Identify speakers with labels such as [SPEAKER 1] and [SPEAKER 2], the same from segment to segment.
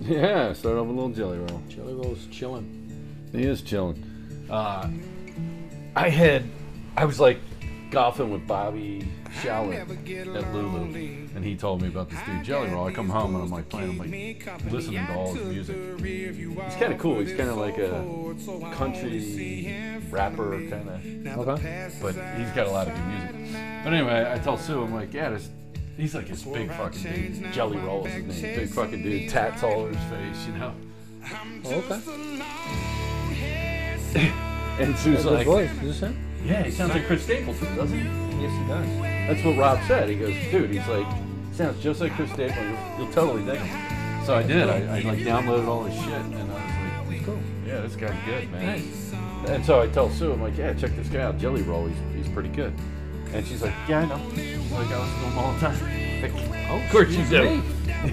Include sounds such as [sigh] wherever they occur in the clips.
[SPEAKER 1] Yeah, start off with a little jelly roll.
[SPEAKER 2] Jelly Roll's chilling.
[SPEAKER 1] He is chilling. Uh, I had, I was like golfing with Bobby Shaller at Lulu, and he told me about this dude Jelly Roll. I come home and I'm like playing, I'm like listening to all his music. He's kind of cool. He's kind of like a country rapper kind of.
[SPEAKER 2] Okay.
[SPEAKER 1] but he's got a lot of good music. But anyway, I tell Sue, I'm like, yeah, this, he's like this big fucking dude. Jelly Roll is his name. Big fucking dude, tats all over his face, you know?
[SPEAKER 2] Oh, Okay.
[SPEAKER 1] And Sue's
[SPEAKER 2] That's his
[SPEAKER 1] like,
[SPEAKER 2] voice. Is this him?
[SPEAKER 1] yeah, he sounds like Chris Stapleton, doesn't he?
[SPEAKER 2] Yes, he does.
[SPEAKER 1] That's what Rob said. He goes, dude, he's like, sounds just like Chris Stapleton. You'll, you'll totally dig him. So I did. I, I like downloaded all his shit, and I was like,
[SPEAKER 2] Cool.
[SPEAKER 1] yeah, this guy's good, man. And so I tell Sue, I'm like, yeah, check this guy out, Jelly Roll. He's, he's pretty good. And she's like, yeah, I know. She's like, I listen to him all the time. Like, [laughs] oh, of course you do.
[SPEAKER 2] me.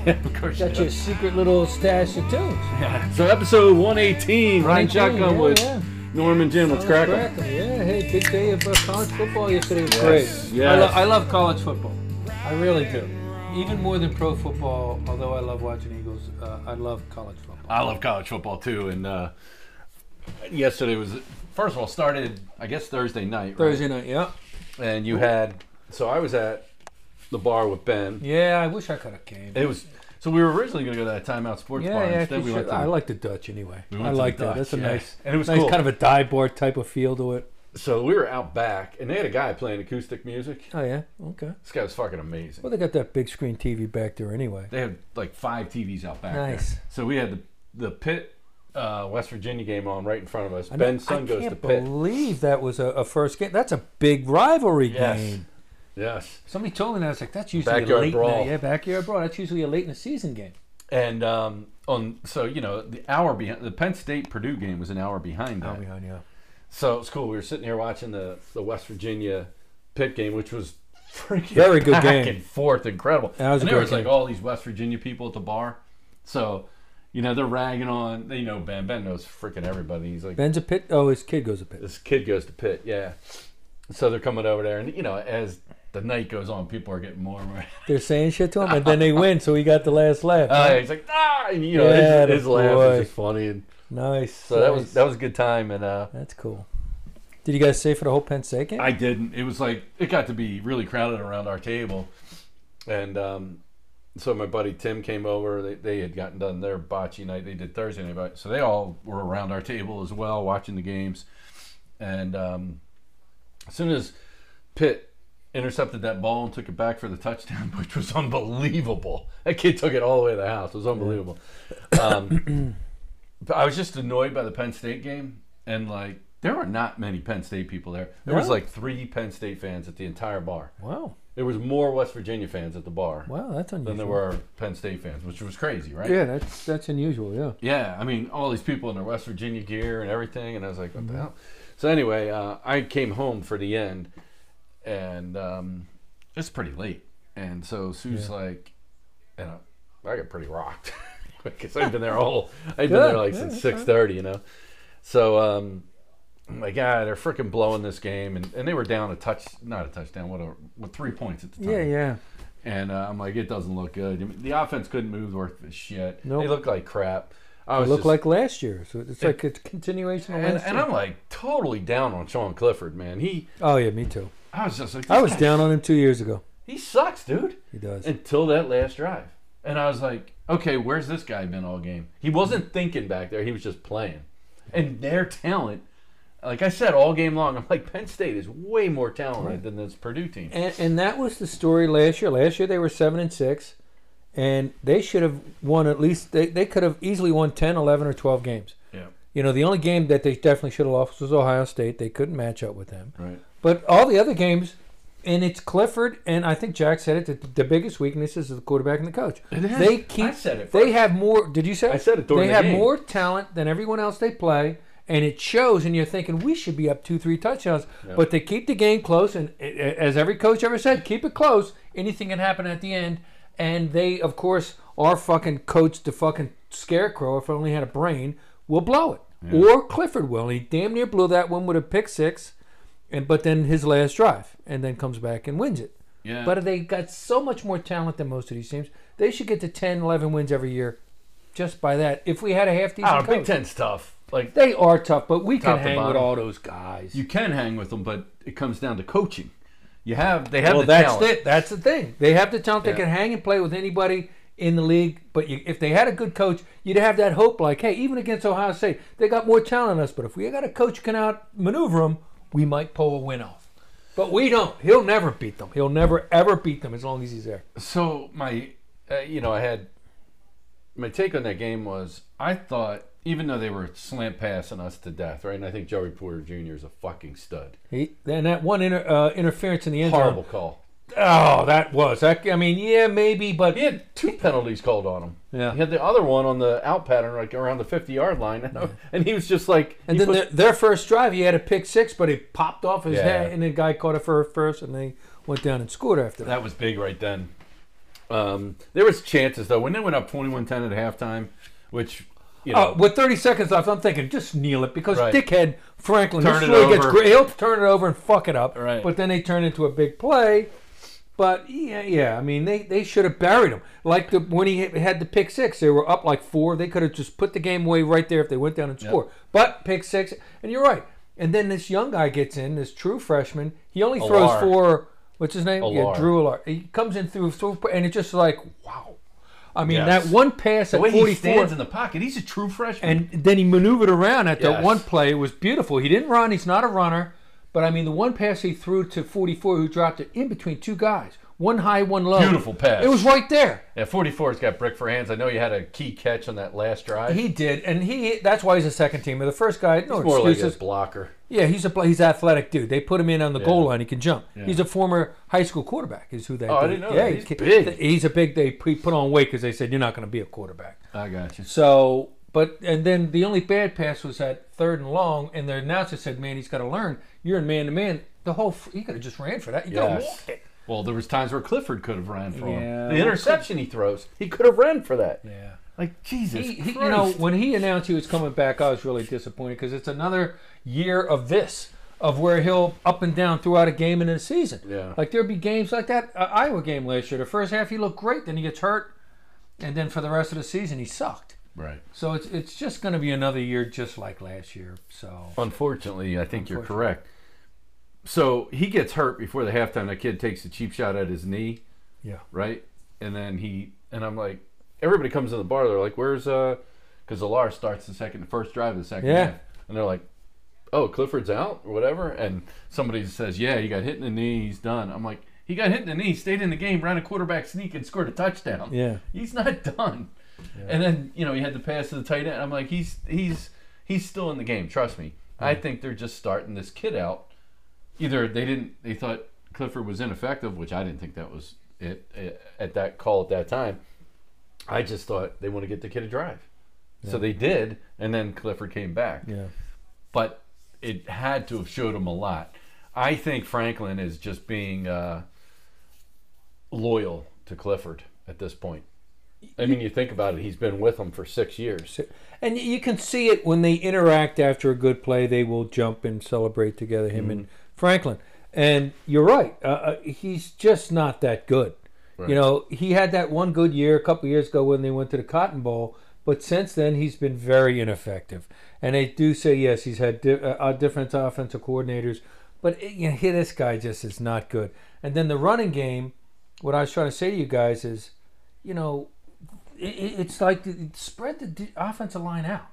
[SPEAKER 1] yeah, of course you
[SPEAKER 2] Got
[SPEAKER 1] do.
[SPEAKER 2] your secret little stash of tunes.
[SPEAKER 1] Yeah. So episode 118, Ryan
[SPEAKER 2] 118,
[SPEAKER 1] Shotgun
[SPEAKER 2] yeah,
[SPEAKER 1] with
[SPEAKER 2] yeah.
[SPEAKER 1] Norman Jim. Let's crack 'em.
[SPEAKER 2] Oh, Crack 'em, Yeah, hey, big day of uh, college football yesterday was
[SPEAKER 1] Yes,
[SPEAKER 2] great.
[SPEAKER 1] yes.
[SPEAKER 2] I, lo- I love college football. I really do. Even more than pro football, although I love watching Eagles, uh, I love college football.
[SPEAKER 1] I love college football too, and uh, yesterday was first of all started I guess Thursday night, right?
[SPEAKER 2] Thursday night, yeah.
[SPEAKER 1] And you had so I was at the bar with Ben.
[SPEAKER 2] Yeah, I wish I could have came.
[SPEAKER 1] It was so we were originally going to go to that timeout sports bar.
[SPEAKER 2] yeah, yeah,
[SPEAKER 1] Instead,
[SPEAKER 2] for
[SPEAKER 1] we
[SPEAKER 2] sure.
[SPEAKER 1] went to
[SPEAKER 2] I like the Dutch anyway.
[SPEAKER 1] We went
[SPEAKER 2] I
[SPEAKER 1] to the
[SPEAKER 2] like that.
[SPEAKER 1] Dutch,
[SPEAKER 2] That's a
[SPEAKER 1] yeah.
[SPEAKER 2] nice,
[SPEAKER 1] And it was
[SPEAKER 2] nice
[SPEAKER 1] cool.
[SPEAKER 2] kind of a die bar type of feel to it.
[SPEAKER 1] so we were out back, and they had a guy playing acoustic music.
[SPEAKER 2] Oh yeah, okay.
[SPEAKER 1] This guy was fucking amazing.
[SPEAKER 2] Well, they got that big screen TV back there anyway.
[SPEAKER 1] They had like five TVs out back.
[SPEAKER 2] Nice.
[SPEAKER 1] There. So we had the the Pitt uh, West Virginia game on right in front of us.
[SPEAKER 2] I know-
[SPEAKER 1] Ben's son
[SPEAKER 2] I
[SPEAKER 1] goes to
[SPEAKER 2] can't
[SPEAKER 1] Pitt.
[SPEAKER 2] believe that was a, a first game. That's a big rivalry
[SPEAKER 1] Yes.
[SPEAKER 2] game.
[SPEAKER 1] yes.
[SPEAKER 2] Somebody told me that. I was like, that's usually
[SPEAKER 1] Backyard
[SPEAKER 2] a late
[SPEAKER 1] brawl.
[SPEAKER 2] Night. Yeah, backyard brawl. That's usually a late in the season game.
[SPEAKER 1] And um, on so you know the hour behind the Penn State Purdue game was an hour behind that.
[SPEAKER 2] on you.
[SPEAKER 1] So it's cool. We were sitting here watching the the West Virginia Pitt game, which was freaking
[SPEAKER 2] Very good
[SPEAKER 1] back
[SPEAKER 2] game.
[SPEAKER 1] and forth, incredible.
[SPEAKER 2] That was a
[SPEAKER 1] and there
[SPEAKER 2] great
[SPEAKER 1] was like
[SPEAKER 2] game.
[SPEAKER 1] all these West Virginia people at the bar. So you know they're ragging on. They know Ben. Ben knows freaking everybody. He's like
[SPEAKER 2] Ben's a pit. Oh, his kid goes a pit.
[SPEAKER 1] this kid goes to Pitt. Yeah. So they're coming over there, and you know as the night goes on, people are getting more and more. [laughs]
[SPEAKER 2] They're saying shit to him, and then they win, so he got the last laugh.
[SPEAKER 1] Uh, he's like ah, and you know
[SPEAKER 2] Yeah,
[SPEAKER 1] his, his
[SPEAKER 2] the
[SPEAKER 1] laugh
[SPEAKER 2] boy.
[SPEAKER 1] is just funny, and
[SPEAKER 2] nice.
[SPEAKER 1] so that was
[SPEAKER 2] nice.
[SPEAKER 1] that was a good time, and uh.
[SPEAKER 2] That's cool. Did you guys stay for the whole Penn State game?
[SPEAKER 1] I didn't. It was like it got to be really crowded around our table, and um, so my buddy Tim came over. They, they had gotten done their bocce night. They did Thursday night, but- so they all were around our table as well, watching the games. And um, as soon as Pitt intercepted that ball and took it back for the touchdown, [laughs] which was unbelievable, that kid took it all the way to the house. It was unbelievable. Um, but I was just annoyed by the Penn State game, and like there were not many Penn State people there. There was
[SPEAKER 2] No.
[SPEAKER 1] like three Penn State fans at the entire bar.
[SPEAKER 2] wow.
[SPEAKER 1] There was more West Virginia fans at the bar
[SPEAKER 2] Wow, that's unusual.
[SPEAKER 1] than there were Penn State fans, which was crazy, right?
[SPEAKER 2] Yeah, that's that's unusual. Yeah.
[SPEAKER 1] Yeah, I mean, all these people in their West Virginia gear and everything, and I was like, what
[SPEAKER 2] Mm-hmm.
[SPEAKER 1] the hell? So anyway, uh, I came home for the end, and um, it's pretty late, and so Sue's like, and I, I got pretty rocked [laughs] because I've been there
[SPEAKER 2] [laughs]
[SPEAKER 1] all, I've been there
[SPEAKER 2] Good,
[SPEAKER 1] like
[SPEAKER 2] yeah,
[SPEAKER 1] since
[SPEAKER 2] that's
[SPEAKER 1] six thirty, you know. So um, I'm like, ah, they're freaking blowing this game, and, and they were down a touch, not a touchdown, what a, what three points at the time.
[SPEAKER 2] Yeah, yeah.
[SPEAKER 1] And uh, I'm like, it doesn't look good. I mean, the offense couldn't move worth a shit.
[SPEAKER 2] Nope.
[SPEAKER 1] They look like crap. I
[SPEAKER 2] It
[SPEAKER 1] was
[SPEAKER 2] looked
[SPEAKER 1] just-
[SPEAKER 2] like last year, so it's like a continuation of
[SPEAKER 1] and,
[SPEAKER 2] last
[SPEAKER 1] and
[SPEAKER 2] year.
[SPEAKER 1] I'm like totally down on Sean Clifford, man. He,
[SPEAKER 2] oh yeah, me too.
[SPEAKER 1] I was just like,
[SPEAKER 2] I was
[SPEAKER 1] "This guy-
[SPEAKER 2] down on him two years ago.
[SPEAKER 1] He sucks, dude.
[SPEAKER 2] He does.
[SPEAKER 1] Until that last drive, and I was like, okay, where's this guy been all game? He wasn't thinking back there. He was just playing, and their talent. Like I said all game long, I'm like Penn State is way more talented than this Purdue team.
[SPEAKER 2] And, and that was the story last year. Last year they were seven and six, and they should have won at least. They, they could have easily won 10, 11, or twelve games.
[SPEAKER 1] Yeah,
[SPEAKER 2] You know, the only game that they definitely should have lost was Ohio State. They couldn't match up with them.
[SPEAKER 1] right.
[SPEAKER 2] But all the other games, and it's Clifford, and I think Jack said it. That the biggest weakness is the quarterback and the coach.
[SPEAKER 1] It is.
[SPEAKER 2] They
[SPEAKER 1] I
[SPEAKER 2] keep.
[SPEAKER 1] said it
[SPEAKER 2] They
[SPEAKER 1] first.
[SPEAKER 2] have more. Did you say?
[SPEAKER 1] I said it during
[SPEAKER 2] They
[SPEAKER 1] the
[SPEAKER 2] have
[SPEAKER 1] game.
[SPEAKER 2] more talent than everyone else they play. And it shows, and you're thinking we should be up two, three touchdowns, but they keep the game close. And a- a- as every coach ever said, keep it close. Anything can happen at the end. And they, of course, are fucking coached to fucking scarecrow. If I only had a brain, will blow it. Or Clifford will. He damn near blew that one with a pick six and but then his last drive, and then comes back and wins it.
[SPEAKER 1] Yeah.
[SPEAKER 2] But they got so much more talent than most of these teams. They should get to 10, 11 wins every year. just by that. If we had a half decent
[SPEAKER 1] Oh,
[SPEAKER 2] coach,
[SPEAKER 1] Big Ten's tough. Like
[SPEAKER 2] they are tough, but we
[SPEAKER 1] Top
[SPEAKER 2] can
[SPEAKER 1] to
[SPEAKER 2] hang with
[SPEAKER 1] bottom.
[SPEAKER 2] all those guys.
[SPEAKER 1] you can hang with them, but it comes down to coaching. You have they have
[SPEAKER 2] well,
[SPEAKER 1] the
[SPEAKER 2] that's
[SPEAKER 1] talent.
[SPEAKER 2] it. That's the thing. They have the talent. They
[SPEAKER 1] Yeah.
[SPEAKER 2] can hang and play with anybody in the league. But you, if they had a good coach, you'd have that hope. Like, hey, even against Ohio State, they got more talent than us. But if we got a coach who can outmaneuver them, we might pull a win off. But we don't. He'll never beat them. He'll never ever beat them as long as he's there.
[SPEAKER 1] So my, uh, you know, I had my take on that game was I thought even though they were slant passing us to death, right? And I think Joey Porter Jr. is a fucking stud.
[SPEAKER 2] He, and that one inter, uh, interference in the end zone.
[SPEAKER 1] Horrible call.
[SPEAKER 2] Oh, that was. That, I mean, yeah, maybe, but
[SPEAKER 1] He had two penalties called on him.
[SPEAKER 2] Yeah.
[SPEAKER 1] He had the other one on the out pattern, like around the 50 yard line. And, he was just like,
[SPEAKER 2] And
[SPEAKER 1] he
[SPEAKER 2] then
[SPEAKER 1] put-
[SPEAKER 2] their, their first drive, he had a pick six, but it popped off his
[SPEAKER 1] Yeah.
[SPEAKER 2] head, and the guy caught it for first, and they went down and scored after that.
[SPEAKER 1] that was big right then. Um, there was chances, though. When they went up 21 10 at halftime, which, you know,
[SPEAKER 2] Oh, with 30 seconds left, I'm thinking just kneel it because
[SPEAKER 1] Right.
[SPEAKER 2] dickhead Franklin
[SPEAKER 1] Turn
[SPEAKER 2] this
[SPEAKER 1] it
[SPEAKER 2] really gets
[SPEAKER 1] over.
[SPEAKER 2] great. He'll turn it over and fuck it up.
[SPEAKER 1] Right.
[SPEAKER 2] But then they turn into a big play. But yeah, yeah. I mean, they, they should have buried him. Like the when he had the pick six, they were up like four. They could have just put the game away right there if they went down and scored. But pick six, and you're right. And then this young guy gets in, this true freshman. He only throws
[SPEAKER 1] Alar.
[SPEAKER 2] four. What's his name?
[SPEAKER 1] Alar.
[SPEAKER 2] Yeah, Drew Alar. He comes in through, through and it's just like wow. I mean,
[SPEAKER 1] Yes.
[SPEAKER 2] that one pass at
[SPEAKER 1] the way
[SPEAKER 2] 44
[SPEAKER 1] he stands in the pocket, he's a true freshman.
[SPEAKER 2] and then he maneuvered around at that
[SPEAKER 1] Yes.
[SPEAKER 2] one play. It was beautiful. He didn't run. He's not a runner. But I mean, the one pass he threw to 44, who dropped it in between two guys, one high, one low.
[SPEAKER 1] Beautiful pass.
[SPEAKER 2] It was right there.
[SPEAKER 1] yeah, 44's got brick for hands. I know you had a key catch on that last drive.
[SPEAKER 2] He did, and he—that's why he's a second teamer. The first guy, no
[SPEAKER 1] More like a
[SPEAKER 2] excuses.
[SPEAKER 1] blocker.
[SPEAKER 2] yeah, he's a pl- he's athletic dude. They put him in on the goal line. He can jump. He's a former high school quarterback. Is who they.
[SPEAKER 1] Oh, I
[SPEAKER 2] did.
[SPEAKER 1] didn't know
[SPEAKER 2] Yeah,
[SPEAKER 1] that.
[SPEAKER 2] he
[SPEAKER 1] He's
[SPEAKER 2] ca-
[SPEAKER 1] big.
[SPEAKER 2] He's a big. They he put on weight because they said you're not going to be a quarterback.
[SPEAKER 1] I got you.
[SPEAKER 2] So, but and then the only bad pass was that third and long, and the announcer said, "Man, he's got to learn. You're in man to man. The whole f- he could have just ran for that. You got to
[SPEAKER 1] Yes.
[SPEAKER 2] walk it."
[SPEAKER 1] Well, there was times where Clifford could have ran for
[SPEAKER 2] Yeah.
[SPEAKER 1] him. The interception he throws, he could have ran for that.
[SPEAKER 2] Yeah.
[SPEAKER 1] Like Jesus,
[SPEAKER 2] He, he,
[SPEAKER 1] Christ.
[SPEAKER 2] you know, when he announced he was coming back, I was really disappointed because it's another year of this, of where he'll up and down throughout a game and in a season.
[SPEAKER 1] Yeah.
[SPEAKER 2] Like there'd be games like that uh, Iowa game last year. The first half he looked great, then he gets hurt, and then for the rest of the season he sucked.
[SPEAKER 1] right?
[SPEAKER 2] So it's it's just going to be another year just like last year. So.
[SPEAKER 1] Unfortunately, I think you're correct. So he gets hurt before the halftime. That kid takes a cheap shot at his knee,
[SPEAKER 2] Yeah.
[SPEAKER 1] right? And then he and I'm like, everybody comes to the bar. They're like, "Where's uh?" Because Alar starts the second, the first drive of the second
[SPEAKER 2] Yeah.
[SPEAKER 1] half, and they're like, "Oh, Clifford's out or whatever." And somebody says, "Yeah, he got hit in the knee. He's done." I'm like, "He got hit in the knee. Stayed in the game, ran a quarterback sneak, and scored a touchdown."
[SPEAKER 2] Yeah.
[SPEAKER 1] He's not [laughs] done. And then you know he had the pass to the tight end. I'm like, he's he's he's still in the game. Trust me. I think they're just starting this kid out. Either they didn't they thought Clifford was ineffective, which I didn't think that was it, it at that call at that time. I just thought they want to get the kid a drive, so they did, and then Clifford came back.
[SPEAKER 2] Yeah.
[SPEAKER 1] But it had to have showed him a lot. I think Franklin is just being uh, loyal to Clifford at this point. I mean, you think about it; he's been with him for six years.
[SPEAKER 2] And y- you can see it when they interact after a good play. They will jump and celebrate together, him and Franklin. And you're right. Uh, uh, he's just not that good. You know, he had that one good year a couple years ago when they went to the Cotton Bowl, but since then he's been very ineffective. And they do say yes, he's had di- uh, uh, different offensive coordinators, but eh, you know, hey, this guy just is not good. And then the running game. What I was trying to say to you guys is, you know, it, it- it's like the- the- spread the d- offensive line out.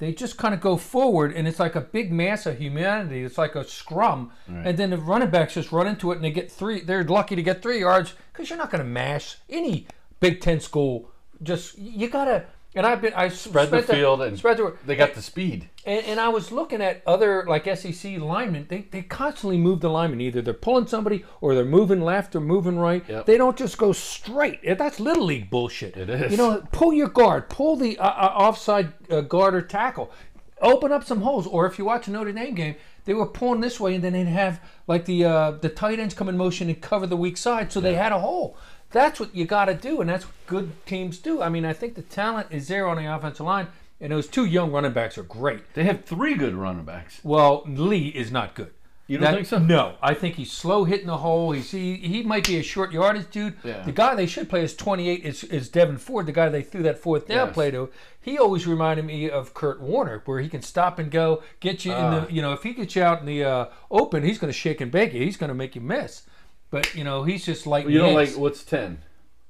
[SPEAKER 2] They just kind of go forward, and it's like a big mass of humanity. It's like a scrum, and then the running backs just run into it, and they get three. They're lucky to get three yards because you're not going to mash any Big Ten school. Just you gotta. And I've been I
[SPEAKER 1] Spread the field and
[SPEAKER 2] spread the
[SPEAKER 1] They got the speed.
[SPEAKER 2] and, and I was looking at other like SEC linemen. They, they constantly move the linemen. Either they're pulling somebody or they're moving left or moving right.
[SPEAKER 1] Yep.
[SPEAKER 2] They don't just go straight. Eh, That's little league bullshit.
[SPEAKER 1] It is.
[SPEAKER 2] You know, pull your guard, pull the uh, uh, offside uh, guard or tackle, open up some holes. Or if you watch a Notre Dame game, they were pulling this way and then they'd have like the uh, the tight ends come in motion and cover the weak side, so they had a hole. That's what you got to do, and that's what good teams do. I mean, I think the talent is there on the offensive line, and those two young running backs are great.
[SPEAKER 1] They have three good running backs.
[SPEAKER 2] Well, Lee is not good.
[SPEAKER 1] You don't
[SPEAKER 2] That-
[SPEAKER 1] think so?
[SPEAKER 2] No, I think he's slow hitting the hole. He's he, he might be a short yardage dude.
[SPEAKER 1] Yeah.
[SPEAKER 2] The guy they should play is 28 is, is Devin Ford, the guy they threw that fourth down
[SPEAKER 1] Yes.
[SPEAKER 2] play to. He always reminded me of Kurt Warner, where he can stop and go, get you in
[SPEAKER 1] Ah.
[SPEAKER 2] the you know if he gets you out in the uh, open, he's going to shake and bake you. He's going to make you miss. But you know he's just like
[SPEAKER 1] You don't like what's ten?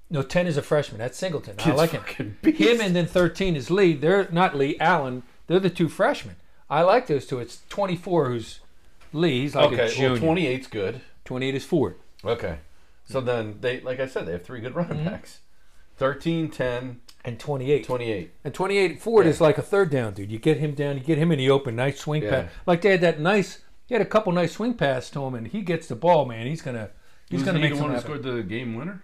[SPEAKER 2] no 10 is a freshman. That's Singleton. I
[SPEAKER 1] Kid's
[SPEAKER 2] like him.
[SPEAKER 1] fucking beast.
[SPEAKER 2] Him and then 13 is Lee. They're not Lee Allen. They're the two freshmen. I like those two. It's 24 who's Lee. He's like a
[SPEAKER 1] okay,
[SPEAKER 2] junior.
[SPEAKER 1] well, 28's good.
[SPEAKER 2] 28 is Ford.
[SPEAKER 1] Okay,
[SPEAKER 2] Mm-hmm.
[SPEAKER 1] so then they, like I said, they have three good running backs: 13, 10,
[SPEAKER 2] and 28.
[SPEAKER 1] 28.
[SPEAKER 2] And 28 Ford is like a third down dude. You get him down, you get him in the open, nice swing
[SPEAKER 1] Yeah.
[SPEAKER 2] pass. Like they had that nice, he had a couple nice swing pass to him, and he gets the ball, man. He's gonna, he's
[SPEAKER 1] Wasn't
[SPEAKER 2] gonna
[SPEAKER 1] he
[SPEAKER 2] make
[SPEAKER 1] the
[SPEAKER 2] something
[SPEAKER 1] one who
[SPEAKER 2] happen.
[SPEAKER 1] scored the game winner.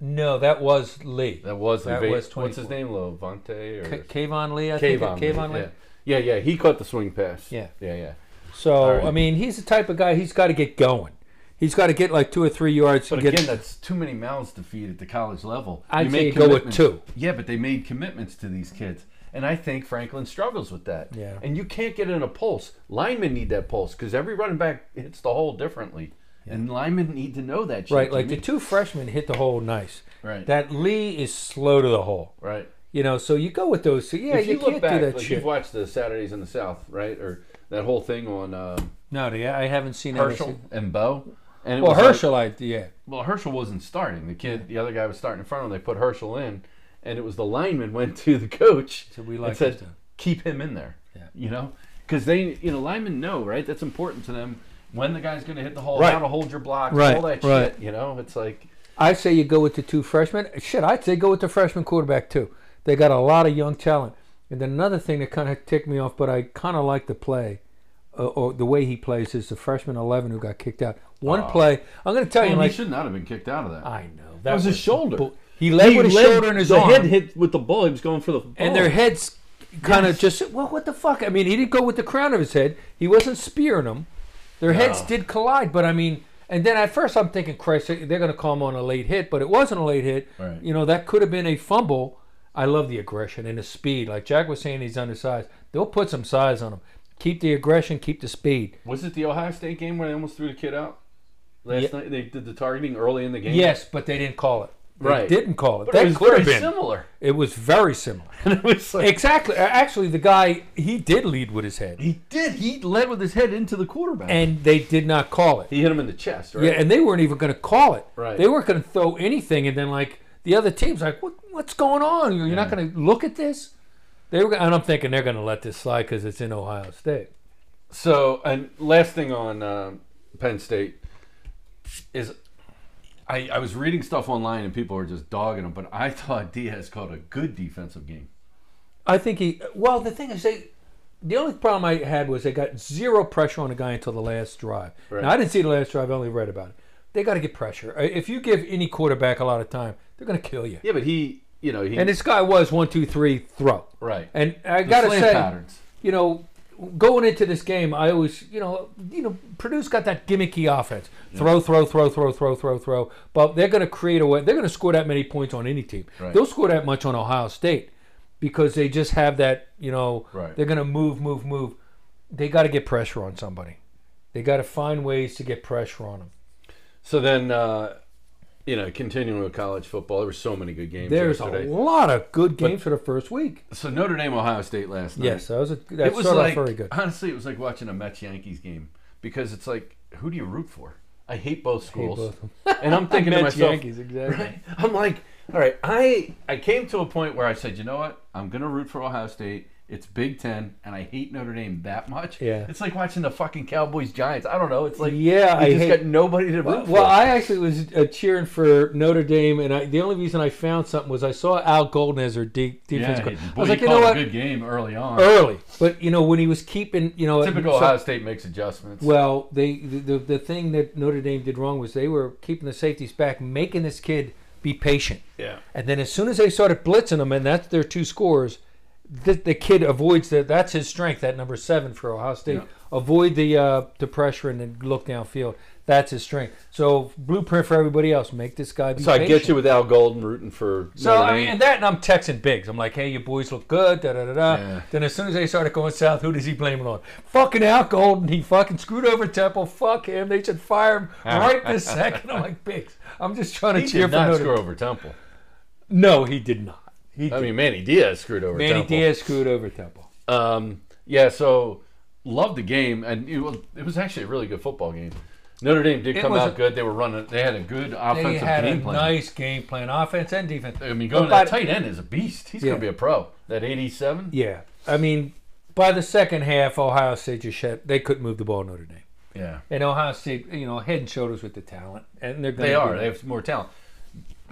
[SPEAKER 2] No, that was Lee,
[SPEAKER 1] That was the
[SPEAKER 2] That
[SPEAKER 1] va-
[SPEAKER 2] was
[SPEAKER 1] what's his
[SPEAKER 2] 24.
[SPEAKER 1] name, Lovante or
[SPEAKER 2] K- Kayvon Lee, I think.
[SPEAKER 1] Kayvon.
[SPEAKER 2] Kayvon Lee.
[SPEAKER 1] yeah. yeah, yeah, he caught the swing pass.
[SPEAKER 2] Yeah.
[SPEAKER 1] yeah, yeah.
[SPEAKER 2] So
[SPEAKER 1] All right.
[SPEAKER 2] I mean, he's the type of guy he's got to get going. He's got to get like two or three yards.
[SPEAKER 1] But
[SPEAKER 2] and get,
[SPEAKER 1] again, that's too many mouths to feed at the college level.
[SPEAKER 2] I'd
[SPEAKER 1] You
[SPEAKER 2] say
[SPEAKER 1] make
[SPEAKER 2] go with
[SPEAKER 1] commitments-
[SPEAKER 2] two.
[SPEAKER 1] Yeah, but they made commitments to these kids. And I think Franklin struggles with that.
[SPEAKER 2] Yeah.
[SPEAKER 1] And you can't get in a pulse. Linemen need that pulse because every running back hits the hole differently. And linemen need to know that shit.
[SPEAKER 2] right, like the
[SPEAKER 1] Jimmy.
[SPEAKER 2] two freshmen hit the hole nice.
[SPEAKER 1] Right.
[SPEAKER 2] That Lee is slow to the hole.
[SPEAKER 1] right.
[SPEAKER 2] You know, so you go with those. So yeah,
[SPEAKER 1] if you,
[SPEAKER 2] can't
[SPEAKER 1] look back,
[SPEAKER 2] do that
[SPEAKER 1] like
[SPEAKER 2] shit.
[SPEAKER 1] you've watched the Saturdays in the South, right? Or that whole thing on um
[SPEAKER 2] No, yeah, I haven't seen
[SPEAKER 1] Herschel
[SPEAKER 2] anything.
[SPEAKER 1] and Bo. And it
[SPEAKER 2] Well,
[SPEAKER 1] was like-
[SPEAKER 2] Herschel, I yeah.
[SPEAKER 1] well, Herschel wasn't starting. The kid, the other guy was starting in front of him. They put Herschel in, and it was the lineman [laughs] went to the coach
[SPEAKER 2] Said, "We
[SPEAKER 1] and
[SPEAKER 2] like
[SPEAKER 1] said,
[SPEAKER 2] this guy."
[SPEAKER 1] "Keep him in there."
[SPEAKER 2] Yeah.
[SPEAKER 1] You know, because they, you know, linemen know, right? That's important to them when the guy's going to hit the hole,
[SPEAKER 2] Right.
[SPEAKER 1] how to hold your block,
[SPEAKER 2] Right,
[SPEAKER 1] all that
[SPEAKER 2] right.
[SPEAKER 1] shit. You know, it's like
[SPEAKER 2] I say you go with the two freshmen. Shit, I'd say go with the freshman quarterback too. They got a lot of young talent. And then another thing that kind of ticked me off, but I kind of like the play, uh, or the way he plays, is the freshman eleven who got kicked out. One play, I'm going to tell
[SPEAKER 1] well,
[SPEAKER 2] you,
[SPEAKER 1] he
[SPEAKER 2] like uh,
[SPEAKER 1] should not have been kicked out of that.
[SPEAKER 2] I know
[SPEAKER 1] that was his shoulder.
[SPEAKER 2] bu- He led with his
[SPEAKER 1] led-
[SPEAKER 2] shoulder and his
[SPEAKER 1] the
[SPEAKER 2] arm,
[SPEAKER 1] head hit with the ball. He was going for the ball.
[SPEAKER 2] and their heads kind of
[SPEAKER 1] Yes.
[SPEAKER 2] just well, what the fuck? I mean, he didn't go with the crown of his head. He wasn't spearing them. Their heads
[SPEAKER 1] No.
[SPEAKER 2] did collide, but I mean, and then at first I'm thinking, Christ, they're going to call him on a late hit, but it wasn't a late hit.
[SPEAKER 1] Right.
[SPEAKER 2] You know, that could have been a fumble. I love the aggression and the speed. Like Jack was saying, he's undersized. They'll put some size on him. Keep the aggression, keep the speed.
[SPEAKER 1] was it the Ohio State game where they almost threw the kid out last
[SPEAKER 2] Yeah.
[SPEAKER 1] night? They did the targeting early in the game.
[SPEAKER 2] Yes, but they didn't call it. They
[SPEAKER 1] Right.
[SPEAKER 2] didn't call it.
[SPEAKER 1] but
[SPEAKER 2] that
[SPEAKER 1] it was
[SPEAKER 2] could
[SPEAKER 1] very
[SPEAKER 2] have been.
[SPEAKER 1] similar. [laughs]
[SPEAKER 2] It was very similar.
[SPEAKER 1] And it was like,
[SPEAKER 2] [laughs] exactly. Actually, the guy he did lead with his head,
[SPEAKER 1] He did. He led with his head into the quarterback.
[SPEAKER 2] and they did not call it.
[SPEAKER 1] he hit him in the chest, right?
[SPEAKER 2] Yeah, and they weren't even going to call it.
[SPEAKER 1] Right.
[SPEAKER 2] They weren't going to throw anything, and then like the other team's like, what, what's going on? You're not
[SPEAKER 1] Yeah.
[SPEAKER 2] going to look at this. They were, and I'm thinking they're going to let this slide because it's in Ohio State.
[SPEAKER 1] So, and last thing on um, Penn State is I, I was reading stuff online and people were just dogging him, but I thought Diaz caught a good defensive game.
[SPEAKER 2] I think he. Well, the thing is, they. The only problem I had was they got zero pressure on the guy until the last drive.
[SPEAKER 1] Right.
[SPEAKER 2] Now I didn't see the last drive; I only read about it. They got to get pressure. Uh, If you give any quarterback a lot of time, they're going to kill you.
[SPEAKER 1] Yeah, but he, you know, he
[SPEAKER 2] And this guy was one, two, three, throw.
[SPEAKER 1] right.
[SPEAKER 2] And I
[SPEAKER 1] The
[SPEAKER 2] got to
[SPEAKER 1] slant
[SPEAKER 2] say,
[SPEAKER 1] patterns.
[SPEAKER 2] you know, going into this game, I always, you know, you know, Purdue's got that gimmicky offense: throw, throw, throw, throw, throw, throw, throw. But they're going to create a way. They're going to score that many points on any team.
[SPEAKER 1] Right.
[SPEAKER 2] They'll score that much on Ohio State because they just have that. You know,
[SPEAKER 1] Right.
[SPEAKER 2] they're going to move, move, move. They got to get pressure on somebody. They got to find ways to get pressure on them.
[SPEAKER 1] So then, uh, you know, continuing with college football, there were so many good games
[SPEAKER 2] There's
[SPEAKER 1] yesterday.
[SPEAKER 2] a lot of good games for the first week.
[SPEAKER 1] so Notre Dame, Ohio State last night.
[SPEAKER 2] Yes, that was a that
[SPEAKER 1] it was
[SPEAKER 2] started off
[SPEAKER 1] like
[SPEAKER 2] very good.
[SPEAKER 1] honestly, it was like watching a Mets Yankees game because it's like, who do you root for? I hate both schools, and
[SPEAKER 2] [laughs]
[SPEAKER 1] I'm thinking to
[SPEAKER 2] Mets,
[SPEAKER 1] myself,
[SPEAKER 2] Yankees, exactly. [laughs]
[SPEAKER 1] right? [laughs] I'm like, all right, I I came to a point where I said, you know what? I'm gonna root for Ohio State. It's Big Ten, and I hate Notre Dame that much.
[SPEAKER 2] Yeah.
[SPEAKER 1] it's like watching the fucking Cowboys Giants. I don't know. It's like
[SPEAKER 2] Yeah,
[SPEAKER 1] you
[SPEAKER 2] I
[SPEAKER 1] just
[SPEAKER 2] hate-
[SPEAKER 1] got nobody to root
[SPEAKER 2] Well,
[SPEAKER 1] for.
[SPEAKER 2] well, I actually was uh, cheering for Notre Dame, and I, the only reason I found something was I saw Al Golden as their de- defense. coach. I was like, you know what,
[SPEAKER 1] good game early on.
[SPEAKER 2] [laughs] early, but you know when he was keeping, you know,
[SPEAKER 1] Typical
[SPEAKER 2] so-
[SPEAKER 1] Ohio State makes adjustments.
[SPEAKER 2] well, they the, the the thing that Notre Dame did wrong was they were keeping the safeties back, making this kid be patient,
[SPEAKER 1] yeah,
[SPEAKER 2] and then as soon as they started blitzing him, and that's their two scores. The, the kid avoids that. That's his strength. That number seven for Ohio State.
[SPEAKER 1] Yeah.
[SPEAKER 2] Avoid the uh, the pressure and then look downfield. That's his strength. So blueprint for everybody else: make this guy be.
[SPEAKER 1] So I
[SPEAKER 2] patient.
[SPEAKER 1] get you with Al Golden rooting for.
[SPEAKER 2] So
[SPEAKER 1] Notre
[SPEAKER 2] I mean,
[SPEAKER 1] Dame.
[SPEAKER 2] and that, and I'm texting Biggs. I'm like, "Hey, your boys look good." Da da da da.
[SPEAKER 1] Yeah.
[SPEAKER 2] Then as soon as they started going south, who does he blame it on? Fucking Al Golden. He fucking screwed over Temple. Fuck him. They should fire him right this second. I'm like, Biggs. I'm just trying to
[SPEAKER 1] he
[SPEAKER 2] cheer
[SPEAKER 1] did
[SPEAKER 2] for
[SPEAKER 1] not
[SPEAKER 2] Notre
[SPEAKER 1] screw over Temple.
[SPEAKER 2] No, he did not. He
[SPEAKER 1] I
[SPEAKER 2] did.
[SPEAKER 1] mean, Manny Diaz screwed over
[SPEAKER 2] Manny
[SPEAKER 1] Temple.
[SPEAKER 2] Diaz screwed over Temple.
[SPEAKER 1] Um, yeah, so loved the game, and it was, it was actually a really good football game. Notre Dame did
[SPEAKER 2] It
[SPEAKER 1] come
[SPEAKER 2] was
[SPEAKER 1] out
[SPEAKER 2] a-
[SPEAKER 1] good. They were running. They had a good offensive
[SPEAKER 2] They had a
[SPEAKER 1] game plan.
[SPEAKER 2] nice game plan, offense and defense.
[SPEAKER 1] I mean, going to
[SPEAKER 2] But-
[SPEAKER 1] that tight end is a beast. He's
[SPEAKER 2] Yeah.
[SPEAKER 1] going to be a pro. That eighty-seven.
[SPEAKER 2] Yeah, I mean, by the second half, Ohio State just shut. They couldn't move the ball Notre Dame,
[SPEAKER 1] Yeah,
[SPEAKER 2] and Ohio State, you know, head and shoulders with the talent, and they're gonna
[SPEAKER 1] they
[SPEAKER 2] do
[SPEAKER 1] are.
[SPEAKER 2] that.
[SPEAKER 1] They have more talent.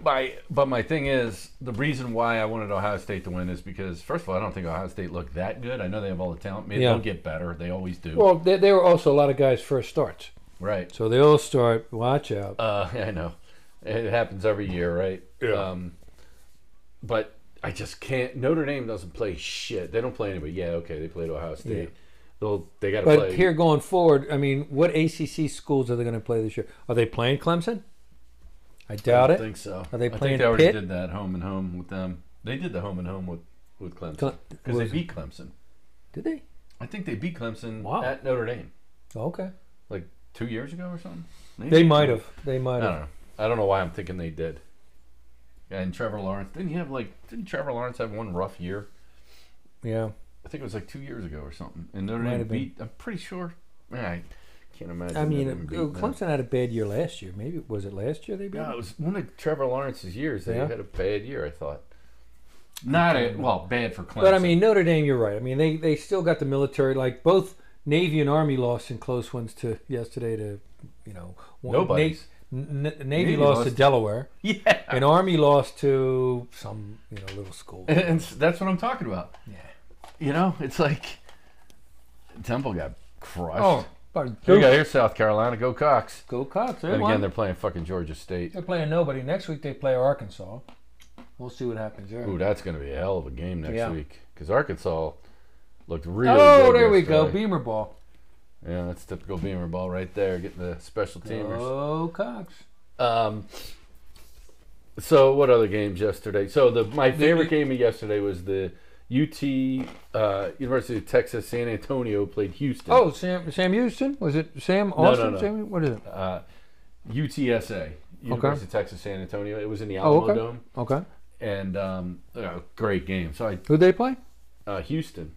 [SPEAKER 1] My, but my thing is the reason why I wanted Ohio State to win is because first of all, I don't think Ohio State looked that good. I know they have all the talent. Maybe
[SPEAKER 2] Yeah.
[SPEAKER 1] they'll get better. They always do.
[SPEAKER 2] Well, they, they were also a lot of guys' first starts,
[SPEAKER 1] right.
[SPEAKER 2] so they all start. Watch out.
[SPEAKER 1] Uh, [laughs] I know. It happens every year, right?
[SPEAKER 2] Yeah.
[SPEAKER 1] Um, but I just can't. Notre Dame doesn't play shit. They don't play anybody. Yeah, okay, they played Ohio State.
[SPEAKER 2] Yeah.
[SPEAKER 1] They'll they got to
[SPEAKER 2] But
[SPEAKER 1] play.
[SPEAKER 2] here going forward, I mean, what ACC schools are they going to play this year? Are they playing Clemson? I
[SPEAKER 1] I
[SPEAKER 2] doubt
[SPEAKER 1] don't
[SPEAKER 2] it.
[SPEAKER 1] think so.
[SPEAKER 2] Are they
[SPEAKER 1] I
[SPEAKER 2] playing
[SPEAKER 1] think they already
[SPEAKER 2] Pitt?
[SPEAKER 1] did that home and home with them. They did the home and home with with Clemson
[SPEAKER 2] Cle-
[SPEAKER 1] because they
[SPEAKER 2] was-
[SPEAKER 1] beat Clemson.
[SPEAKER 2] Did they?
[SPEAKER 1] I think they beat Clemson
[SPEAKER 2] Wow.
[SPEAKER 1] at Notre Dame
[SPEAKER 2] Okay.
[SPEAKER 1] like two years ago or something.
[SPEAKER 2] They might have. They
[SPEAKER 1] I
[SPEAKER 2] might
[SPEAKER 1] don't
[SPEAKER 2] have.
[SPEAKER 1] know. I don't know why I'm thinking they did. And Trevor Lawrence didn't he have like didn't Trevor Lawrence have one rough year?
[SPEAKER 2] Yeah.
[SPEAKER 1] I think it was like two years ago or something. And Notre
[SPEAKER 2] Might
[SPEAKER 1] Dame
[SPEAKER 2] have been.
[SPEAKER 1] beat. I'm pretty sure. I can't imagine.
[SPEAKER 2] I mean,
[SPEAKER 1] Notre Dame
[SPEAKER 2] uh,
[SPEAKER 1] beating them.
[SPEAKER 2] Clemson had a bad year last year. Maybe was it last year they beat?
[SPEAKER 1] No, it
[SPEAKER 2] them?
[SPEAKER 1] was one of Trevor Lawrence's years. They
[SPEAKER 2] Yeah.
[SPEAKER 1] had a bad year, I thought. Not a well, bad for Clemson.
[SPEAKER 2] But I mean, Notre Dame, you're right. I mean, they, they still got the military. Like both Navy and Army lost in close ones to yesterday to, you know, one-
[SPEAKER 1] Nobody's. [laughs]
[SPEAKER 2] Na- N- N- Navy,
[SPEAKER 1] Navy
[SPEAKER 2] lost, to
[SPEAKER 1] lost.
[SPEAKER 2] Delaware,
[SPEAKER 1] yeah,
[SPEAKER 2] and Army lost to some you know
[SPEAKER 1] [laughs]
[SPEAKER 2] little school.
[SPEAKER 1] and, and that's what I'm talking about.
[SPEAKER 2] Yeah.
[SPEAKER 1] You know, it's like Temple got crushed.
[SPEAKER 2] Oh,
[SPEAKER 1] here we
[SPEAKER 2] go,
[SPEAKER 1] go. Here's South Carolina. Go Cox.
[SPEAKER 2] go Cox! They
[SPEAKER 1] And
[SPEAKER 2] won.
[SPEAKER 1] again,
[SPEAKER 2] they're,
[SPEAKER 1] they're playing fucking Georgia State.
[SPEAKER 2] playing nobody next week. They play Arkansas. We'll see what happens there.
[SPEAKER 1] Ooh, that's going to be a hell of a game next
[SPEAKER 2] Yeah.
[SPEAKER 1] week because Arkansas looked really.
[SPEAKER 2] oh,
[SPEAKER 1] good
[SPEAKER 2] there we go,
[SPEAKER 1] yesterday.
[SPEAKER 2] Beamer ball.
[SPEAKER 1] Yeah, that's typical Beamer ball right there, getting the special teamers.
[SPEAKER 2] Go Cox! Oh.
[SPEAKER 1] Um, so what other games yesterday? So the my favorite game of yesterday was the UT uh, University of Texas San Antonio played Houston.
[SPEAKER 2] Oh, Sam Sam Houston was it? Sam
[SPEAKER 1] no,
[SPEAKER 2] Austin?
[SPEAKER 1] no.
[SPEAKER 2] Sam, what is it?
[SPEAKER 1] uh, UTSA University of Texas San Antonio. It was in the Alamo
[SPEAKER 2] Oh, okay.
[SPEAKER 1] Dome,
[SPEAKER 2] Okay,
[SPEAKER 1] and um, uh, great game. So I
[SPEAKER 2] who they play?
[SPEAKER 1] uh, Houston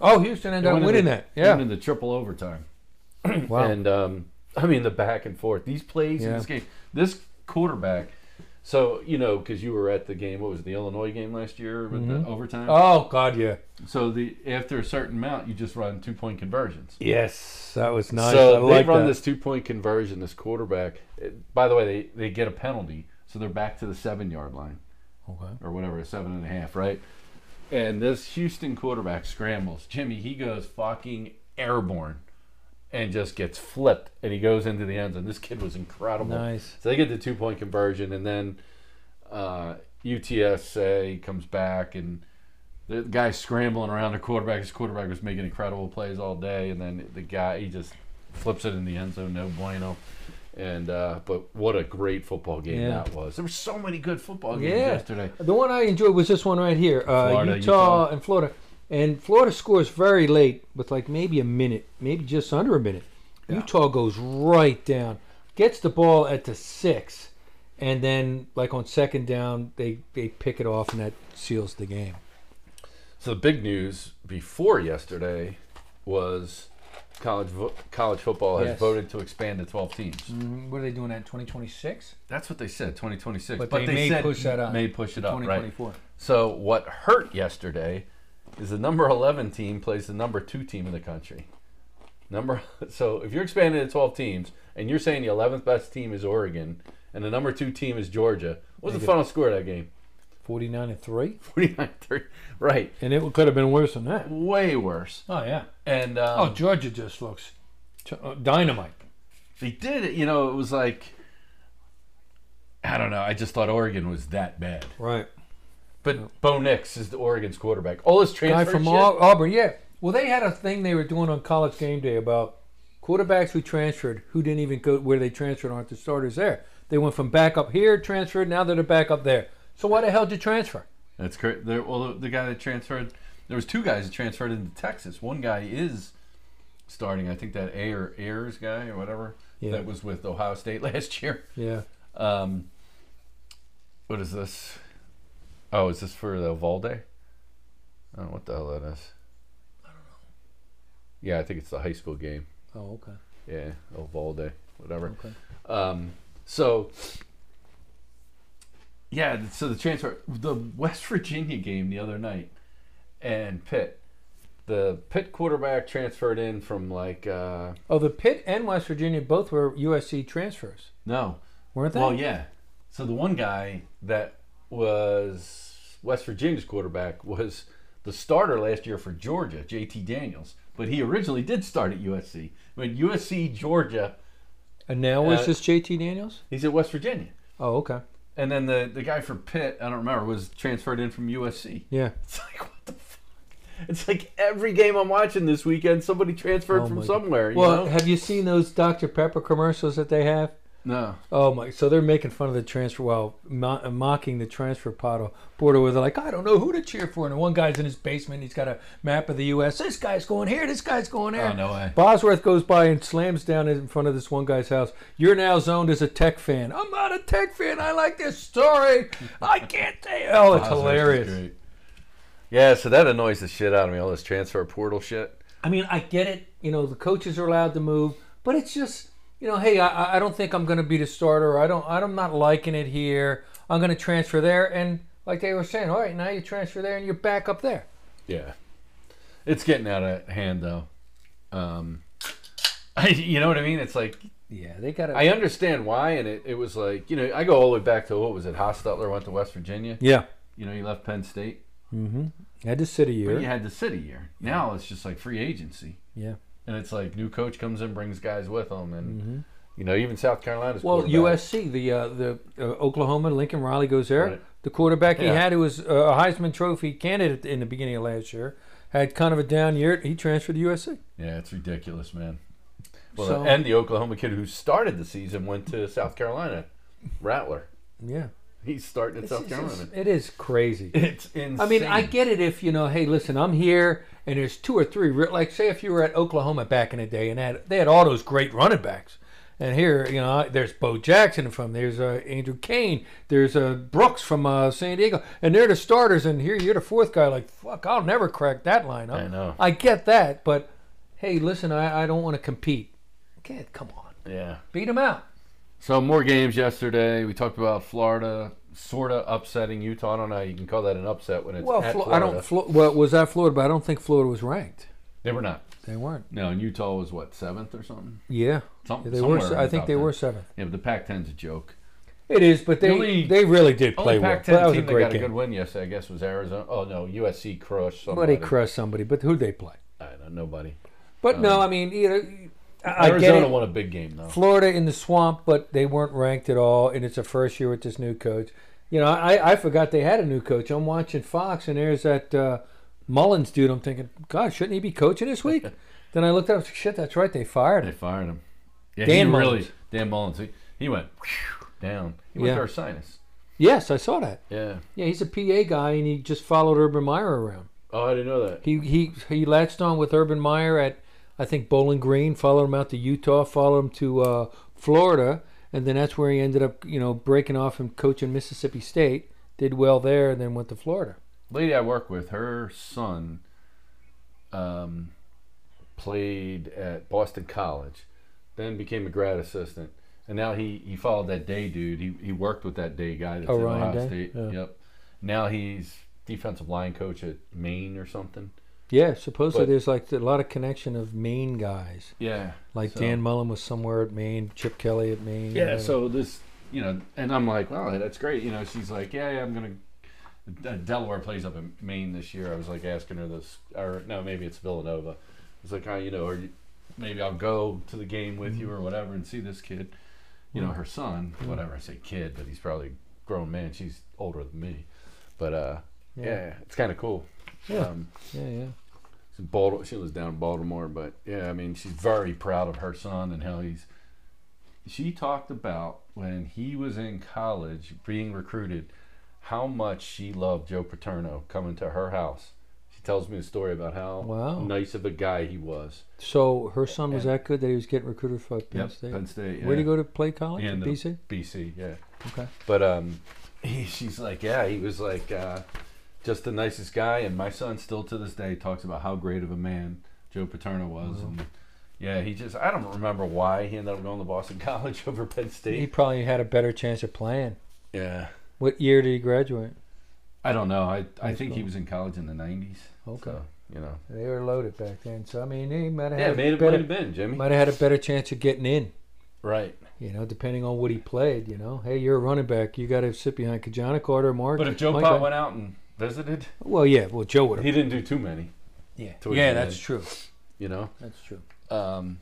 [SPEAKER 2] Oh, Houston ended up
[SPEAKER 1] Winning
[SPEAKER 2] winning
[SPEAKER 1] the-
[SPEAKER 2] that. Yeah.
[SPEAKER 1] winning the triple overtime.
[SPEAKER 2] Wow.
[SPEAKER 1] And um, I mean the back and forth. These plays in
[SPEAKER 2] Yeah.
[SPEAKER 1] this game. This quarterback. So you know, because you were at the game. What was it, the Illinois game last year with the overtime?
[SPEAKER 2] oh God, yeah.
[SPEAKER 1] So the after a certain amount, you just run two point conversions.
[SPEAKER 2] Yes, that was nice.
[SPEAKER 1] So
[SPEAKER 2] I
[SPEAKER 1] they
[SPEAKER 2] like
[SPEAKER 1] run
[SPEAKER 2] that.
[SPEAKER 1] this two point conversion. This quarterback. it- by the way, they they get a penalty, so they're back to the seven yard line
[SPEAKER 2] Okay.
[SPEAKER 1] or whatever, seven and a half, right? And this Houston quarterback scrambles. Jimmy, he goes fucking airborne and just gets flipped and he goes into the end zone. This kid was incredible.
[SPEAKER 2] Nice.
[SPEAKER 1] So they get the two point conversion and then uh, UTSA comes back and the guy's scrambling around the quarterback. His quarterback was making incredible plays all day and then the guy, he just flips it in the end zone, no bueno. And uh, but what a great football game
[SPEAKER 2] Yeah.
[SPEAKER 1] that was! There were so many good football games
[SPEAKER 2] Yeah.
[SPEAKER 1] yesterday.
[SPEAKER 2] The one I enjoyed was this one right here, uh,
[SPEAKER 1] Florida,
[SPEAKER 2] Utah,
[SPEAKER 1] Utah.
[SPEAKER 2] and Florida. And Florida scores very late with like maybe a minute, maybe just under a minute.
[SPEAKER 1] Yeah.
[SPEAKER 2] Utah goes right down, gets the ball at the six, and then like on second down they they pick it off and that seals the game.
[SPEAKER 1] So the big news before yesterday was college vo- college football has
[SPEAKER 2] Yes. Mm.
[SPEAKER 1] voted to expand to 12 teams.
[SPEAKER 2] What are they doing at 2026?
[SPEAKER 1] That's what they said, 2026.
[SPEAKER 2] But they may
[SPEAKER 1] said
[SPEAKER 2] push that up.
[SPEAKER 1] May push it up, right?
[SPEAKER 2] 2024.
[SPEAKER 1] So what hurt yesterday is the number 11 team plays the number 2 team in the country. Number [laughs] so if you're expanding to 12 teams and you're saying the 11th best team is Oregon and the number 2 team is Georgia, what was the
[SPEAKER 2] Negative.
[SPEAKER 1] final score of that game? [laughs]
[SPEAKER 2] 49 and 3?
[SPEAKER 1] 49-3. Right.
[SPEAKER 2] And it could have been worse than that.
[SPEAKER 1] Way worse.
[SPEAKER 2] Oh, yeah.
[SPEAKER 1] And um,
[SPEAKER 2] Oh, Georgia just looks ch- uh, dynamite.
[SPEAKER 1] they did it. You know, it was like I don't know. I just thought Oregon was that bad.
[SPEAKER 2] Right.
[SPEAKER 1] But Bo Nix is the Oregon's quarterback. All his transfer
[SPEAKER 2] guy from
[SPEAKER 1] shit-
[SPEAKER 2] Au- Auburn, yeah. Well, they had a thing they were doing on College Game Day about Quarterbacks who transferred, who didn't even go where they transferred, aren't the starters there. They went from back up here, transferred. Now they're the back up there. So why the hell did you transfer?
[SPEAKER 1] That's correct. There, well, the, the guy that transferred, there was two guys that transferred into Texas. One guy is starting. I think that Ayer Ayers guy or whatever
[SPEAKER 2] Yeah.
[SPEAKER 1] that was with Ohio State [laughs] last year.
[SPEAKER 2] Yeah.
[SPEAKER 1] Um, what is this? Oh, is this for the Valde? I don't know what the hell that is. I don't know. Yeah, I think it's the high school game.
[SPEAKER 2] Oh, okay.
[SPEAKER 1] Yeah, Ovalde, whatever.
[SPEAKER 2] Okay.
[SPEAKER 1] Um, so, yeah, th- so the transfer, the West [laughs] Virginia game the other night, and Pitt, the Pitt quarterback transferred in from like uh,
[SPEAKER 2] Oh, the Pitt and West Virginia both were USC transfers,
[SPEAKER 1] no,
[SPEAKER 2] weren't they?
[SPEAKER 1] well yeah. So the one guy that was West Virginia's quarterback was the starter last year for Georgia, J.T. Daniels, but he originally did start at USC. When USC Georgia,
[SPEAKER 2] And now is
[SPEAKER 1] Uh,
[SPEAKER 2] this JT Daniels?
[SPEAKER 1] he's at West Virginia.
[SPEAKER 2] Oh, okay.
[SPEAKER 1] And then the, the guy for Pitt, I don't remember, was transferred in from USC.
[SPEAKER 2] Yeah.
[SPEAKER 1] [laughs] It's like what the fuck? It's like every game I'm watching this weekend, somebody transferred
[SPEAKER 2] Oh my
[SPEAKER 1] from
[SPEAKER 2] God.
[SPEAKER 1] somewhere. You
[SPEAKER 2] Well,
[SPEAKER 1] know?
[SPEAKER 2] have you seen those Dr. Pepper commercials that they have?
[SPEAKER 1] no.
[SPEAKER 2] Oh my! So they're making fun of the transfer while mo- mocking the transfer portal. Portal where they're like, I don't know who to cheer for, and the one guy's in his basement. He's got a map of the U.S. This guy's going here. This guy's going there.
[SPEAKER 1] Oh, no way.
[SPEAKER 2] Bosworth goes by and slams down in front of this one guy's house. You're now zoned as a Tech fan. I'm not a Tech fan. I like this story. I can't say. Oh,
[SPEAKER 1] Bosworth
[SPEAKER 2] it's
[SPEAKER 1] is
[SPEAKER 2] hilarious.
[SPEAKER 1] great. Yeah, so that annoys the shit out of me, all this transfer portal shit.
[SPEAKER 2] I mean, I get it. You know, the coaches are allowed to move, but it's just, you know, hey, I, I- I don't think I'm going to be the starter. Or I don't. I'm not liking it here. I'm going to transfer there, and like they were saying, all right, now you transfer there and you're back up there.
[SPEAKER 1] Yeah. It's getting out of hand, though. Um, [laughs] I, you know what I mean? It's like,
[SPEAKER 2] Yeah, they got to.
[SPEAKER 1] I understand why, and it, it was like, you know, I go all the way back to what was it? Hostetler went to West Virginia.
[SPEAKER 2] Yeah,
[SPEAKER 1] You know, he left Penn State.
[SPEAKER 2] had to sit a
[SPEAKER 1] But
[SPEAKER 2] year.
[SPEAKER 1] you had the city year. Now it's just like free agency.
[SPEAKER 2] Yeah.
[SPEAKER 1] And it's like new coach comes in, brings guys with him, and you know even South Carolina's
[SPEAKER 2] Mm-hmm. Well,
[SPEAKER 1] quarterback.
[SPEAKER 2] USC, the uh, the uh, Oklahoma Lincoln Riley goes there.
[SPEAKER 1] Right.
[SPEAKER 2] The quarterback he
[SPEAKER 1] Yeah.
[SPEAKER 2] had, who was uh, a Heisman Trophy candidate in the beginning of last year, had kind of a down year. He transferred to USC.
[SPEAKER 1] Yeah, it's ridiculous, man. Well,
[SPEAKER 2] So-
[SPEAKER 1] and the Oklahoma kid who started the season went to South Carolina, Rattler.
[SPEAKER 2] Yeah,
[SPEAKER 1] He's starting at South
[SPEAKER 2] It's- it's-
[SPEAKER 1] Carolina.
[SPEAKER 2] it is crazy.
[SPEAKER 1] It's insane.
[SPEAKER 2] I mean, I get it if you know, hey, listen, I'm here, and there's two or three. re- Like, say, if you were at Oklahoma back in the day, and had they had all those great running backs, and here, you know, there's Bo Jackson from, there's uh, Andrew Kane, there's uh, Brooks from uh, San Diego, and they're the starters, and here you're the fourth guy. Like, fuck, I'll never crack that lineup.
[SPEAKER 1] I know.
[SPEAKER 2] I get that, but hey, listen, I, I don't want to compete. Can't come on,
[SPEAKER 1] yeah.
[SPEAKER 2] beat them out.
[SPEAKER 1] So more games yesterday. We talked about Florida sort of upsetting Utah. I don't know. how You can call that an upset when it's
[SPEAKER 2] Well,
[SPEAKER 1] at
[SPEAKER 2] Flo- I
[SPEAKER 1] Florida.
[SPEAKER 2] don't. Flo- well, it was that Florida? But I don't think Florida was ranked.
[SPEAKER 1] they were not.
[SPEAKER 2] They weren't.
[SPEAKER 1] No, and Utah was what seventh or something.
[SPEAKER 2] Yeah,
[SPEAKER 1] Some,
[SPEAKER 2] they were.
[SPEAKER 1] somewhere
[SPEAKER 2] se-
[SPEAKER 1] in
[SPEAKER 2] I
[SPEAKER 1] the
[SPEAKER 2] think
[SPEAKER 1] top
[SPEAKER 2] they
[SPEAKER 1] 10.
[SPEAKER 2] were seventh.
[SPEAKER 1] Yeah, but the Pac-10's a joke.
[SPEAKER 2] It is, but they
[SPEAKER 1] The only-
[SPEAKER 2] they really did play
[SPEAKER 1] Only
[SPEAKER 2] well. But
[SPEAKER 1] Pac-10
[SPEAKER 2] that was a
[SPEAKER 1] team that
[SPEAKER 2] great
[SPEAKER 1] got a good
[SPEAKER 2] game.
[SPEAKER 1] win yesterday, I guess, was Arizona. Oh no, USC crushed somebody.
[SPEAKER 2] Somebody crushed somebody, but who'd they play?
[SPEAKER 1] I don't know, nobody.
[SPEAKER 2] But no, I mean, you know, I, I get
[SPEAKER 1] Um, Arizona
[SPEAKER 2] it.
[SPEAKER 1] won a big game though.
[SPEAKER 2] Florida in the swamp, but they weren't ranked at all, and it's a first year with this new coach. You know, I, I forgot they had a new coach. I'm watching Fox, and there's that uh, Mullins dude. I'm thinking, God, shouldn't he be coaching this
[SPEAKER 1] [laughs]
[SPEAKER 2] week? then I looked up, shit, that's right, they fired
[SPEAKER 1] They
[SPEAKER 2] him.
[SPEAKER 1] fired him. Yeah,
[SPEAKER 2] Dan
[SPEAKER 1] he really
[SPEAKER 2] Mullins.
[SPEAKER 1] Dan Mullins. He, he went down. He
[SPEAKER 2] Yeah.
[SPEAKER 1] went to Ursinus.
[SPEAKER 2] Yes, I saw that.
[SPEAKER 1] Yeah.
[SPEAKER 2] Yeah, he's a PA guy, and he just followed Urban Meyer around.
[SPEAKER 1] Oh, I didn't know that.
[SPEAKER 2] He he he latched on with Urban Meyer at I think Bowling Green, followed him out to Utah, followed him to uh, Florida, and then that's where he ended up, you know, breaking off and coaching Mississippi State. Did well there, and then went to Florida.
[SPEAKER 1] Lady I work with, her son, um, played at Boston College, then became a grad assistant, and now he he followed that day dude. He he worked with that day guy that's
[SPEAKER 2] Oh,
[SPEAKER 1] in
[SPEAKER 2] Ryan
[SPEAKER 1] Ohio
[SPEAKER 2] Day?
[SPEAKER 1] State.
[SPEAKER 2] Yeah.
[SPEAKER 1] Yep. Now he's defensive line coach at Maine or something.
[SPEAKER 2] Yeah, supposedly
[SPEAKER 1] But-
[SPEAKER 2] there's like a lot of connection of Maine guys,
[SPEAKER 1] Yeah.
[SPEAKER 2] like
[SPEAKER 1] So-
[SPEAKER 2] Dan Mullen was somewhere at Maine, Chip Kelly at Maine.
[SPEAKER 1] Yeah,
[SPEAKER 2] whatever.
[SPEAKER 1] so this, you know, and I'm like, wow, that's great. You know, she's like, yeah, yeah I'm going to. Delaware plays up in Maine this year. I was like asking her this, or no, maybe it's Villanova. It's like, oh, you know, or you, maybe I'll go to the game with you or whatever and see this kid, you know, her son, whatever. I say kid, but he's probably a grown man. She's older than me. But, uh, yeah,
[SPEAKER 2] Yeah.
[SPEAKER 1] it's kind of cool.
[SPEAKER 2] Yeah.
[SPEAKER 1] Um,
[SPEAKER 2] yeah, yeah.
[SPEAKER 1] She's in Baltimore. She lives down in Baltimore, but yeah, I mean, she's very proud of her son and how he's. She talked about when he was in college being recruited, how much she loved Joe Paterno coming to her house. She tells me a story about how
[SPEAKER 2] Wow.
[SPEAKER 1] nice of a guy he was.
[SPEAKER 2] So her son was that good that he was getting recruited for Penn State.
[SPEAKER 1] Penn State.
[SPEAKER 2] Where'd he
[SPEAKER 1] yeah.
[SPEAKER 2] go to play college?
[SPEAKER 1] Yeah,
[SPEAKER 2] At
[SPEAKER 1] no.
[SPEAKER 2] BC.
[SPEAKER 1] BC, yeah.
[SPEAKER 2] Okay.
[SPEAKER 1] But um, [laughs] he, she's like, yeah, he was like uh, just the nicest guy, and my son still to this day talks about how great of a man Joe Paterno was, and yeah, he just I don't remember why he ended up going to Boston [laughs] College over Penn
[SPEAKER 2] He
[SPEAKER 1] State.
[SPEAKER 2] probably had a better chance of playing.
[SPEAKER 1] Yeah,
[SPEAKER 2] What year did he graduate?
[SPEAKER 1] I don't know. I I
[SPEAKER 2] Nice
[SPEAKER 1] think he
[SPEAKER 2] ball.
[SPEAKER 1] was in college in the nineties.
[SPEAKER 2] Okay.
[SPEAKER 1] so, you know,
[SPEAKER 2] They were loaded back then, so I mean, he might have
[SPEAKER 1] yeah,
[SPEAKER 2] had
[SPEAKER 1] made
[SPEAKER 2] a
[SPEAKER 1] it might
[SPEAKER 2] better,
[SPEAKER 1] have been Jimmy.
[SPEAKER 2] might have had a better chance of getting in.
[SPEAKER 1] Right,
[SPEAKER 2] You know, depending on what he played. You know, hey, you're a running back. You got to sit behind Kajana Carter, Mark.
[SPEAKER 1] but if Joe
[SPEAKER 2] Mike-
[SPEAKER 1] Pop went out and visited,
[SPEAKER 2] well, yeah, well, Joe would
[SPEAKER 1] he
[SPEAKER 2] have.
[SPEAKER 1] didn't do too many.
[SPEAKER 2] Yeah,
[SPEAKER 1] towards
[SPEAKER 2] yeah,
[SPEAKER 1] the
[SPEAKER 2] that's
[SPEAKER 1] end.
[SPEAKER 2] true.
[SPEAKER 1] You know,
[SPEAKER 2] That's true.
[SPEAKER 1] Um,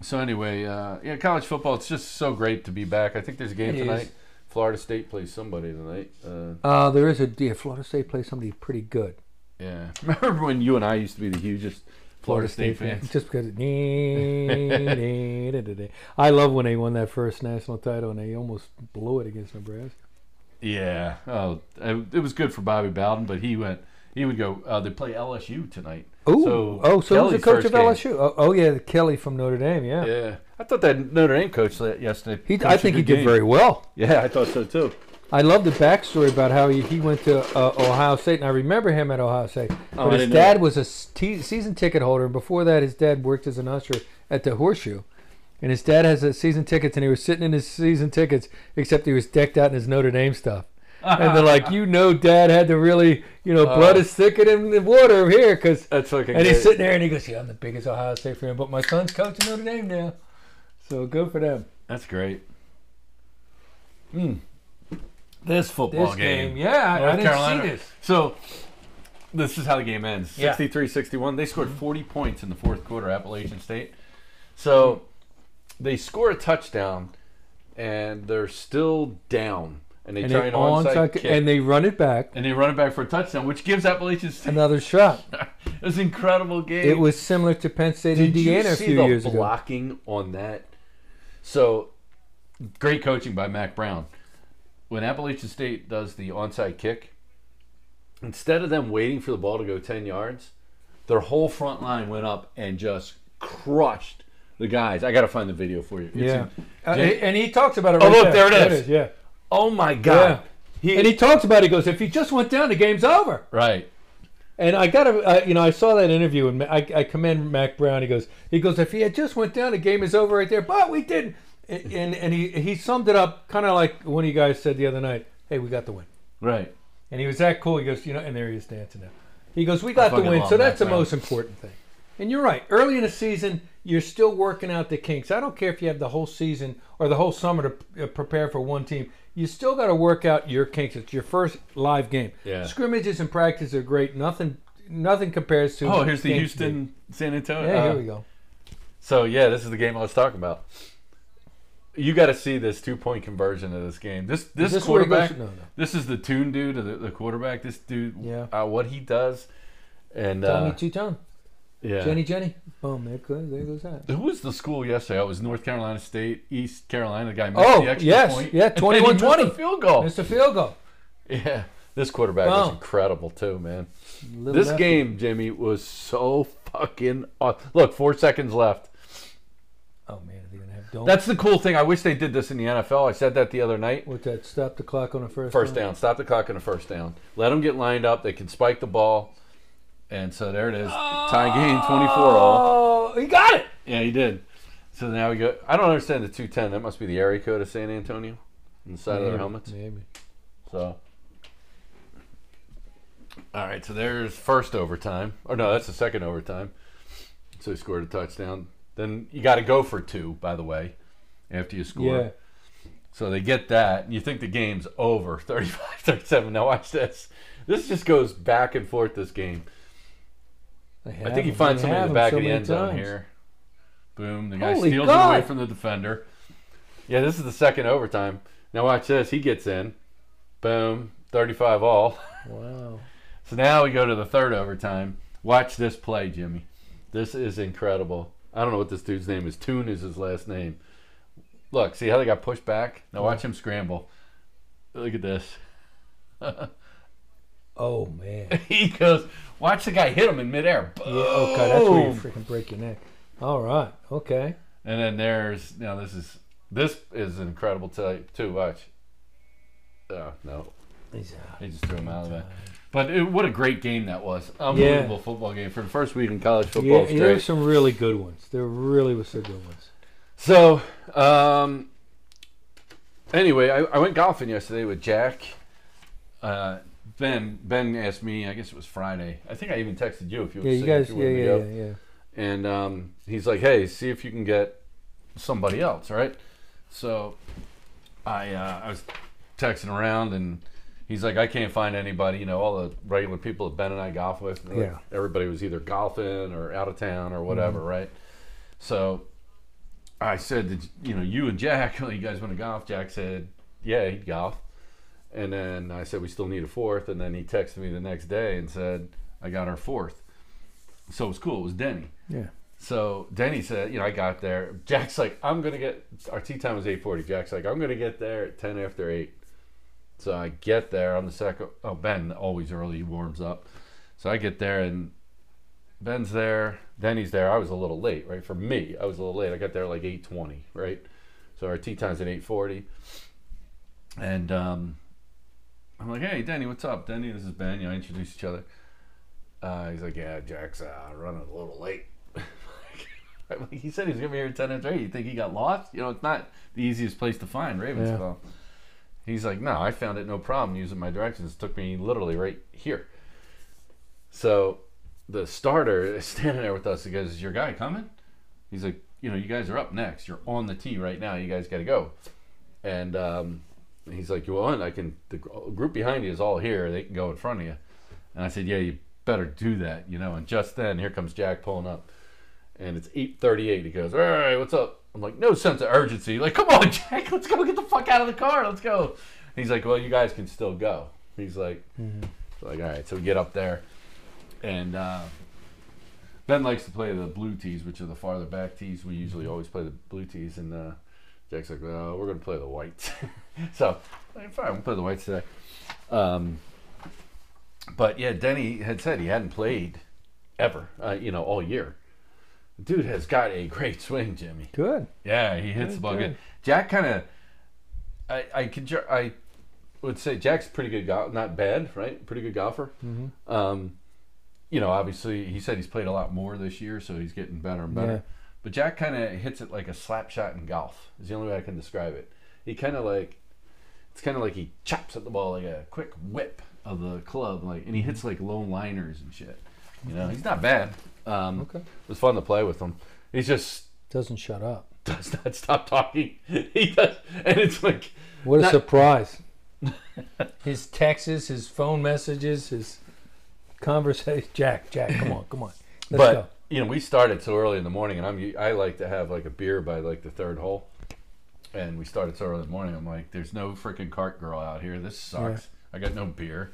[SPEAKER 1] so anyway, uh, yeah, college football. It's just so great to be back. I think there's a game
[SPEAKER 2] It
[SPEAKER 1] tonight.
[SPEAKER 2] is.
[SPEAKER 1] Florida State plays somebody tonight. Uh,
[SPEAKER 2] Uh, there is a yeah, Florida State plays somebody pretty good.
[SPEAKER 1] yeah. [laughs] Remember when you and I used to be the hugest Florida State fans?
[SPEAKER 2] Just because. it- I love when they won that first national title and they almost blew it against Nebraska.
[SPEAKER 1] Yeah. Oh, it it was good for Bobby Bowden, but he went. He would go. Uh, they play LSU tonight.
[SPEAKER 2] Oh,
[SPEAKER 1] So,
[SPEAKER 2] oh, so who's the
[SPEAKER 1] Kelly's
[SPEAKER 2] coach
[SPEAKER 1] first
[SPEAKER 2] of
[SPEAKER 1] game.
[SPEAKER 2] LSU? Oh, oh, yeah, Kelly from Notre Dame. Yeah,
[SPEAKER 1] Yeah. I thought that Notre Dame coach le- yesterday.
[SPEAKER 2] he.
[SPEAKER 1] coached
[SPEAKER 2] I
[SPEAKER 1] a
[SPEAKER 2] think he
[SPEAKER 1] good
[SPEAKER 2] did
[SPEAKER 1] game.
[SPEAKER 2] very well.
[SPEAKER 1] Yeah, I thought so too.
[SPEAKER 2] I love the backstory about how he, he went to uh, Ohio State, and I remember him at Ohio State. But
[SPEAKER 1] Oh, I
[SPEAKER 2] his
[SPEAKER 1] didn't know
[SPEAKER 2] dad
[SPEAKER 1] that.
[SPEAKER 2] was a s- te- season ticket holder, and before that, his dad worked as an usher at the Horseshoe. And his dad has a season tickets, and he was sitting in his season tickets, except he was decked out in his Notre Dame stuff. and they're like, you know, Dad had to really, you know, blood
[SPEAKER 1] Oh.
[SPEAKER 2] is thicker than the water here,
[SPEAKER 1] [laughs]
[SPEAKER 2] because.
[SPEAKER 1] That's fucking.
[SPEAKER 2] And he's
[SPEAKER 1] great.
[SPEAKER 2] sitting there, and he goes, "Yeah, I'm the biggest Ohio State fan, but my son's coaching Notre Dame now, so good for them."
[SPEAKER 1] That's great. Mm. This football
[SPEAKER 2] Hmm. This game, yeah, I, I didn't see this.
[SPEAKER 1] So this is how the game ends.
[SPEAKER 2] Yeah. Mm-hmm.
[SPEAKER 1] 63-61. They scored 40 points in the fourth quarter, Appalachian State. So
[SPEAKER 2] Mm-hmm.
[SPEAKER 1] they score a touchdown, and they're still down. And they
[SPEAKER 2] And
[SPEAKER 1] try
[SPEAKER 2] they,
[SPEAKER 1] an onside,
[SPEAKER 2] onside
[SPEAKER 1] kick.
[SPEAKER 2] kick- and they run it back,
[SPEAKER 1] and they run it back for a touchdown, which gives Appalachian State
[SPEAKER 2] another shot.
[SPEAKER 1] [laughs] this incredible game.
[SPEAKER 2] It was similar to Penn State,
[SPEAKER 1] Did
[SPEAKER 2] Indiana,
[SPEAKER 1] you
[SPEAKER 2] a
[SPEAKER 1] see
[SPEAKER 2] few
[SPEAKER 1] the
[SPEAKER 2] years ago.
[SPEAKER 1] blocking on that? So great coaching by Mac Brown. When Appalachian State does the onside kick, instead of them waiting for the ball to go ten yards, their whole front line went up and just crushed the guys. I got to find the video for you. It's
[SPEAKER 2] Yeah,
[SPEAKER 1] in-
[SPEAKER 2] Uh,
[SPEAKER 1] Jim-
[SPEAKER 2] he- and he talks about it.
[SPEAKER 1] Oh,
[SPEAKER 2] right
[SPEAKER 1] look, there it is.
[SPEAKER 2] Yeah,
[SPEAKER 1] oh my god. He,
[SPEAKER 2] and he talks about it. He goes, "If he just went down, the game's over."
[SPEAKER 1] right.
[SPEAKER 2] And I got to, uh, you know, I saw that interview, and Ma- I, I commend Mac Brown. He goes, he goes, if he had just went down, the game is over right there. But we didn't, and and, and he he summed it up kind of like one of you guys said the other night. Hey, we got the win,
[SPEAKER 1] Right.
[SPEAKER 2] and he was that cool. He goes, you know, and there he is dancing now. He goes, we got the
[SPEAKER 1] fucking
[SPEAKER 2] win,
[SPEAKER 1] love
[SPEAKER 2] so that's
[SPEAKER 1] Mac
[SPEAKER 2] the
[SPEAKER 1] Brown.
[SPEAKER 2] most important thing. And you're right. Early in the season, you're still working out the kinks. I don't care if you have the whole season or the whole summer to uh, prepare for one team. You still got to work out your kinks. It's your first live game.
[SPEAKER 1] Yeah.
[SPEAKER 2] Scrimmages and practice are great. Nothing, nothing compares to.
[SPEAKER 1] Oh, here's the
[SPEAKER 2] games today.
[SPEAKER 1] Houston San Antonio.
[SPEAKER 2] Yeah,
[SPEAKER 1] uh,
[SPEAKER 2] here we go.
[SPEAKER 1] So yeah, this is the game I was talking about. You got to see this two point conversion of this game. This this,
[SPEAKER 2] Is this where he goes-
[SPEAKER 1] quarterback.
[SPEAKER 2] no, no.
[SPEAKER 1] This is the tune dude, the, the quarterback. This dude.
[SPEAKER 2] Yeah.
[SPEAKER 1] Uh, what he does, and
[SPEAKER 2] Tommy
[SPEAKER 1] uh,
[SPEAKER 2] Teton,
[SPEAKER 1] yeah.
[SPEAKER 2] Jenny, Jenny. Boom, there goes, there goes that.
[SPEAKER 1] Who was the school yesterday? It was North Carolina State, East Carolina. The guy missed
[SPEAKER 2] Oh,
[SPEAKER 1] the extra
[SPEAKER 2] yes.
[SPEAKER 1] point. [laughs]
[SPEAKER 2] Yeah,
[SPEAKER 1] and then he missed
[SPEAKER 2] 21-20.
[SPEAKER 1] the field goal.
[SPEAKER 2] Missed a field goal.
[SPEAKER 1] [laughs] Yeah. This quarterback
[SPEAKER 2] Wow.
[SPEAKER 1] was incredible too, man.
[SPEAKER 2] Little
[SPEAKER 1] this
[SPEAKER 2] lefty.
[SPEAKER 1] game, Jimmy, was so fucking. aw- Look, four seconds left.
[SPEAKER 2] Oh man, are they gonna have don't
[SPEAKER 1] That's the cool thing. I wish they did this in the NFL. I said that the other night.
[SPEAKER 2] with that? Stop the clock on the first.
[SPEAKER 1] First
[SPEAKER 2] down.
[SPEAKER 1] down. Stop the clock on a first down. Let them get lined up. They can spike the ball. And so there it is. Tie game, 24 all.
[SPEAKER 2] Oh, he got it.
[SPEAKER 1] Yeah, he did. So now we go. I don't understand the 210. That must be the area code of San Antonio on the side of
[SPEAKER 2] Mm-hmm.
[SPEAKER 1] their helmets.
[SPEAKER 2] Maybe.
[SPEAKER 1] So. All right, so there's first overtime. Or no, that's the second overtime. So he scored a touchdown. Then you got to go for two, by the way, after you score.
[SPEAKER 2] Yeah.
[SPEAKER 1] So they get that, and you think the game's over [laughs] 35 37. Now, watch this. This just goes back and forth this game. I think you find somebody in the back of the end zone here. Boom. The guy
[SPEAKER 2] Holy
[SPEAKER 1] steals
[SPEAKER 2] God.
[SPEAKER 1] away from the defender. Yeah, this is the second overtime. Now, watch this. He gets in. Boom. 35 all.
[SPEAKER 2] Wow.
[SPEAKER 1] So now we go to the third overtime. Watch this play, Jimmy. This is incredible. I don't know what this dude's name is. Toon is his last name. Look, see how they got pushed back? Now watch him scramble. Look at this. [laughs]
[SPEAKER 2] Oh man.
[SPEAKER 1] he goes, watch the guy hit him in midair. Boom.
[SPEAKER 2] Yeah, okay, that's where you freaking break your neck. All right. Okay.
[SPEAKER 1] And then there's now this is this is incredible to too. Watch. Oh no,
[SPEAKER 2] He's out.
[SPEAKER 1] he just threw him out of there. But it, what a great game that was! Unbelievable football game for the first week in college football.
[SPEAKER 2] Yeah,
[SPEAKER 1] it's
[SPEAKER 2] there were
[SPEAKER 1] great.
[SPEAKER 2] some really good ones. There really were some good ones.
[SPEAKER 1] So, um, anyway, I, I went golfing yesterday with Jack. Uh, ben Ben asked me. I guess it was Friday. I think I even texted you if you.
[SPEAKER 2] Yeah,
[SPEAKER 1] was
[SPEAKER 2] you
[SPEAKER 1] sick, if
[SPEAKER 2] guys.
[SPEAKER 1] you
[SPEAKER 2] Yeah,
[SPEAKER 1] wanted to
[SPEAKER 2] yeah,
[SPEAKER 1] go.
[SPEAKER 2] yeah, yeah.
[SPEAKER 1] and um, he's like, "Hey, see if you can get somebody else, right?" So I uh, I was texting around, and he's like, "I can't find anybody." You know, all the regular people that Ben and I golf with, like,
[SPEAKER 2] Yeah.
[SPEAKER 1] everybody was either golfing or out of town or whatever, right? So I said, Did, "You know, you and Jack, [laughs] you guys want to golf?" Jack said, "Yeah, he'd golf." And then I said, "We still need a fourth. And then he texted me the next day and said, "I got our fourth. So it was cool. It was Denny.
[SPEAKER 2] Yeah.
[SPEAKER 1] So Denny said, you know, I got there. Jack's like, I'm gonna get our tea time was eight forty. Jack's like, I'm gonna get there at ten after eight. So I get there. I'm the second. Oh, Ben always early. He warms up. So I get there and Ben's there. Denny's there. I was a little late, right? For me, I was a little late. I got there like eight twenty, right? So our tea time's at eight forty. And um, I'm like, hey, Denny, what's up? Denny, this is Ben. You know, introduce each other. Uh, he's like, yeah, Jack's uh, running a little late. [laughs] I'm like, he said he was gonna be here at ten after eight. You think he got lost? You know, it's not the easiest place to find Ravensville. He's like, no, I found it no problem using my directions. It took me literally right here. So the starter is [laughs] standing there with us. He goes, is your guy coming? He's like, you know, you guys are up next. You're on the tee right now. You guys got to go. And um, he's like, you want? I can. The gr- group behind you is all here. They can go in front of you. And I said, yeah, you better do that. You know. And just then, here comes Jack pulling up and it's 8:38. He goes, "All right, what's up?" I'm like, "No sense of urgency. Like, come on, [laughs] Jack, let's go get the fuck out of the car. Let's go." And he's like, "Well, you guys can still go." He's like, "Like, all right." So we get up there, and uh, Ben likes to play the blue tees, which are the farther back tees. We usually always play the blue tees, and uh, Jack's like, "Well, we're gonna play the whites." [laughs] so, like, fine, we'll play the whites today. Um, but yeah, Denny had said he hadn't played ever, uh, you know, all year. Dude has got a great swing, Jimmy.
[SPEAKER 2] Good.
[SPEAKER 1] Yeah, he hits
[SPEAKER 2] Good,
[SPEAKER 1] the ball
[SPEAKER 2] good.
[SPEAKER 1] good. Jack kind of, I I could ju- I would say Jack's a pretty good golf, not bad, right? Pretty good golfer.
[SPEAKER 2] Mm-hmm.
[SPEAKER 1] Um, you know, obviously he said he's played a lot more this year, so he's getting better and better.
[SPEAKER 2] Yeah.
[SPEAKER 1] But Jack kind of hits it like a slap shot in golf. Is the only way I can describe it. He kind of like, it's kind of like he chops at the ball like a quick whip of the club, like, and he hits like low liners and shit. You know, he's not bad. Um,
[SPEAKER 2] Okay.
[SPEAKER 1] It was fun to play with him. He's just
[SPEAKER 2] Doesn't shut up.
[SPEAKER 1] does not stop talking. [laughs] he does, and it's like,
[SPEAKER 2] What a
[SPEAKER 1] Not- [laughs]
[SPEAKER 2] surprise. his texts, his phone messages, his conversation. [laughs] Jack, Jack, come on, come on. Let's
[SPEAKER 1] but
[SPEAKER 2] go.
[SPEAKER 1] you know, we started so early in the morning, and I'm u- I like to have like a beer by like the third hole, and we started so early in the morning. I'm like, there's no freaking cart girl out here. This sucks. I got no beer.